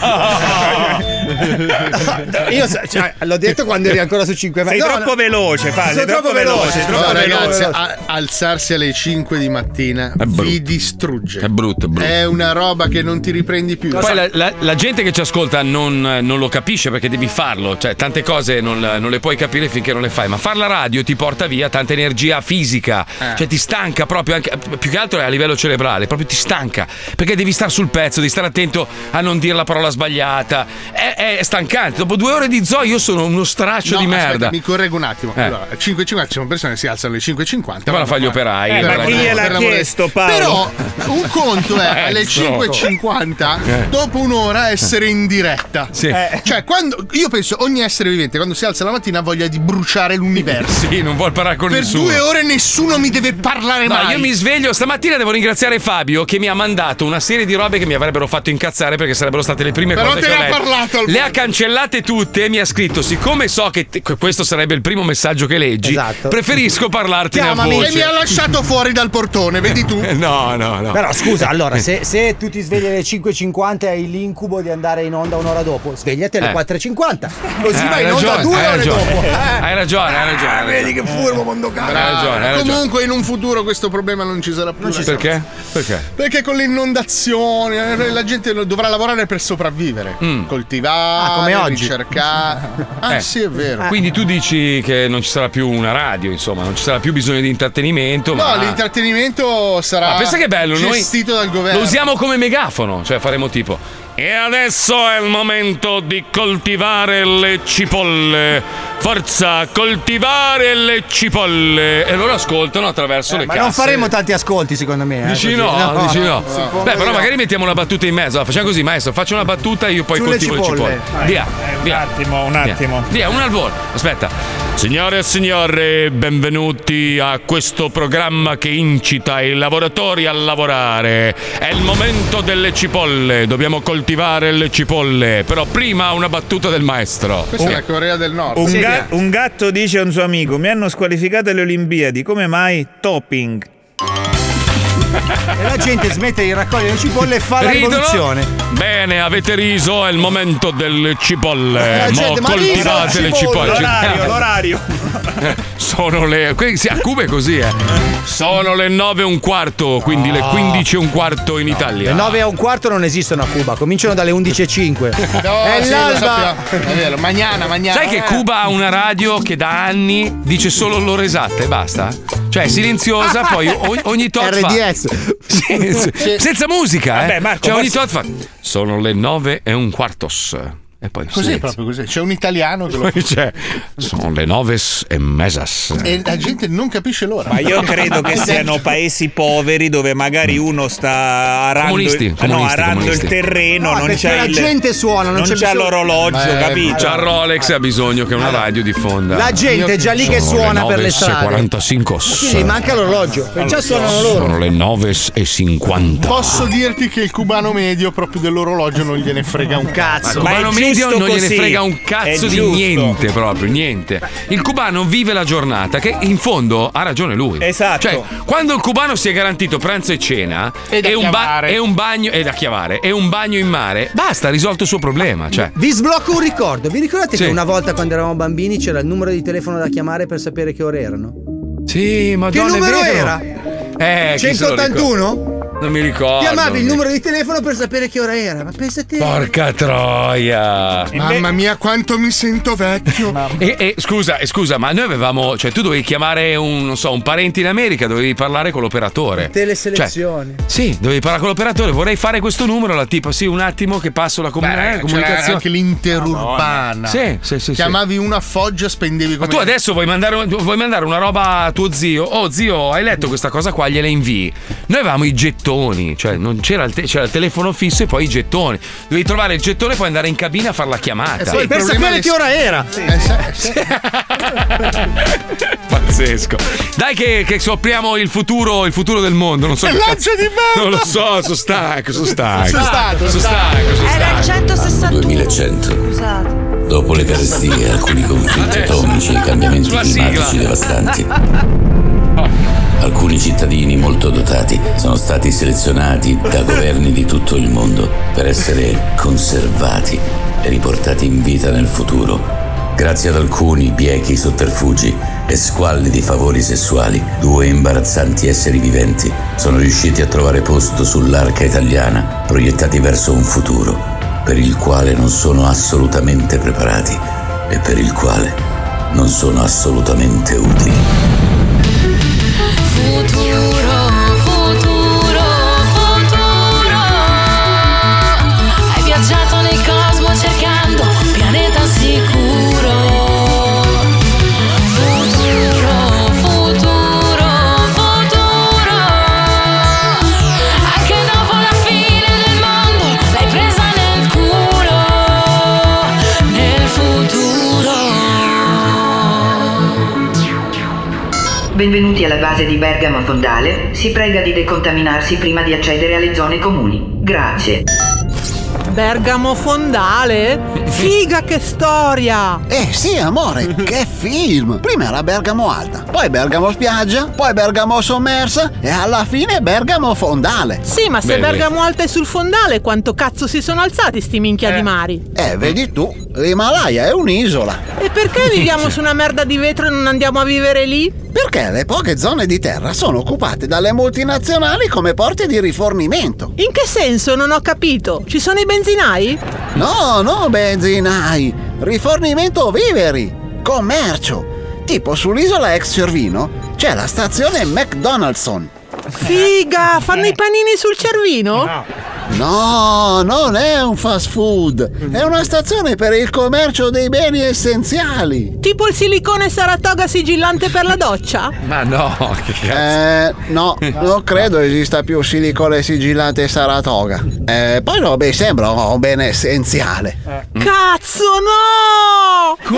Speaker 7: frase. Io sa- cioè, l'ho detto quando eri ancora su 5
Speaker 2: Sei troppo veloce, Fazio,
Speaker 7: Sono
Speaker 2: sei troppo veloce, troppo
Speaker 5: No,
Speaker 2: veloce.
Speaker 5: ragazzi, a- alzarsi alle 5 di mattina vi distrugge.
Speaker 3: È brutto, è brutto.
Speaker 5: È una roba che non ti riprendi più.
Speaker 3: Poi la, la- la gente che ci ascolta non, non lo capisce perché devi farlo, cioè tante cose non, non le puoi capire finché non le fai, ma far la radio ti porta via tanta energia fisica,
Speaker 5: Eh.
Speaker 3: cioè ti stanca proprio, anche, più che altro è a livello cerebrale, proprio ti stanca perché devi stare sul pezzo, devi stare attento a non dire la parola sbagliata, è, è stancante. Dopo due ore di zoo io sono uno straccio di
Speaker 5: aspetta,
Speaker 3: merda.
Speaker 5: mi correggo un attimo.
Speaker 3: Eh.
Speaker 5: Allora, 5,50 ci sono persone che si alzano alle 5,50.
Speaker 3: Te la fai gli operai.
Speaker 5: Eh,
Speaker 3: per
Speaker 5: ma
Speaker 3: la-
Speaker 5: chi gliel'ha
Speaker 3: per l'amore-
Speaker 5: chiesto, Paolo? Però, un conto è alle
Speaker 3: Maestro.
Speaker 5: 5.50
Speaker 3: Eh.
Speaker 5: dopo un'ora essere in diretta.
Speaker 3: Sì.
Speaker 5: Eh, Cioè, quando, io penso ogni essere vivente quando si alza la mattina ha voglia di bruciare l'universo.
Speaker 3: Sì, non vuol parlare con
Speaker 5: per
Speaker 3: nessuno.
Speaker 5: due ore nessuno mi deve parlare
Speaker 3: No,
Speaker 5: mai.
Speaker 3: Eh, io mi sveglio stamattina devo ringraziare Fabio che mi ha mandato una serie di robe che mi avrebbero fatto incazzare perché sarebbero state le prime
Speaker 5: Però
Speaker 3: cose
Speaker 5: te
Speaker 3: che ho
Speaker 5: ne ha
Speaker 3: letto.
Speaker 5: parlato al-
Speaker 3: Le ha cancellate tutte e mi ha scritto: siccome so che te- que- questo sarebbe il primo messaggio che leggi,
Speaker 6: Esatto.
Speaker 3: preferisco parlarti a
Speaker 5: Chiamami
Speaker 3: voce.
Speaker 5: e mi ha lasciato fuori dal portone, vedi tu?
Speaker 3: No, no, no.
Speaker 6: Però scusa, allora, se, se tu ti svegli alle 5.50 e hai l'incubo di andare in onda un'ora dopo, svegliati alle
Speaker 3: Eh.
Speaker 6: 4.50.
Speaker 3: Eh,
Speaker 6: Così
Speaker 3: hai
Speaker 6: vai in onda
Speaker 3: ragione,
Speaker 6: due
Speaker 3: hai
Speaker 6: ore
Speaker 3: ragione.
Speaker 6: dopo. Ah,
Speaker 3: Hai ragione, hai ragione. hai
Speaker 5: vedi che
Speaker 3: ragione.
Speaker 5: furbo mondo caro.
Speaker 3: Hai ragione, hai ragione.
Speaker 5: Comunque in un futuro questo problema non ci sarà più. ragazzi.
Speaker 3: Perché? Perché?
Speaker 5: Perché con le inondazioni eh, la gente lo- dovrà lavorare per sopravvivere. Coltivare,
Speaker 3: Ah, come oggi.
Speaker 5: ricercare. Ah,
Speaker 3: Eh.
Speaker 5: sì, è vero.
Speaker 3: Quindi tu dici che non ci sarà più una radio, insomma, non ci sarà più bisogno di intrattenimento.
Speaker 5: No,
Speaker 3: ma...
Speaker 5: l'intrattenimento sarà
Speaker 3: ah. Ma pensa che bello, noi
Speaker 5: gestito dal governo.
Speaker 3: Lo usiamo come megafono, cioè faremo tipo. E adesso è il momento di coltivare le cipolle. Forza, coltivare le cipolle. E loro ascoltano attraverso le
Speaker 6: Ma
Speaker 3: casse.
Speaker 6: non faremo tanti ascolti, secondo me. eh,
Speaker 3: Dici
Speaker 6: così.
Speaker 3: no, dici no.
Speaker 6: Si può
Speaker 3: Beh, però
Speaker 6: vedere.
Speaker 3: magari mettiamo una battuta in mezzo. Allora, facciamo così, maestro. Faccio una battuta e io poi
Speaker 2: Sulle
Speaker 3: coltivo
Speaker 2: cipolle.
Speaker 3: le cipolle.
Speaker 2: Vai.
Speaker 3: Via.
Speaker 2: Eh, un
Speaker 3: via.
Speaker 2: attimo, un
Speaker 3: Via.
Speaker 2: attimo.
Speaker 3: Via, una al volo. Aspetta. Signore e signore, benvenuti a questo programma che incita i lavoratori a lavorare. È il momento delle cipolle. Dobbiamo coltivare le cipolle. Però prima una battuta del maestro.
Speaker 5: Questa è
Speaker 3: Via.
Speaker 5: la Corea del Nord.
Speaker 2: Un, ga- un gatto dice a un suo amico: Mi hanno squalificato alle Olimpiadi, come mai? Topping.
Speaker 6: E la gente smette di raccogliere le cipolle e fa la
Speaker 3: Ridono?
Speaker 6: rivoluzione.
Speaker 3: Bene, avete riso, è il momento delle cipolle.
Speaker 6: Eh, gente,
Speaker 3: Mo'
Speaker 6: ma riso,
Speaker 3: coltivate le
Speaker 2: cipolle.
Speaker 3: cipolle.
Speaker 2: L'orario, l'orario.
Speaker 3: Sono le. que- sì, a Cuba è così, eh. Sono le 9 e un quarto, quindi le 15 e un quarto in Italia.
Speaker 6: Le 9 a un quarto non esistono a Cuba, cominciano dalle 11.05.
Speaker 5: No,
Speaker 6: è
Speaker 5: sì, lo
Speaker 6: l'alba!
Speaker 5: sappiamo. È vero, magnana, magnana.
Speaker 3: Sai che Cuba ha una radio che da anni dice solo l'ora esatta e basta? Cioè, è silenziosa,
Speaker 5: Ah.
Speaker 3: poi o- ogni tot fa-
Speaker 6: RDS.
Speaker 3: Sì, sì.
Speaker 6: Sì.
Speaker 3: Senza musica, eh.
Speaker 5: Vabbè, Marco,
Speaker 3: cioè, ogni
Speaker 5: forse-
Speaker 3: tot fa. Sono le 9 e un quartos. E poi
Speaker 5: Così,
Speaker 3: silenzio.
Speaker 5: proprio così. C'è un italiano che lo
Speaker 3: Poi c'è. Sono le 9 e mesas.
Speaker 5: E la gente non capisce l'ora.
Speaker 2: Ma io credo che siano paesi poveri dove magari uno sta arando,
Speaker 3: Comunisti,
Speaker 2: il, no,
Speaker 3: comunisti,
Speaker 2: arando
Speaker 3: comunisti.
Speaker 2: il terreno,
Speaker 6: No,
Speaker 2: non
Speaker 6: Ah, perché
Speaker 2: c'è
Speaker 6: la
Speaker 2: il-
Speaker 6: gente suona, non c'è bisogno-
Speaker 2: l'orologio, capito?
Speaker 3: Già Rolex ha bisogno che una radio diffonda.
Speaker 6: Eh, La gente è già lì che
Speaker 3: Sono
Speaker 6: suona
Speaker 3: le
Speaker 6: per le
Speaker 3: 9 e
Speaker 6: strade.
Speaker 3: 45.
Speaker 6: Sì, manca l'orologio. Già suonano loro.
Speaker 3: Sono le 9 e 50.
Speaker 5: Posso dirti che il cubano medio proprio dell'orologio non gliene frega un cazzo.
Speaker 3: Il cubano medio non gliene frega un cazzo di niente proprio, niente. Il cubano vive la giornata che in fondo ha ragione lui.
Speaker 2: Esatto.
Speaker 3: Cioè, quando il cubano si è garantito pranzo e cena
Speaker 2: E da
Speaker 3: e un, ba-
Speaker 2: chiavare.
Speaker 3: e un bagno e da chiavare e un bagno in mare, basta, ha risolto il suo problema, cioè.
Speaker 6: Vi sblocco un ricordo. Vi ricordate
Speaker 3: Sì.
Speaker 6: che una volta quando eravamo bambini c'era il numero di telefono da chiamare per sapere che ore erano?
Speaker 3: Sì, ma
Speaker 6: Che numero era?
Speaker 3: Eh, chi se lo ricorda?
Speaker 6: 181?
Speaker 3: Non mi ricordo.
Speaker 6: Chiamavi
Speaker 3: non
Speaker 6: il
Speaker 3: mi-
Speaker 6: numero di telefono per sapere che ora era. Ma pensate.
Speaker 3: Porca troia.
Speaker 5: Mamma mia, quanto mi sento vecchio.
Speaker 3: E, e scusa, e scusa, ma noi avevamo. Cioè, tu dovevi chiamare un, non so, un parente in America, dovevi parlare con l'operatore.
Speaker 6: Teleselezione.
Speaker 3: Cioè, sì, dovevi parlare con l'operatore, vorrei fare questo numero, la tipo, sì, un attimo che passo la com- eh,
Speaker 5: Beh, c'era
Speaker 3: comunicazione.
Speaker 5: anche l'interurbana.
Speaker 3: Sì, sì, sì, sì.
Speaker 5: Chiamavi una foggia, spendevi
Speaker 3: Ma
Speaker 5: come
Speaker 3: tu adesso vuoi mandare, un- vuoi mandare una roba a tuo zio? Oh, zio, hai letto questa cosa qua, gliela invii. Noi avevamo i gettoni, cioè non c'era, il te- c'era il telefono fisso e poi i gettoni. Dovevi trovare il gettone e poi andare in cabina a fare la chiamata.
Speaker 6: E poi per sapere che ora era.
Speaker 3: Pazzesco. Dai che, che scopriamo il futuro, il futuro del mondo. Non so
Speaker 12: Il
Speaker 3: che
Speaker 12: lancio
Speaker 3: cazzo-
Speaker 12: di merda!
Speaker 3: Non lo so, sono stanco, sono stanco.
Speaker 12: Sono stato,
Speaker 3: sono
Speaker 12: sono
Speaker 3: stanco. sono
Speaker 12: Era il
Speaker 3: stanco.
Speaker 12: 161.
Speaker 20: 2100.
Speaker 12: Scusate.
Speaker 20: Dopo le carestie, alcuni conflitti atomici e i cambiamenti
Speaker 12: Sulla
Speaker 20: climatici
Speaker 12: sigla.
Speaker 20: devastanti, alcuni cittadini molto dotati sono stati selezionati da governi di tutto il mondo per essere conservati e riportati in vita nel futuro. Grazie ad alcuni biechi sotterfugi e squalli di favori sessuali, due imbarazzanti esseri viventi sono riusciti a trovare posto sull'arca italiana, proiettati verso un futuro per il quale non sono assolutamente preparati e per il quale non sono assolutamente utili.
Speaker 12: Futuro, futuro, futuro. Hai viaggiato nel cosmo cercando
Speaker 11: Benvenuti alla base di Bergamo Fondale. Si prega di decontaminarsi prima di accedere alle zone comuni. Grazie.
Speaker 21: Bergamo Fondale? Figa che storia!
Speaker 22: Eh sì, amore, che film! Prima era Bergamo Alta, poi Bergamo Spiaggia, poi Bergamo Sommersa e alla fine Bergamo Fondale.
Speaker 21: Sì, ma se Bergamo Alta è sul fondale, quanto cazzo si sono alzati sti minchia di mari?
Speaker 22: Eh, vedi tu, l'Himalaya è un'isola.
Speaker 21: E perché viviamo su una merda di vetro e non andiamo a vivere lì?
Speaker 22: Perché le poche zone di terra sono occupate dalle multinazionali come porte di rifornimento.
Speaker 21: In che senso? Non ho capito. Ci sono i benzinai?
Speaker 22: No, no, benzinai! Rifornimento viveri! Commercio! Tipo sull'isola ex Cervino c'è la stazione McDonaldson.
Speaker 21: Figa, fanno i panini sul cervino?
Speaker 22: No, non è un fast food, è una stazione per il commercio dei beni essenziali.
Speaker 21: Tipo il silicone Saratoga sigillante per la doccia?
Speaker 22: Ma no, che cazzo. Eh, no, non credo esista più silicone sigillante Saratoga. Eh, poi no, beh, sembra un bene essenziale.
Speaker 21: Eh. Cazzo, no!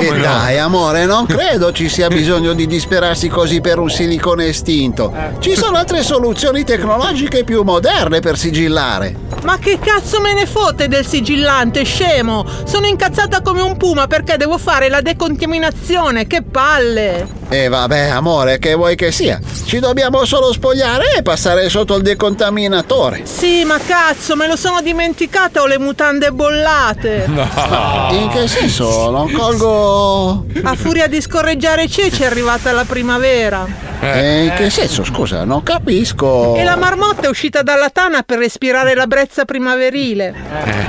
Speaker 22: e dai, amore, non credo ci sia bisogno di disperarsi così per un silicone estinto.
Speaker 21: Eh.
Speaker 22: Ci sono altre soluzioni tecnologiche più moderne per sigillare.
Speaker 21: Ma che cazzo me ne fote del sigillante, scemo? Sono incazzata come un puma perché devo fare la decontaminazione, che palle!
Speaker 22: E vabbè, amore, che vuoi che sia? Ci dobbiamo solo spogliare e passare sotto il decontaminatore.
Speaker 21: Sì, ma cazzo, me lo sono dimenticata, ho le mutande bollate!
Speaker 22: Ma In che senso? Non colgo.
Speaker 21: A furia di scorreggiare ceci è arrivata la primavera.
Speaker 22: Eh, in che senso? Scusa, non capisco.
Speaker 21: E la marmotta è uscita dalla tana per respirare la brezza primaverile.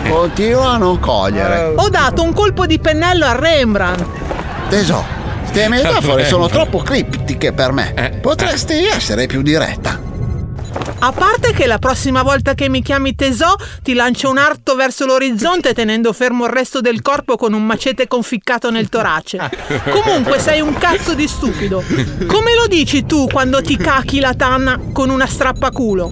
Speaker 22: Eh. Continua a non cogliere.
Speaker 21: Ho dato un colpo di pennello a Rembrandt.
Speaker 22: Tesò, queste metafore sono troppo criptiche per me. Potresti essere più diretta.
Speaker 21: A parte che la prossima volta che mi chiami tesò ti lancio un arto verso l'orizzonte tenendo fermo il resto del corpo con un macete conficcato nel torace. Comunque sei un cazzo di stupido. Come lo dici tu quando ti cachi la tanna con una strappaculo?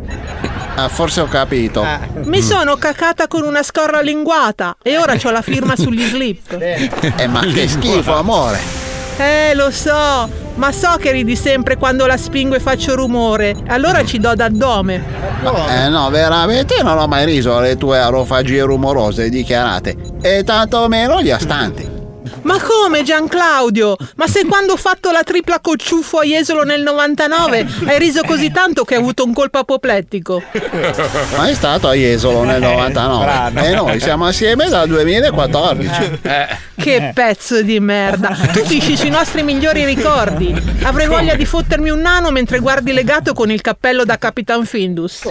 Speaker 22: Ah, forse ho capito. Mm.
Speaker 21: Mi sono cacata con una scorra linguata e ora ho la firma sugli slip.
Speaker 22: Eh, ma che schifo, amore.
Speaker 21: Eh, lo so, ma so che ridi sempre quando la spingo e faccio rumore. Allora ci do d'addome.
Speaker 22: Ma, eh, no, veramente non ho mai riso alle tue arofagie rumorose dichiarate. E tantomeno gli astanti.
Speaker 21: Ma come Gianclaudio? Ma se quando ho fatto la tripla cocciuffo a Jesolo nel 99 hai riso così tanto che hai avuto un colpo apoplettico?
Speaker 22: Ma è stato a Jesolo
Speaker 6: Eh,
Speaker 13: Eh,
Speaker 22: nel 99.
Speaker 5: Eh,
Speaker 22: E noi siamo assieme dal
Speaker 6: Eh.
Speaker 22: 2014.
Speaker 21: Che pezzo di merda! Tu pisci sui nostri migliori ricordi. Avrei voglia di fottermi un nano mentre guardi legato con il cappello da Capitan Findus.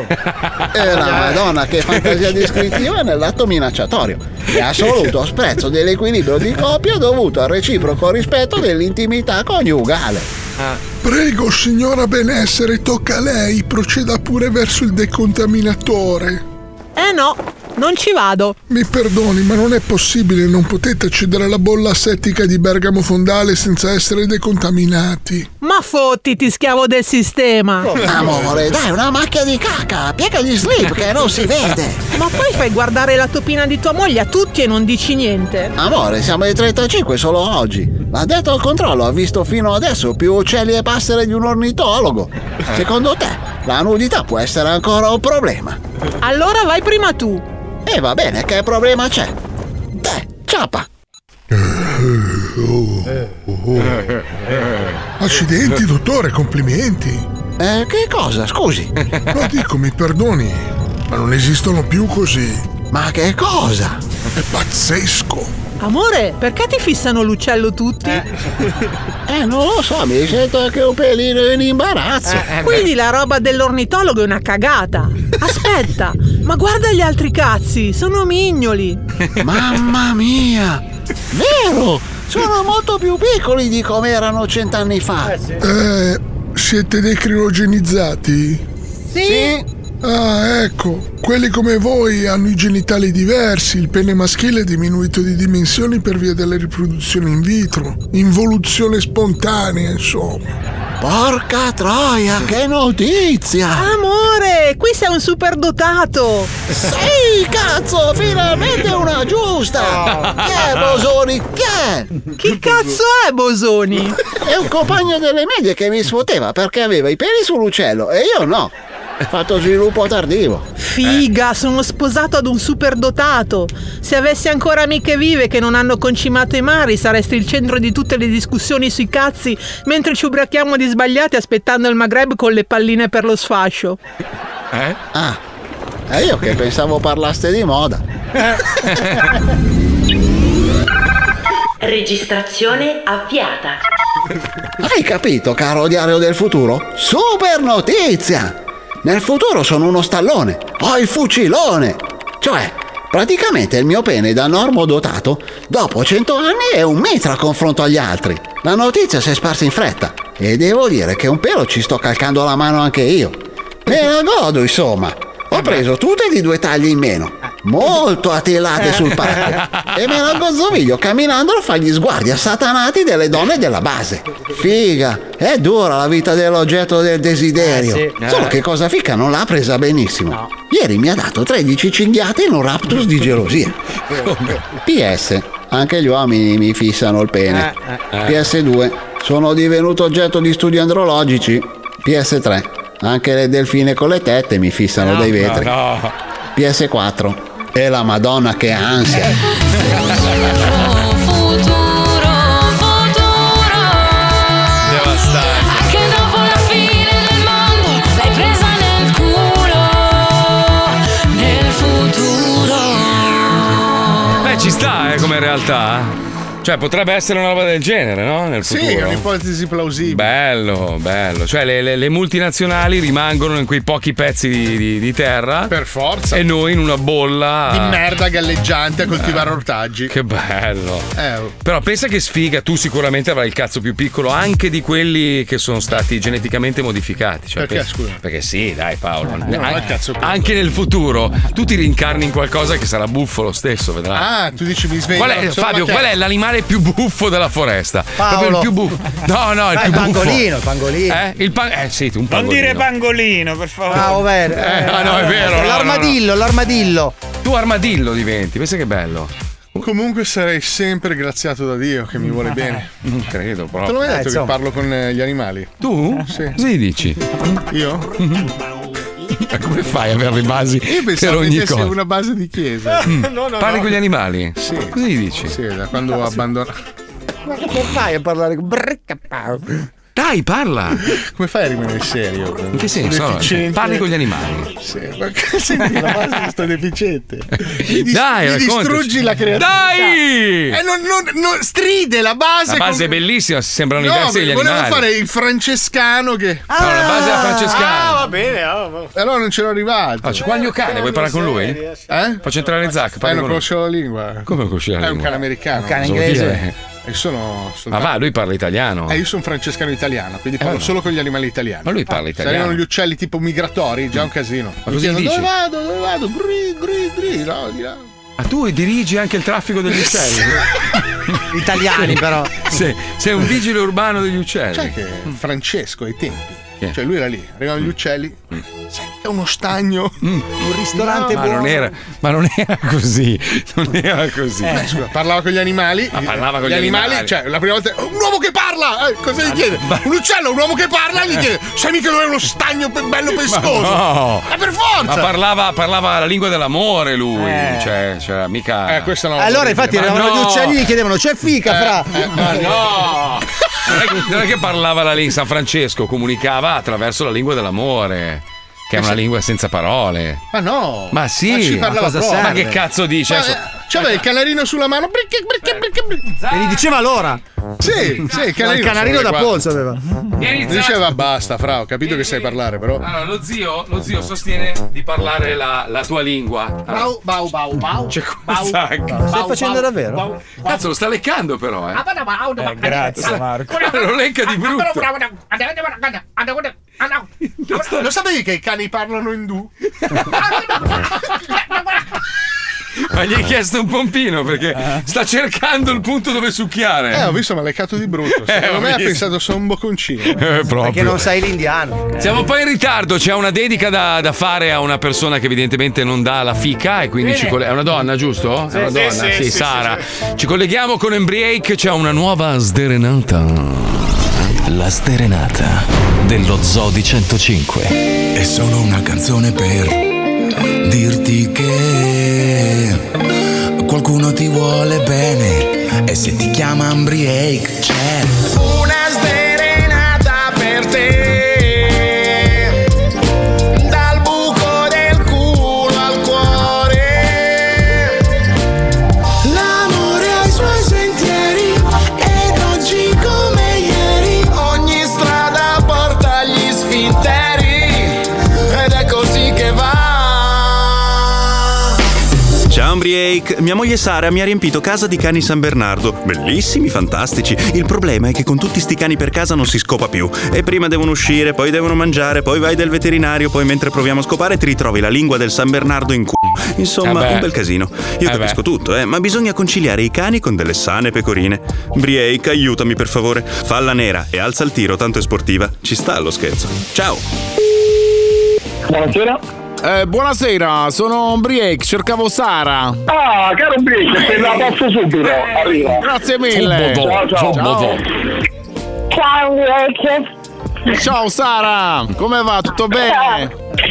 Speaker 22: E la Madonna, che fantasia descrittiva nell'atto minacciatorio. E assoluto sprezzo dell'equilibrio di coppia dovuto al reciproco rispetto dell'intimità coniugale.
Speaker 23: Prego, signora benessere, tocca a lei. Proceda pure verso il decontaminatore.
Speaker 21: Eh no, non ci vado.
Speaker 23: Mi perdoni, ma non è possibile. Non potete accedere alla bolla asettica di Bergamo Fondale senza essere decontaminati.
Speaker 21: Ma fottiti, schiavo del sistema!
Speaker 22: Amore, dai, una macchia di caca! Piega gli slip che non si vede!
Speaker 21: Ma poi fai guardare la topina di tua moglie a tutti e non dici niente!
Speaker 22: Amore, siamo ai 35 solo oggi. L'ha detto al controllo, ha visto fino adesso più uccelli e passere di un ornitologo. Secondo te, la nudità può essere ancora un problema?
Speaker 21: Allora vai prima tu.
Speaker 22: E va bene, che problema c'è? Te, ciapa!
Speaker 23: Accidenti, dottore, complimenti.
Speaker 22: Eh, che cosa, scusi?
Speaker 23: No, dico, mi perdoni, ma non esistono più così.
Speaker 22: Ma che cosa?
Speaker 23: È pazzesco.
Speaker 21: Amore, perché ti fissano l'uccello tutti?
Speaker 22: Eh, non lo so, mi sento anche un pelino in imbarazzo.
Speaker 21: Quindi la roba dell'ornitologo è una cagata. Aspetta, ma guarda gli altri cazzi, sono mignoli.
Speaker 22: Mamma mia! Vero! Sono molto più piccoli di come erano cent'anni fa.
Speaker 23: Eh, siete dei crilogenizzati?
Speaker 21: Sì.
Speaker 23: Ah, ecco, quelli come voi hanno i genitali diversi, il pene maschile è diminuito di dimensioni per via della riproduzione in vitro, involuzione spontanea, insomma.
Speaker 22: Porca troia, che notizia!
Speaker 21: Amore, qui sei un superdotato.
Speaker 22: Sì, cazzo, finalmente una Oh. giusta! Che è Bosoni? Che è?
Speaker 21: Chi cazzo è Bosoni?
Speaker 22: e un compagno delle medie che mi sfoteva perché aveva i peli sull'uccello e io no. Fatto sviluppo tardivo.
Speaker 21: Figa, sono sposato ad un superdotato. Se avessi ancora amiche vive che non hanno concimato i mari, saresti il centro di tutte le discussioni sui cazzi mentre ci ubriachiamo di sbagliati aspettando il Maghreb con le palline per lo sfascio.
Speaker 22: Eh? Ah, e io che pensavo parlaste di moda.
Speaker 11: Registrazione avviata.
Speaker 22: Hai capito, caro diario del futuro? Super notizia! Nel futuro sono uno stallone, ho il fucilone! Cioè, praticamente il mio pene da normo dotato, dopo 100 anni è un metro a confronto agli altri. La notizia si è sparsa in fretta e devo dire che un pelo ci sto calcando la mano anche io. Me la godo, insomma. Ho preso tutte di due tagli in meno, molto attilate sul palco, e me la gozzoviglio camminando fa gli sguardi assatanati delle donne della base. Figa, è dura la vita dell'oggetto del desiderio.
Speaker 4: Eh sì.
Speaker 22: Solo
Speaker 4: Eh.
Speaker 22: che cosa fica non l'ha presa benissimo. Ieri mi ha dato 13 cinghiate in un raptus di gelosia. PS, anche gli uomini mi fissano il pene.
Speaker 4: Eh, eh.
Speaker 22: PS2, sono divenuto oggetto di studi andrologici. PS3, anche le delfine con le tette mi fissano dei vetri. PS4, e la madonna che ansia.
Speaker 12: Futuro, futuro Anche dopo la fine del mondo L'hai presa nel culo Nel futuro
Speaker 3: Beh, ci sta, eh, come realtà. Cioè, potrebbe essere una roba del genere, no? Nel
Speaker 5: Sì,
Speaker 3: futuro.
Speaker 5: è un'ipotesi plausibile.
Speaker 3: Bello, bello. Cioè, le, le- le multinazionali rimangono in quei pochi pezzi di, di- di terra. Per forza. E noi in una bolla.
Speaker 5: Di merda galleggiante a coltivare ortaggi.
Speaker 3: Che bello.
Speaker 5: Eh, oh.
Speaker 3: Però pensa che sfiga, tu sicuramente avrai il cazzo più piccolo anche di quelli che sono stati geneticamente modificati. Cioè,
Speaker 5: Perché,
Speaker 3: pensa-
Speaker 5: scusa? Eh,
Speaker 3: Perché sì, dai Paolo.
Speaker 5: no,
Speaker 3: An-
Speaker 5: il cazzo piccolo.
Speaker 3: anche nel futuro tu ti rincarni in qualcosa che sarà buffo lo stesso, vedrai.
Speaker 5: Ah, tu dici mi sveglio.
Speaker 3: Qual è,
Speaker 5: sono
Speaker 3: Fabio,
Speaker 5: la
Speaker 3: qual è l'animale più buffo della foresta? Proprio
Speaker 5: Paolo.
Speaker 3: il più buffo. No, no, il
Speaker 5: Ah,
Speaker 3: più
Speaker 5: il
Speaker 3: buffo.
Speaker 5: pangolino, il
Speaker 2: pangolino.
Speaker 3: Eh, il pan- eh, sì, un
Speaker 2: Non
Speaker 3: pangolino.
Speaker 2: dire pangolino, per favore.
Speaker 3: Ah,
Speaker 2: ovvero.
Speaker 3: Eh, ah, no, è vero. no, no, no.
Speaker 5: L'armadillo,
Speaker 6: l'armadillo.
Speaker 3: Tu armadillo diventi, pensa che bello.
Speaker 5: Comunque sarei sempre graziato da Dio che mi vuole bene.
Speaker 3: Eh, Non credo proprio.
Speaker 5: Te l'ho mai detto che parlo con eh, gli animali?
Speaker 3: Eh, Tu?
Speaker 5: Sì.
Speaker 3: Cosa gli dici?
Speaker 5: Io?
Speaker 3: Ma come fai a avere le basi
Speaker 5: Io
Speaker 3: per
Speaker 5: pensavo che
Speaker 3: ogni
Speaker 5: fosse
Speaker 3: cosa?
Speaker 5: una base di chiesa.
Speaker 3: Mm. Parli con gli animali?
Speaker 5: Sì.
Speaker 3: Cosa gli dici?
Speaker 5: Sì, da quando ho abbandonato.
Speaker 6: Ma che fai a parlare con Bricca Pau?
Speaker 3: Dai, parla!
Speaker 5: Come fai a rimanere serio?
Speaker 3: In che senso?
Speaker 5: Deficiente.
Speaker 3: Parli con gli animali.
Speaker 5: Sì, ma che- senti, la base sta deficiente. Mi, dis-
Speaker 3: Dai,
Speaker 5: mi
Speaker 3: raccontaci.
Speaker 5: distruggi la creatività.
Speaker 3: Dai!
Speaker 5: Eh, non, non- non- stride la base.
Speaker 3: La base è bellissima, si sembrano
Speaker 5: con...
Speaker 3: i
Speaker 5: No,
Speaker 3: versi degli
Speaker 5: volevo
Speaker 3: animali.
Speaker 5: fare il francescano che.
Speaker 3: No, la base è la francescana.
Speaker 5: Ah, va bene. Allora non ce l'ho arrivato.
Speaker 3: Ah, c'è qua il mio cane, vuoi parlare con lui?
Speaker 5: Eh?
Speaker 3: Faccio entrare Zac,
Speaker 5: Eh,
Speaker 3: parli
Speaker 5: non
Speaker 3: con lui.
Speaker 5: conoscevo la lingua.
Speaker 3: Come conosci la
Speaker 5: È un
Speaker 3: lingua?
Speaker 5: cane americano.
Speaker 3: Un cane Cosa vuol inglese. dire?
Speaker 5: E sono. sono
Speaker 3: Ma va, lui parla italiano.
Speaker 5: Eh, io sono francescano italiano, quindi parlo
Speaker 3: Eh, no.
Speaker 5: solo con gli animali italiani.
Speaker 3: Ma lui parla
Speaker 5: Se
Speaker 3: italiano. Mm.
Speaker 5: arrivano gli uccelli tipo migratori, già è un casino.
Speaker 3: Ma cosa gli
Speaker 5: Chiedono,
Speaker 3: dici?
Speaker 5: Dove vado? Dove vado? Gri, gri, gri, no, di là.
Speaker 3: Ah, tu dirigi anche il traffico degli uccelli?
Speaker 5: Italiani, però.
Speaker 3: Sei, sei un vigile urbano degli uccelli. Mm.
Speaker 5: Sai che Francesco ai tempi.
Speaker 3: Chi è? Mm.
Speaker 5: Cioè lui era lì, arrivavano gli uccelli. Sai che è uno stagno. Un ristorante
Speaker 3: ma, non era, ma non era così. Non era così.
Speaker 5: Eh, scusa, parlava con gli animali.
Speaker 3: Ma parlava con gli animali.
Speaker 5: Cioè, la prima volta. Un uomo che parla! eh, cosa gli chiede? Un uccello, un uomo che parla, gli chiede. Sai mica dove è uno stagno pe- bello pescoso?
Speaker 3: no.
Speaker 5: Ma per forza!
Speaker 3: Ma parlava, parlava la lingua dell'amore lui. Cioè, cioè, mica. Eh,
Speaker 5: questa
Speaker 6: Allora, infatti, eravamo gli uccelli e gli chiedevano: c'è fica, fra.
Speaker 3: Ma no! Non è, che- non è che parlava la lingua, San Francesco comunicava attraverso la lingua dell'amore, che è una lingua senza parole.
Speaker 5: Ma no!
Speaker 3: Ma sì,
Speaker 5: ci
Speaker 3: Ma
Speaker 5: parlava
Speaker 3: cosa
Speaker 5: proprio.
Speaker 3: serve? Ma che cazzo dici?
Speaker 5: Ma,
Speaker 3: Adesso- Eh.
Speaker 5: eh, C'aveva il canarino sulla mano. Bricchi, bricchi, bricchi, bricchi.
Speaker 6: E gli diceva l'ora.
Speaker 5: Sì, sì, il
Speaker 6: Ma
Speaker 5: canarino.
Speaker 6: il canarino da polso
Speaker 5: polso
Speaker 6: aveva.
Speaker 5: Diceva basta, Fra, ho capito che sai parlare, però.
Speaker 3: Allora, lo zio, lo zio sostiene di parlare la, la tua lingua. Allora,
Speaker 5: Bau, bau, bau, bau.
Speaker 3: C'è Zac.
Speaker 6: Lo stai facendo davvero?
Speaker 3: Cazzo, lo sta leccando però, eh.
Speaker 4: Eh, grazie, Marco.
Speaker 3: Lo lecca
Speaker 5: Ah,
Speaker 3: di brutto.
Speaker 5: Lo sapevi che i cani parlano indù?
Speaker 3: Ma gli hai chiesto un pompino perché sta cercando il punto dove succhiare.
Speaker 5: Eh, ho visto, mi ha leccato di brutto.
Speaker 3: Eh,
Speaker 5: Secondo
Speaker 3: ho
Speaker 5: me ha
Speaker 3: visto.
Speaker 5: pensato sono un bocconcino.
Speaker 3: Eh, proprio. Perché non sai
Speaker 6: l'indiano.
Speaker 3: Eh. Siamo un po' in ritardo, c'è una dedica da, da fare a una persona che evidentemente non dà la fica e quindi
Speaker 4: Bene.
Speaker 3: ci colle- È una donna, giusto?
Speaker 4: Sì,
Speaker 3: è una
Speaker 4: sì,
Speaker 3: donna,
Speaker 4: sì, sì,
Speaker 3: sì,
Speaker 4: sì,
Speaker 3: Sara. Ci colleghiamo con Embriake, c'è una nuova sderenata.
Speaker 13: La Sterenata dello Zodi 105.
Speaker 15: È solo una canzone per dirti che qualcuno ti vuole bene e se ti chiama Ambriake c'è.
Speaker 12: Una serenata per te Dal buco del culo al cuore L'amore ai suoi sentieri Ed oggi come ieri Ogni strada porta agli sfinteri Ed è così che va
Speaker 24: Ciao Ambriake, mia moglie Sara mi ha riempito casa di cani San Bernardo. Bellissimi, fantastici. Il problema è che con tutti sti cani per casa non si scopa più. E prima devono uscire, poi devono mangiare, poi vai dal veterinario, poi mentre proviamo a scopare ti ritrovi la lingua del San Bernardo in culo. Insomma,
Speaker 17: Eh beh.
Speaker 24: un bel casino. Io
Speaker 17: Eh
Speaker 24: capisco
Speaker 17: beh.
Speaker 24: tutto, eh, ma bisogna conciliare i cani con delle sane pecorine. Briake, aiutami per favore. Falla nera e alza il tiro, tanto è sportiva. Ci sta allo scherzo. Ciao!
Speaker 25: Buonasera. Eh, buonasera, sono Briek, cercavo Sara. Ah, caro Briek, te la passo subito. Arriva. Grazie mille.
Speaker 12: Subito,
Speaker 25: Ciao, ciao.
Speaker 12: subito.
Speaker 25: Ciao Briek. Ciao Sara, come va? Tutto bene?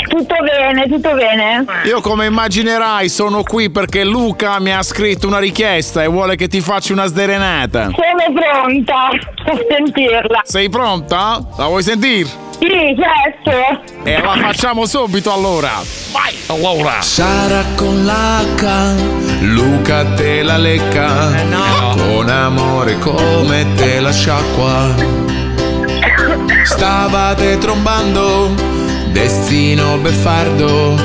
Speaker 25: Tutto bene, tutto bene. Io come immaginerai sono qui perché Luca mi ha scritto una richiesta e vuole che ti faccia una sderenata.
Speaker 12: Sono pronta a sentirla
Speaker 25: Sei pronta? La vuoi sentire?
Speaker 12: Sì, certo
Speaker 25: E la facciamo subito allora. Vai! Allora.
Speaker 15: Sara con l'H, Luca te la lecca. Con amore come te la sciacqua. Stavate trombando, destino beffardo.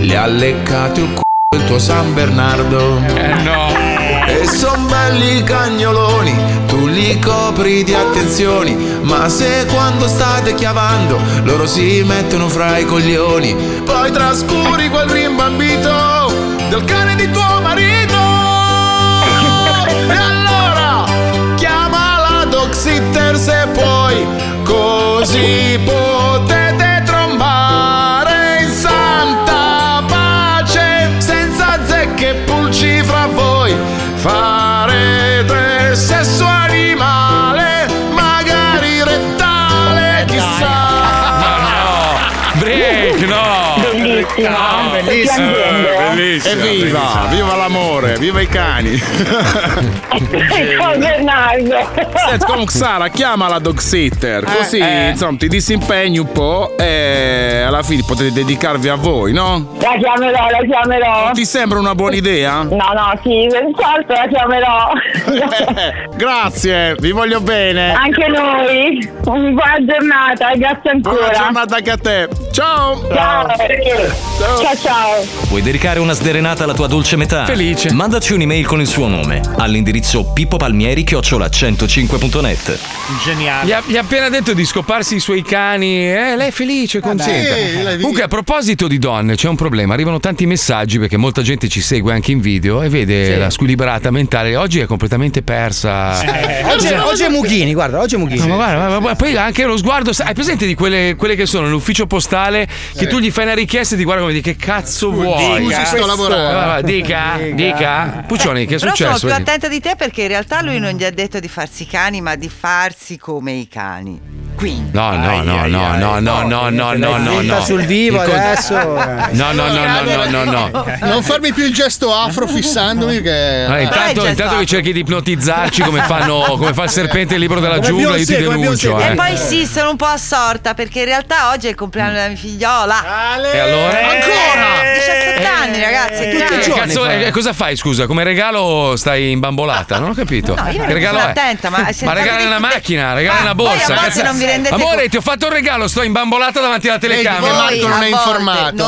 Speaker 15: Le ha leccato il c***o il tuo San Bernardo. Eh no! E son belli cagnoloni, tu li copri di attenzioni. Ma se quando state chiavando, loro si mettono fra i coglioni.
Speaker 25: Poi trascuri quel rimbambito del cane di tuo marito.
Speaker 15: E allora chiama la dog sitter se puoi, così potete trombare in santa pace senza zecche e pulci fra voi. Farete sesso animale, magari rettale, chissà.
Speaker 3: Break, no!
Speaker 25: Bellissimo.
Speaker 3: No,
Speaker 25: bellissimo.
Speaker 3: Bellissimo,
Speaker 25: Evviva,
Speaker 3: bellissimo.
Speaker 25: viva l'amore, viva i cani.
Speaker 3: Eh,
Speaker 25: Ciao Bernardo. Senti, comunque Sara, chiama la dog sitter,
Speaker 24: Eh,
Speaker 25: così
Speaker 24: eh.
Speaker 25: insomma ti disimpegni un po' e alla fine potete dedicarvi a voi, no?
Speaker 19: La chiamerò, la chiamerò.
Speaker 25: Ti sembra una buona idea?
Speaker 19: No, no, sì, certo la chiamerò.
Speaker 25: Grazie, vi voglio bene.
Speaker 19: Anche noi. Un buona giornata, eh, grazie ancora.
Speaker 25: Buona giornata anche a te. Ciao.
Speaker 19: Ciao. Ciao, ciao.
Speaker 13: Vuoi dedicare una sderenata alla tua dolce metà?
Speaker 25: Felice.
Speaker 13: Mandaci un'email con il suo nome all'indirizzo pippopalmieri-105.net.
Speaker 3: Geniale. Gli ha, gli ha appena detto di scoparsi i suoi cani. Eh, lei è felice, contenta.
Speaker 5: sì, Eh, l'hai visto.
Speaker 3: Comunque, a proposito di donne, c'è un problema. Arrivano tanti messaggi perché molta gente ci segue anche in video e vede
Speaker 6: Sì.
Speaker 3: la squilibrata mentale. Oggi è completamente persa.
Speaker 6: Oggi, oggi è Mughini, guarda, oggi è Mughini.
Speaker 3: No, ma guarda, ma- ma- ma poi anche lo sguardo, sai, hai presente di quelle, quelle che sono l'ufficio postale che tu gli fai una richiesta e ti guarda come di che cazzo vuoi?
Speaker 5: dica,
Speaker 3: eh?
Speaker 5: sto lavorando.
Speaker 3: Va, va, Dica,
Speaker 5: Dica.
Speaker 3: dica. Puccioni, che è
Speaker 9: Però sono
Speaker 3: successo?
Speaker 9: più
Speaker 3: Vedi?
Speaker 9: attenta di te perché in realtà lui non gli ha detto di farsi cani, ma di farsi come i cani. Quindi.
Speaker 3: No, no, no, no, no, no, no, no, no, no, no.
Speaker 6: sul vivo
Speaker 3: Il con-
Speaker 6: adesso.
Speaker 3: No, no, no, no, no, no, no.
Speaker 5: Non farmi più il gesto afro fissandomi che...
Speaker 3: Allora, intanto, intanto che cerchi di ipnotizzarci come, fanno, come fa il serpente il libro della
Speaker 5: Come
Speaker 3: giungla, io
Speaker 5: Beyoncé,
Speaker 3: ti
Speaker 5: come
Speaker 3: denuncio.
Speaker 5: Beyoncé.
Speaker 3: eh.
Speaker 9: E poi sì, sono un po' assorta perché in realtà oggi è il compleanno della mia figliola.
Speaker 3: E allora?
Speaker 9: Ancora! 17 anni, ragazzi.
Speaker 3: Eh,
Speaker 9: cazzo.
Speaker 3: che cazzo-
Speaker 9: Ecco.
Speaker 3: eh, cosa fai, scusa? Come regalo stai imbambolata? Non ho capito.
Speaker 9: No, io
Speaker 3: che regalo
Speaker 9: sono
Speaker 3: è?
Speaker 9: attenta, ma se
Speaker 3: Ma
Speaker 9: fate
Speaker 3: regala
Speaker 9: dei-
Speaker 3: una macchina, regala
Speaker 9: Ma
Speaker 3: una
Speaker 9: voi Ah, a
Speaker 3: borsa.
Speaker 9: volte
Speaker 3: cazzo.
Speaker 9: non vi rendete
Speaker 3: Amore,
Speaker 9: co-
Speaker 3: ti ho fatto un regalo, sto imbambolata davanti alla telecamera.
Speaker 9: Voi a volte non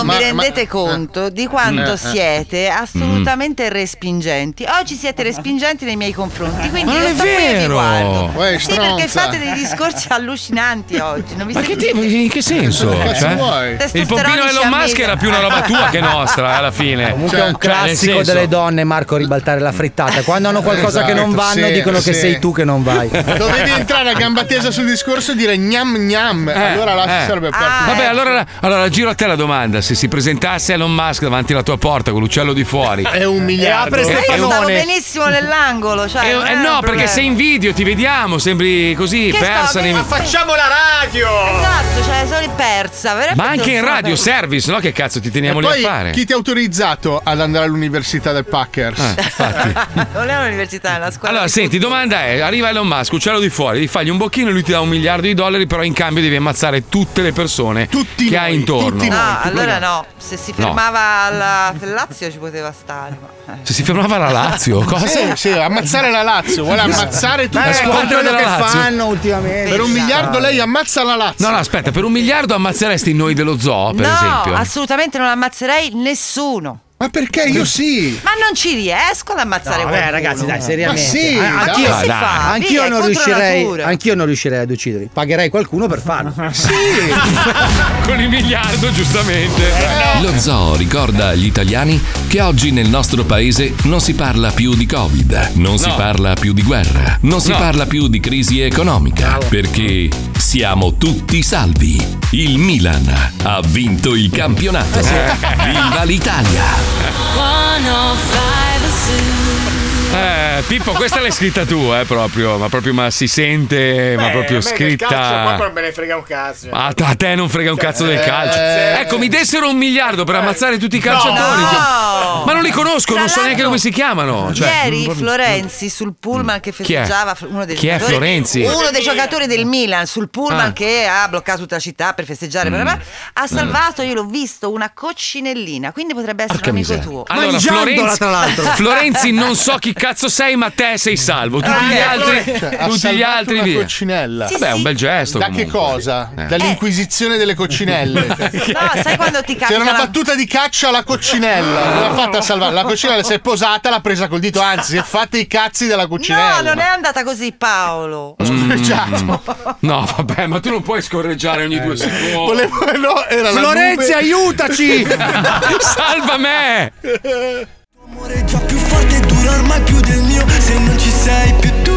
Speaker 9: vi rendete conto di quanto
Speaker 3: Eh, eh.
Speaker 9: siete assolutamente respingenti. Oggi siete respingenti nei miei confronti, quindi
Speaker 3: Ma non
Speaker 9: io
Speaker 3: è
Speaker 9: sto qui e vi
Speaker 3: vero.
Speaker 9: guardo.
Speaker 3: Uè,
Speaker 9: sì, perché
Speaker 3: stronza.
Speaker 9: fate dei discorsi allucinanti oggi. Non vi
Speaker 3: Ma che
Speaker 9: sentite?
Speaker 3: tipo- in che senso?
Speaker 9: Cosa cazzo
Speaker 3: Cioè,
Speaker 9: vuoi?
Speaker 3: il pompino
Speaker 9: Testosteronici
Speaker 3: Elon
Speaker 9: a
Speaker 3: Musk
Speaker 9: mega.
Speaker 3: era più una roba tua che nostra eh, alla fine.
Speaker 6: Comunque è un
Speaker 3: Cioè, nel
Speaker 6: classico
Speaker 3: senso-
Speaker 6: delle donne, Marco, ribaltare la frittata. Quando hanno qualcosa che non
Speaker 5: Esatto,
Speaker 6: vanno,
Speaker 5: sì,
Speaker 6: dicono che
Speaker 5: sì.
Speaker 6: sei tu che non vai. Eh,
Speaker 5: Dovevi entrare a gamba tesa sul discorso e dire dire gnam gnam, allora là si
Speaker 3: Ah,
Speaker 5: sarebbe aperto.
Speaker 3: Eh,
Speaker 9: Ah, ecco.
Speaker 3: Vabbè, allora, allora giro a te la domanda: se si presentasse Elon Musk davanti alla tua porta con l'uccello di fuori,
Speaker 6: Eh,
Speaker 5: è un miliardo.
Speaker 9: Ma io stavo benissimo nell'angolo. Cioè, non
Speaker 3: Eh,
Speaker 9: era
Speaker 3: no,
Speaker 9: un
Speaker 3: perché
Speaker 9: problema.
Speaker 3: sei in video, ti vediamo, sembri così
Speaker 9: Che
Speaker 3: persa.
Speaker 9: sto-
Speaker 3: nei-
Speaker 9: ma
Speaker 8: facciamo la radio!
Speaker 9: Esatto, cioè sono persa. veramente
Speaker 3: Ma anche
Speaker 9: non
Speaker 3: in
Speaker 9: so
Speaker 3: radio
Speaker 9: Eh, perché.
Speaker 3: service, no? Che cazzo ti
Speaker 5: E
Speaker 3: teniamo lì a
Speaker 5: poi
Speaker 3: fare?
Speaker 5: chi ti ha autorizzato ad andare all'università del Packers?
Speaker 3: Eh,
Speaker 9: non è un'università, è una scuola.
Speaker 3: Allora, senti, domanda è: arriva Elon Musk, uccello di fuori, gli fagli un bocchino e lui ti dà un miliardo di dollari, però in cambio devi ammazzare tutte le persone che ha intorno.
Speaker 9: no, Ah, allora no. Se si
Speaker 3: No.
Speaker 9: fermava alla Lazio ci poteva stare. ma-
Speaker 3: Se si fermava la Lazio, cosa?
Speaker 5: Sì, sì, ammazzare la Lazio, vuole ammazzare tutti
Speaker 3: La squadra della
Speaker 5: che
Speaker 3: Lazio.
Speaker 5: fanno ultimamente. Per un
Speaker 9: Esatto.
Speaker 5: miliardo lei ammazza la Lazio.
Speaker 3: No, no, aspetta, per un miliardo ammazzeresti noi dello zoo, per
Speaker 9: no,
Speaker 3: esempio?
Speaker 9: assolutamente non ammazzerei nessuno.
Speaker 5: Ma perché io sì?
Speaker 9: Ma non ci riesco ad ammazzare
Speaker 6: No, vabbè,
Speaker 9: qualcuno.
Speaker 6: ragazzi, dai, seriamente.
Speaker 9: sì,
Speaker 6: Ah,
Speaker 9: dai.
Speaker 6: anch'io,
Speaker 9: Ma si fa,
Speaker 6: anch'io
Speaker 9: via, è
Speaker 6: non
Speaker 9: contro
Speaker 6: riuscirei,
Speaker 9: natura.
Speaker 6: anch'io non riuscirei ad ucciderli. Pagherei qualcuno per farlo.
Speaker 3: Con il miliardo, giustamente.
Speaker 9: Eh,
Speaker 13: Lo zoo ricorda agli italiani che oggi nel nostro paese non si parla più di Covid, non si
Speaker 3: No.
Speaker 13: parla più di guerra, non si
Speaker 3: No.
Speaker 13: parla più di crisi economica, perché siamo tutti salvi. Il Milan ha vinto il campionato.
Speaker 12: Ah, sì.
Speaker 13: Viva l'Italia!
Speaker 3: Eh, Pippo, questa l'hai scritta tu, eh, proprio, ma proprio ma si sente, ma
Speaker 8: Beh,
Speaker 3: proprio
Speaker 8: Eh, a me del Calcio, qua
Speaker 3: scritta.
Speaker 8: non me ne frega un cazzo.
Speaker 3: Ma a te- a te non frega un cazzo del calcio.
Speaker 8: Eh.
Speaker 3: Ecco, mi dessero un miliardo per ammazzare tutti i calciatori.
Speaker 9: No.
Speaker 3: cioè- Ma non li conosco,
Speaker 9: Tra
Speaker 3: non so neanche
Speaker 9: l'altro,
Speaker 3: come si chiamano. Cioè,
Speaker 9: Ieri
Speaker 3: non-
Speaker 9: Florenzi sul pullman che
Speaker 3: è?
Speaker 9: festeggiava uno dei
Speaker 3: Chi è
Speaker 9: giocatori-
Speaker 3: Florenzi?
Speaker 9: uno dei giocatori del Milan sul pullman
Speaker 3: Ah.
Speaker 9: che ha bloccato tutta la città per festeggiare
Speaker 3: Mm.
Speaker 9: bla bla bla, ha salvato io l'ho visto una coccinellina quindi potrebbe essere
Speaker 3: Porca
Speaker 9: un amico
Speaker 3: miseria.
Speaker 9: tuo
Speaker 3: Allora, Florenzi, Florenzi, non so chi cazzo sei, ma te sei salvo. Tutti
Speaker 9: Ah,
Speaker 3: gli
Speaker 9: eh,
Speaker 3: altri, Cioè,
Speaker 9: Florenzi,
Speaker 5: Cioè,
Speaker 8: Cioè,
Speaker 5: ha
Speaker 3: tutti gli
Speaker 5: salvato
Speaker 3: altri
Speaker 5: una
Speaker 3: via.
Speaker 5: coccinella.
Speaker 9: Sì,
Speaker 3: Vabbè, è un
Speaker 9: sì.
Speaker 3: bel gesto.
Speaker 5: Da che
Speaker 3: comunque.
Speaker 5: cosa?
Speaker 3: Eh.
Speaker 5: Dall'inquisizione delle coccinelle.
Speaker 9: no sai quando ti capita
Speaker 5: C'era una
Speaker 9: la-
Speaker 5: battuta di caccia alla coccinella. L'ha fatta salvare. La coccinella si è posata, l'ha presa col dito. Anzi, si è fatta i cazzi della coccinella.
Speaker 9: no non è andata così Paolo
Speaker 5: Scorreggiato.
Speaker 3: Mm. No, vabbè, ma tu non puoi scorreggiare ogni
Speaker 8: Eh.
Speaker 3: due secondi.
Speaker 5: Volevo- no, era la
Speaker 3: Florenzi,
Speaker 5: nube.
Speaker 3: aiutaci! Salva me!
Speaker 12: dura ormai più del mio se non ci sei più tu.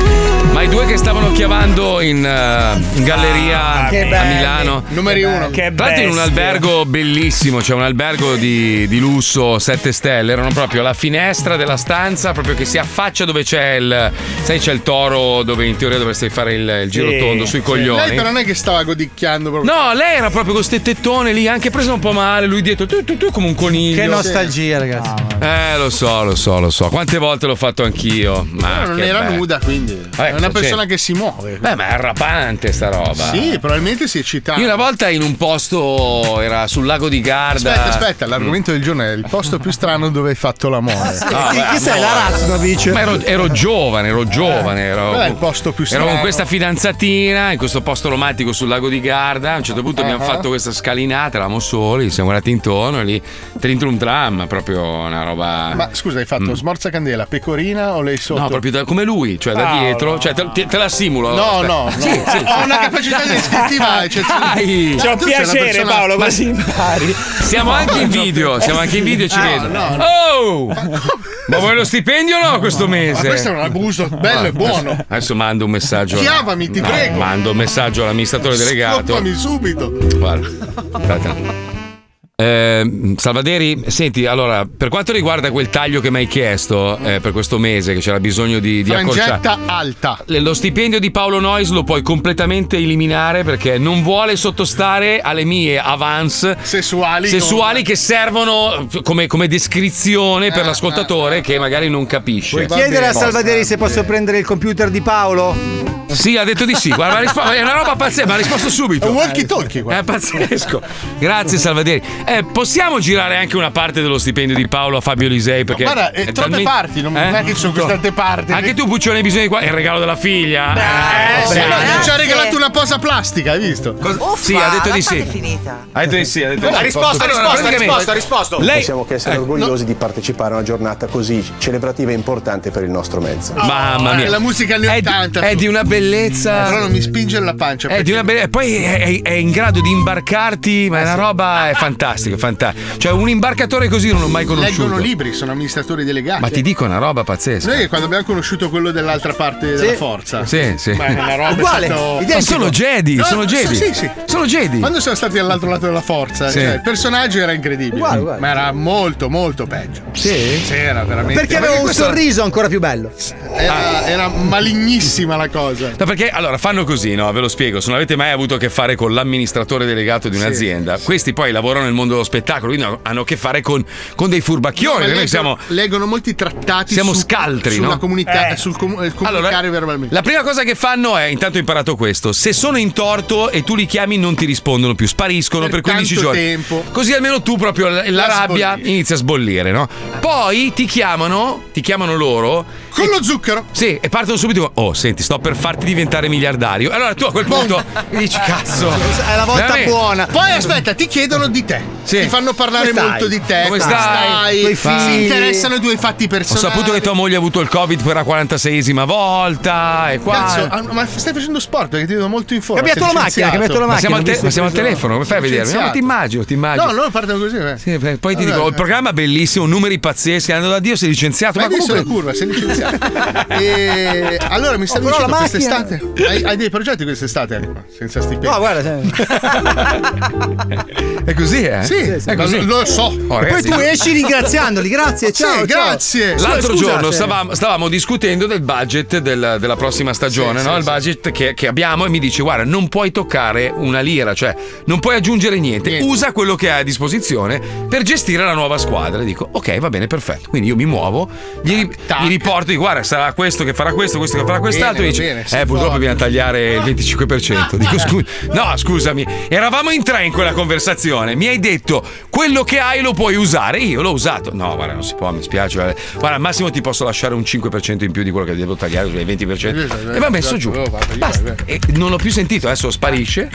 Speaker 3: Ma i due che stavano chiavando in, eh, in galleria
Speaker 2: Ah, che
Speaker 3: a
Speaker 2: belli.
Speaker 3: Milano.
Speaker 5: Numeri uno.
Speaker 2: Che
Speaker 3: Tra l'altro in un
Speaker 2: bestie.
Speaker 3: albergo bellissimo, cioè un albergo di, di lusso, 7 stelle, erano proprio alla finestra della stanza, proprio che si affaccia dove c'è il. Sai, c'è il toro dove in teoria dovresti fare il, il giro tondo sui coglioni.
Speaker 5: Lei però non è che stava godicchiando proprio.
Speaker 3: No, lei era proprio con ste tettone lì, anche presa un po' male, lui dietro tu, tu, tu, come un coniglio.
Speaker 6: Che nostalgia, ragazzi.
Speaker 3: Eh, lo so, lo so, lo so. Quante volte l'ho fatto anch'io. Ma
Speaker 5: Però Ah, non
Speaker 3: che
Speaker 5: era
Speaker 3: bello.
Speaker 5: nuda, quindi.
Speaker 3: Vabbè,
Speaker 5: è una
Speaker 3: cosa
Speaker 5: persona
Speaker 3: c'è?
Speaker 5: che si muove.
Speaker 3: Beh, ma è arrapante sta roba.
Speaker 5: Sì, ah. probabilmente si è eccitata.
Speaker 3: Io una volta in un posto era sul lago di Garda.
Speaker 5: Aspetta, aspetta, l'argomento del giorno è il posto più strano dove hai fatto l'amore.
Speaker 3: Ah, Chi- beh, chi sei, amore. la
Speaker 5: Raznovic?
Speaker 3: Ma ero, ero giovane, ero giovane. Ero,
Speaker 5: Qual è Eh, il posto più
Speaker 3: Ero
Speaker 5: strano?
Speaker 3: Oh. con questa fidanzatina in questo posto romantico sul lago di Garda. A un certo punto abbiamo
Speaker 5: Ah.
Speaker 3: fatto questa scalinata, eravamo soli, ci siamo guardati intorno e lì. Trintrum tram, proprio una roba.
Speaker 5: Ma scusa, hai fatto smorza candela, pecorina o lei sotto?
Speaker 3: Mm. No, proprio da- come lui, cioè da
Speaker 5: Paolo.
Speaker 3: dietro, cioè te, te- te la simulo.
Speaker 5: No,
Speaker 3: Aspetta.
Speaker 5: no, no.
Speaker 3: Sì, sì, sì.
Speaker 5: Ho una capacità descrittiva eccezionale.
Speaker 3: Dai!
Speaker 5: Ma Cioè, tu sei una persona- Ma-
Speaker 2: impari.
Speaker 3: Siamo anche in video, siamo anche in video e ci
Speaker 5: No,
Speaker 3: vedo.
Speaker 5: no, no.
Speaker 3: Oh! Ma vuoi lo stipendio o no questo mese?
Speaker 5: Ma questo è un abuso,
Speaker 3: Ah.
Speaker 5: bello e buono.
Speaker 3: Adesso mando un messaggio. alla-
Speaker 5: Chiamami, ti
Speaker 3: No,
Speaker 5: prego.
Speaker 3: Mando un messaggio all'amministratore delegato.
Speaker 5: Scoppami subito.
Speaker 3: Guarda, aspetta. Eh, Salvaderi, senti, allora, per quanto riguarda quel taglio che mi hai chiesto eh, per questo mese, che c'era bisogno di, di accorciare.
Speaker 5: Frangetta alta.
Speaker 3: Le- Lo stipendio di Paolo Nois lo puoi completamente eliminare perché non vuole sottostare alle mie avance
Speaker 5: sessuali,
Speaker 3: sessuali che servono come, come descrizione
Speaker 5: Eh,
Speaker 3: per l'ascoltatore che magari non capisce.
Speaker 6: Puoi chiedere a
Speaker 3: boh,
Speaker 6: Salvaderi se posso prendere il computer di Paolo?
Speaker 3: Sì, ha detto di sì. Guarda, ha rispo- è una roba pazzesca, ma ha risposto subito.
Speaker 6: È un
Speaker 5: walkie-talkie,
Speaker 3: È pazzesco. Grazie, Salvaderi. Eh, possiamo girare anche una parte dello stipendio di Paolo a Fabio Lisei? Perché
Speaker 5: Guarda, eh,
Speaker 3: è
Speaker 5: troppe
Speaker 3: talmente-
Speaker 5: parti, non non è che ci sono queste altre parti.
Speaker 3: Eh? Anche tu, Puccione, hai bisogno di qua. Il regalo della figlia. Eh,
Speaker 5: Eh, sì,
Speaker 3: vabbè.
Speaker 5: no, io ci ha regalato una posa plastica, hai visto?
Speaker 3: Sì, ha detto di
Speaker 9: È
Speaker 3: sì.
Speaker 9: finita
Speaker 3: Ha detto di sì, ha detto di sì.
Speaker 9: Ha risposto, ha
Speaker 3: Allora,
Speaker 9: risposto, ha
Speaker 3: praticamente-
Speaker 9: risposto, ha risposto.
Speaker 3: Lei-
Speaker 1: Possiamo che essere
Speaker 3: Eh,
Speaker 1: orgogliosi di partecipare a una giornata così celebrativa e importante per il nostro mezzo.
Speaker 3: Mamma mia.
Speaker 5: Ah, La musica anni 80.
Speaker 3: È di una bellezza.
Speaker 5: Però non mi spinge la pancia.
Speaker 3: eh, È di una belle- Poi è, è- è in grado di imbarcarti, ma è una roba è fantastico, fantastico. Cioè, un imbarcatore così non l'ho mai conosciuto.
Speaker 5: Leggono libri, sono amministratori delegati.
Speaker 3: Ma ti dico una roba pazzesca.
Speaker 5: Noi quando abbiamo conosciuto quello dell'altra parte della forza.
Speaker 3: Sì, sì.
Speaker 5: Beh, la roba
Speaker 3: Uguale,
Speaker 5: è stato...
Speaker 3: identico. Ma sono Jedi, sono Jedi.
Speaker 5: Sì, sì.
Speaker 3: Sono Jedi.
Speaker 5: Quando siamo stati dall'altro lato della forza,
Speaker 3: Sì.
Speaker 5: cioè, il personaggio era incredibile.
Speaker 6: Uguale, uguale.
Speaker 5: Ma era molto, molto peggio.
Speaker 3: Sì?
Speaker 5: Sì, era veramente.
Speaker 6: Perché
Speaker 5: Ma
Speaker 6: aveva un
Speaker 5: questo era-
Speaker 6: sorriso ancora più bello.
Speaker 5: Era, era malignissima la cosa.
Speaker 3: No, perché allora fanno così, no? Ve lo spiego. Se non avete mai avuto a che fare con l'amministratore delegato di un'azienda, questi poi lavorano nel mondo dello spettacolo, quindi hanno- hanno a che fare con, con dei
Speaker 5: No,
Speaker 3: furbacchioni.
Speaker 5: ma
Speaker 3: perché noi
Speaker 5: leggo-
Speaker 3: siamo.
Speaker 5: Leggono molti trattati.
Speaker 3: Siamo
Speaker 5: su-
Speaker 3: scaltri,
Speaker 5: sulla
Speaker 3: no?
Speaker 5: comunità,
Speaker 3: Eh.
Speaker 5: sul comu- eh, comunicare verbalmente.
Speaker 3: La prima cosa che fanno è, intanto ho imparato questo, se sono in torto e tu li chiami non ti rispondono più, spariscono per, 15
Speaker 5: tanto
Speaker 3: giorni.
Speaker 5: tempo.
Speaker 3: Così almeno tu proprio la, la
Speaker 5: La
Speaker 3: rabbia inizia a sbollire, no? Poi ti chiamano, ti chiamano loro.
Speaker 5: Con lo zucchero.
Speaker 3: Sì, e partono subito. Oh, senti, sto per farti diventare miliardario. Allora tu a quel punto dici cazzo.
Speaker 5: È la volta
Speaker 3: veramente?
Speaker 5: buona. Poi aspetta, ti chiedono di te.
Speaker 3: Sì.
Speaker 5: Ti fanno parlare
Speaker 3: Come stai?
Speaker 5: molto di te.
Speaker 3: Come stai? Tuoi figli?
Speaker 5: Si interessano i tuoi fatti
Speaker 3: Ho
Speaker 5: personali.
Speaker 3: saputo che tua moglie ha avuto il Covid per la 46esima volta e qua.
Speaker 5: Cazzo, ah, ma stai facendo sport perché ti vedo molto in forma.
Speaker 3: Ho cambiato
Speaker 5: sei
Speaker 3: la
Speaker 5: licenziato.
Speaker 3: Ma siamo, al, te- ma siamo al telefono, come fai a vedere? No, ma ti immagino, ti immagino.
Speaker 5: No, loro partono così. eh.
Speaker 3: Sì, beh, poi ti
Speaker 5: Allora,
Speaker 3: dico, il programma è bellissimo, numeri pazzeschi, andando da Dio sei licenziato,
Speaker 5: Ma
Speaker 3: ma,
Speaker 5: hai visto
Speaker 3: comunque...
Speaker 5: la curva, sei licenziato. E allora mi stai
Speaker 3: Oh, però
Speaker 5: dicendo
Speaker 3: la
Speaker 5: quest'estate? Hai, hai dei progetti quest'estate? Anima? Senza stipendi.
Speaker 6: No, guarda. cioè-
Speaker 3: È così, eh?
Speaker 5: Ah, Sì,
Speaker 3: è così.
Speaker 5: Lo, lo so.
Speaker 3: Oh,
Speaker 6: E poi
Speaker 3: ragazzi,
Speaker 6: tu
Speaker 3: ma-
Speaker 6: esci ringraziandoli, grazie,
Speaker 5: Sì,
Speaker 6: ciao. ciao.
Speaker 5: grazie.
Speaker 6: Scusa,
Speaker 3: L'altro
Speaker 6: scusa,
Speaker 3: giorno
Speaker 6: se-
Speaker 3: stavamo, stavamo discutendo del budget del- della prossima stagione,
Speaker 6: Sì,
Speaker 3: no?
Speaker 6: sì,
Speaker 3: il budget che, che abbiamo e mi dice guarda non puoi toccare una lira, cioè non puoi aggiungere niente, usa quello che hai a disposizione per gestire la nuova squadra. E dico ok va bene perfetto, quindi io mi muovo, gli, ri- gli riporto, dico, guarda sarà questo che farà questo, questo che farà quest'altro,
Speaker 5: Bene,
Speaker 3: e dice
Speaker 5: va bene, Eh.
Speaker 3: eh
Speaker 5: sei
Speaker 3: purtroppo
Speaker 5: forte."
Speaker 3: dobbiamo tagliare il 25%. Dico scusa, no scusami, eravamo in tre in quella conversazione, mi hai detto quello che hai lo puoi usare, io l'ho usato, no guarda non si può, mi spiace, guarda, Guarda, al massimo ti posso lasciare un 5% in più di quello che devo tagliare, cioè il 20%, e va
Speaker 5: esatto,
Speaker 3: messo giù. Basta. E non l'ho più sentito, adesso sparisce,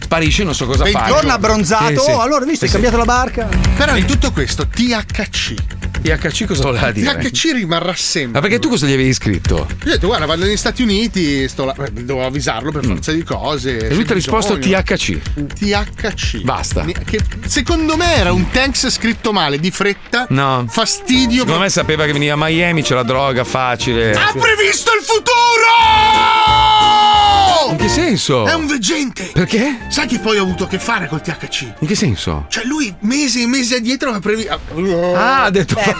Speaker 3: sparisce, non so cosa
Speaker 5: Venti-
Speaker 3: fare.
Speaker 5: torna abbronzato,
Speaker 6: Oh, allora hai visto, hai cambiato la barca.
Speaker 5: Però in tutto questo, THC.
Speaker 3: THC cosa voleva dire?
Speaker 5: THC rimarrà
Speaker 3: Ma
Speaker 5: sempre.
Speaker 3: perché tu cosa gli avevi scritto?
Speaker 5: Io ho detto, guarda, vado negli Stati Uniti, sto là, beh, devo avvisarlo per forza di cose.
Speaker 3: E lui ti ha risposto THC.
Speaker 5: THC.
Speaker 3: Basta.
Speaker 5: Che secondo me era un thanks scritto male, di fretta.
Speaker 3: No.
Speaker 5: Fastidio. Ah,
Speaker 3: Secondo me sapeva che veniva a Miami, c'era droga facile.
Speaker 5: Ha previsto il futuro!
Speaker 3: In che senso?
Speaker 5: È un veggente.
Speaker 3: Perché?
Speaker 5: Sai che poi ho avuto a che fare col THC?
Speaker 3: In che senso?
Speaker 5: Cioè lui mesi e mesi addietro ha previsto...
Speaker 3: Ah, ha detto...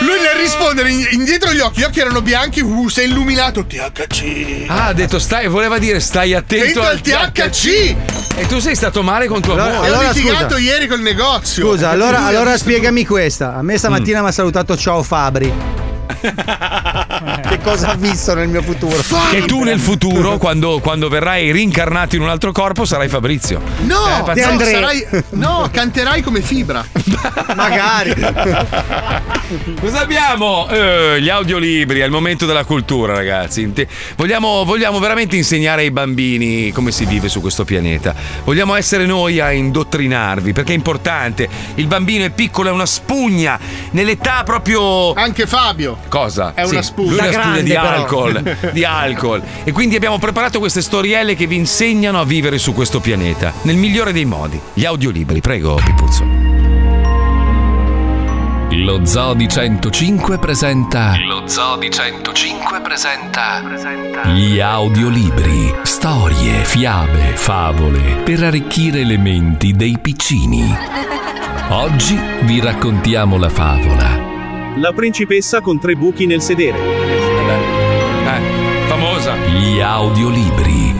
Speaker 5: Lui nel rispondere in- indietro gli occhi, gli occhi erano bianchi, uh, sei illuminato, THC.
Speaker 3: Ah, ha detto stai, voleva dire stai attento
Speaker 5: Attento
Speaker 3: al
Speaker 5: al THC.
Speaker 3: E tu sei stato male con tua
Speaker 6: Allora-
Speaker 3: moglie.
Speaker 6: allora
Speaker 5: Ho litigato
Speaker 6: scusa.
Speaker 5: ieri col negozio.
Speaker 6: Scusa, allora,
Speaker 5: Lui ha
Speaker 6: allora
Speaker 5: visto-
Speaker 6: spiegami questa. A me
Speaker 3: Mm.
Speaker 6: stamattina mi ha salutato ciao Fabri. che cosa ha visto nel mio futuro?
Speaker 3: Che tu nel futuro, quando, quando verrai rincarnato in un altro corpo, sarai Fabrizio.
Speaker 5: No,
Speaker 3: Eh,
Speaker 5: no,
Speaker 3: pazzesco.
Speaker 5: sarai- no, canterai come fibra.
Speaker 6: Magari.
Speaker 3: Cosa abbiamo? Eh, gli audiolibri, è il momento della cultura, ragazzi. Inte- Vogliamo, vogliamo veramente insegnare ai bambini come si vive su questo pianeta. Vogliamo essere noi a indottrinarvi, perché è importante. Il bambino è piccolo, è una spugna. Nell'età proprio.
Speaker 5: Anche Fabio.
Speaker 3: Cosa?
Speaker 5: È una spugna.
Speaker 3: lui è
Speaker 5: Da
Speaker 3: una spugna di
Speaker 5: grande, però.
Speaker 3: alcol, di alcol. E quindi abbiamo preparato queste storielle che vi insegnano a vivere su questo pianeta, nel migliore dei modi. Gli audiolibri, prego, Pipuzzo.
Speaker 13: Lo Zoo di 105 presenta
Speaker 7: Lo Zoo di 105 presenta.
Speaker 13: gli audiolibri, storie, fiabe, favole per arricchire le menti dei piccini. Oggi vi raccontiamo la favola.
Speaker 16: La principessa con tre buchi nel sedere.
Speaker 3: Eh, famosa.
Speaker 13: Gli audiolibri.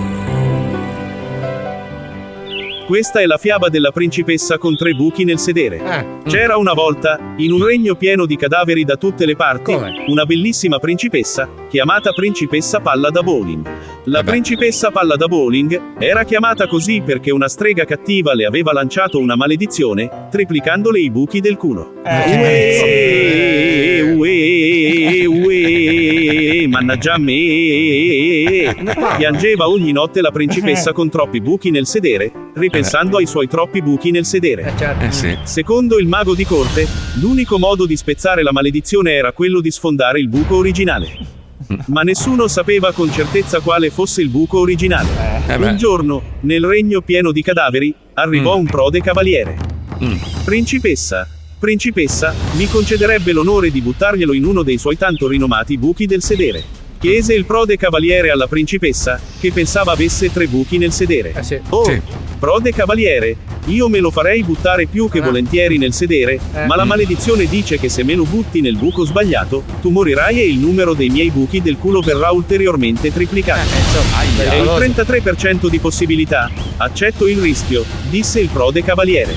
Speaker 16: Questa è la fiaba della principessa con tre buchi nel sedere.
Speaker 12: Eh.
Speaker 16: C'era una volta, in un regno pieno di cadaveri da tutte le parti, una bellissima principessa, chiamata principessa palla da bowling. La principessa palla da bowling era chiamata così perché una strega cattiva le aveva lanciato una maledizione, triplicandole i buchi del culo. Uè, uè, uè, mannaggia a me. Piangeva ogni notte la principessa con troppi buchi nel sedere, ripensando ai suoi troppi buchi nel sedere.
Speaker 24: Eh,
Speaker 16: Secondo il mago di corte, l'unico modo di spezzare la maledizione era quello di sfondare il buco originale. ma nessuno sapeva con certezza quale fosse il buco originale.
Speaker 24: Eh, beh. Mm.
Speaker 16: Un giorno, nel regno pieno di cadaveri, arrivò un prode cavaliere.
Speaker 3: eh.
Speaker 2: Mm.
Speaker 16: Principessa, principessa, mi concederebbe l'onore di buttarglielo in uno dei suoi tanto rinomati buchi del sedere. Chiese il prode cavaliere alla principessa, che pensava avesse tre buchi nel sedere. Oh, prode cavaliere, io me lo farei buttare più che volentieri nel sedere,
Speaker 24: Eh.
Speaker 16: ma la
Speaker 24: Mm.
Speaker 16: maledizione dice che se me lo butti nel buco sbagliato, tu morirai e il numero dei miei buchi del culo verrà ulteriormente triplicato.
Speaker 24: Aia.
Speaker 16: È il 33% di possibilità. Accetto il rischio, disse il prode cavaliere.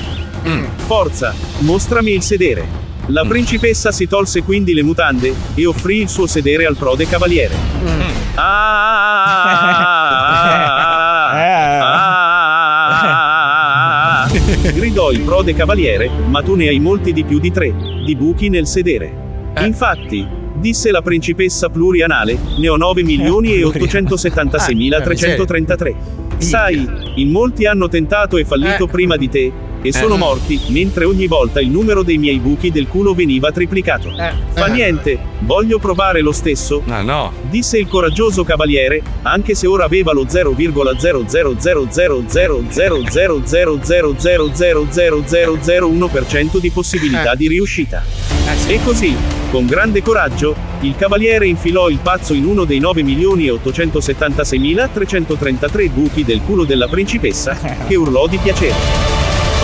Speaker 16: Forza, mostrami il sedere. La principessa si tolse quindi le mutande e offrì il suo sedere al prode cavaliere. Ah! Gridò il prode cavaliere, ma tu ne hai molti di più di tre, di buchi nel sedere. Infatti, disse la principessa plurianale, ne ho 9 milioni e Ah,
Speaker 24: Ah,
Speaker 16: 876.333. Sai, in molti hanno tentato e fallito prima di te, e sono
Speaker 24: Eh.
Speaker 16: morti, mentre ogni volta il numero dei miei buchi del culo veniva triplicato. Fa niente, voglio provare lo stesso. Disse il coraggioso cavaliere, anche se ora aveva lo 0,00000000000000001% di possibilità di riuscita. E così, con grande coraggio, il cavaliere infilò il pazzo in uno dei 9.876.333 buchi del culo della principessa, che urlò di piacere.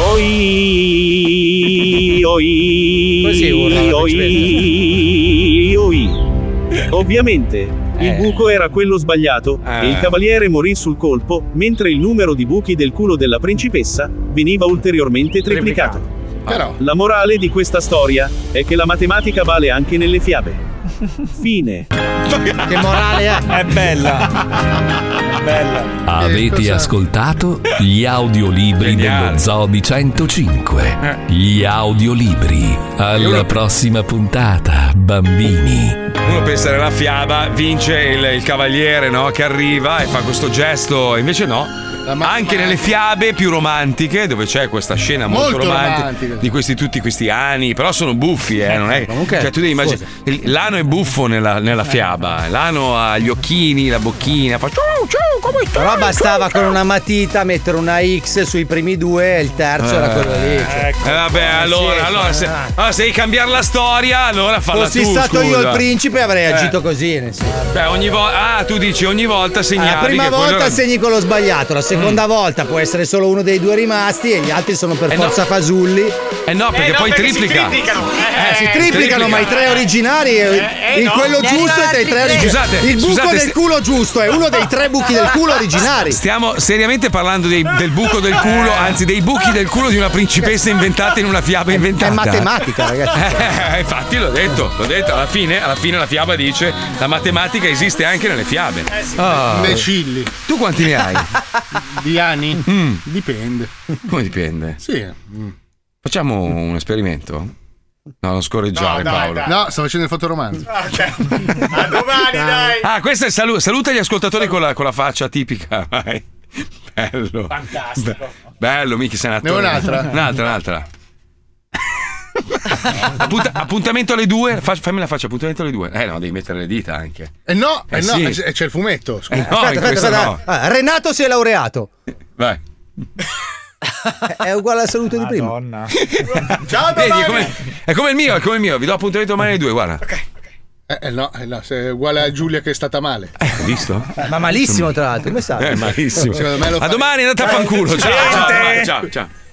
Speaker 16: Oi, oi,
Speaker 24: Così urla la
Speaker 16: oi, oi. Ovviamente, il
Speaker 24: Eh.
Speaker 16: buco era quello sbagliato
Speaker 24: Eh.
Speaker 16: e il cavaliere morì sul colpo, mentre il numero di buchi del culo della principessa veniva ulteriormente triplicato. La morale di questa storia è che la matematica vale anche nelle fiabe. Fine.
Speaker 6: Che morale è?
Speaker 2: È bella.
Speaker 3: Ah,
Speaker 2: È bella.
Speaker 13: Avete ascoltato gli audiolibri dello Zoo di 105.
Speaker 3: Eh.
Speaker 13: Gli audiolibri. Alla prossima puntata, bambini.
Speaker 3: Uno pensa nella fiaba, vince il, il cavaliere no? che arriva e fa questo gesto, invece no. Anche nelle fiabe più romantiche, dove c'è questa scena molto,
Speaker 5: Molto
Speaker 3: romantica,
Speaker 5: romantica.
Speaker 3: di questi, tutti questi ani, però sono buffi, eh, non è, cioè, tu devi immaginare, il- l'ano è buffo nella, nella
Speaker 6: Eh.
Speaker 3: fiaba, l'ano ha gli occhini, la bocchina, fa ciao ciao, come stai?
Speaker 6: Però bastava con una matita mettere una X sui primi due e il terzo era Eh, quello lì. cioè.
Speaker 3: Eh, vabbè, allora,
Speaker 6: sì,
Speaker 3: allora, se, allora, se devi cambiare la storia, allora falla
Speaker 6: Fossi
Speaker 3: tu,
Speaker 6: stato io il
Speaker 3: scusa.
Speaker 6: principe avrei
Speaker 3: Eh.
Speaker 6: agito così. nel senso. Ah,
Speaker 3: Beh, ogni volta. Ah, tu dici ogni volta segnali.
Speaker 6: La prima
Speaker 3: che quello
Speaker 6: volta
Speaker 3: era-
Speaker 6: segni quello sbagliato, la seconda volta può essere solo uno dei due rimasti e gli altri sono per
Speaker 3: Eh no.
Speaker 6: forza fasulli.
Speaker 3: Eh no, perché poi triplica.
Speaker 6: Eh, si triplicano,
Speaker 3: triplica.
Speaker 6: ma i tre originari,
Speaker 3: eh,
Speaker 6: il
Speaker 3: no.
Speaker 6: quello
Speaker 3: Ne
Speaker 6: giusto e
Speaker 3: arrivano
Speaker 6: dei tre
Speaker 3: altri tre.
Speaker 6: originari.
Speaker 3: Scusate,
Speaker 6: il buco
Speaker 3: scusate,
Speaker 6: del
Speaker 3: se- Eh,
Speaker 6: culo giusto è uno dei tre buchi del culo originari.
Speaker 3: Stiamo seriamente parlando dei- del buco del culo, anzi dei buchi del culo di una principessa inventata in una fiaba inventata.
Speaker 6: È matematica, ragazzi.
Speaker 3: Eh, infatti l'ho detto, l'ho detto, alla fine, alla fine la fiaba dice la matematica esiste anche nelle fiabe. Ah.
Speaker 5: Imbecilli.
Speaker 3: Tu quanti ne hai?
Speaker 5: Di anni? Dipende.
Speaker 3: Come dipende?
Speaker 5: Sì.
Speaker 3: Facciamo un esperimento? No, non scorreggiare Paolo.
Speaker 5: No, sto facendo il fotoromanzo.
Speaker 3: Ah, questo è il saluto. Saluta gli ascoltatori con la, con la faccia tipica. vai. Bello.
Speaker 2: Fantastico.
Speaker 3: Be- bello, mica sei un attore.
Speaker 5: Ne ho un'altra?
Speaker 3: Un'altra, un'altra. Appunta- appuntamento alle due. Fa- fammi la faccia, appuntamento alle due. Eh no, devi mettere le dita anche.
Speaker 5: Eh no,
Speaker 3: Eh
Speaker 5: eh no,
Speaker 3: sì.
Speaker 5: eh, c'è c'è il fumetto. scusa.
Speaker 3: Eh no, in questo no.
Speaker 6: Ah, Renato si è laureato.
Speaker 3: Vai.
Speaker 6: È uguale al saluto di prima.
Speaker 5: Ciao,
Speaker 3: Vedi, è come, è come il mio, è come il mio. Vi do appuntamento domani alle due, guarda.
Speaker 5: Eh, eh no, eh no, se è uguale a Giulia che è stata male.
Speaker 3: Hai visto?
Speaker 6: Ma Eh, malissimo, tra l'altro. Come sa?
Speaker 3: Eh, malissimo.
Speaker 5: Secondo me lo Eh,
Speaker 3: A
Speaker 5: fa-
Speaker 3: domani andate a fanculo. Ciao, ciao,
Speaker 5: Gente!
Speaker 3: ciao, ciao.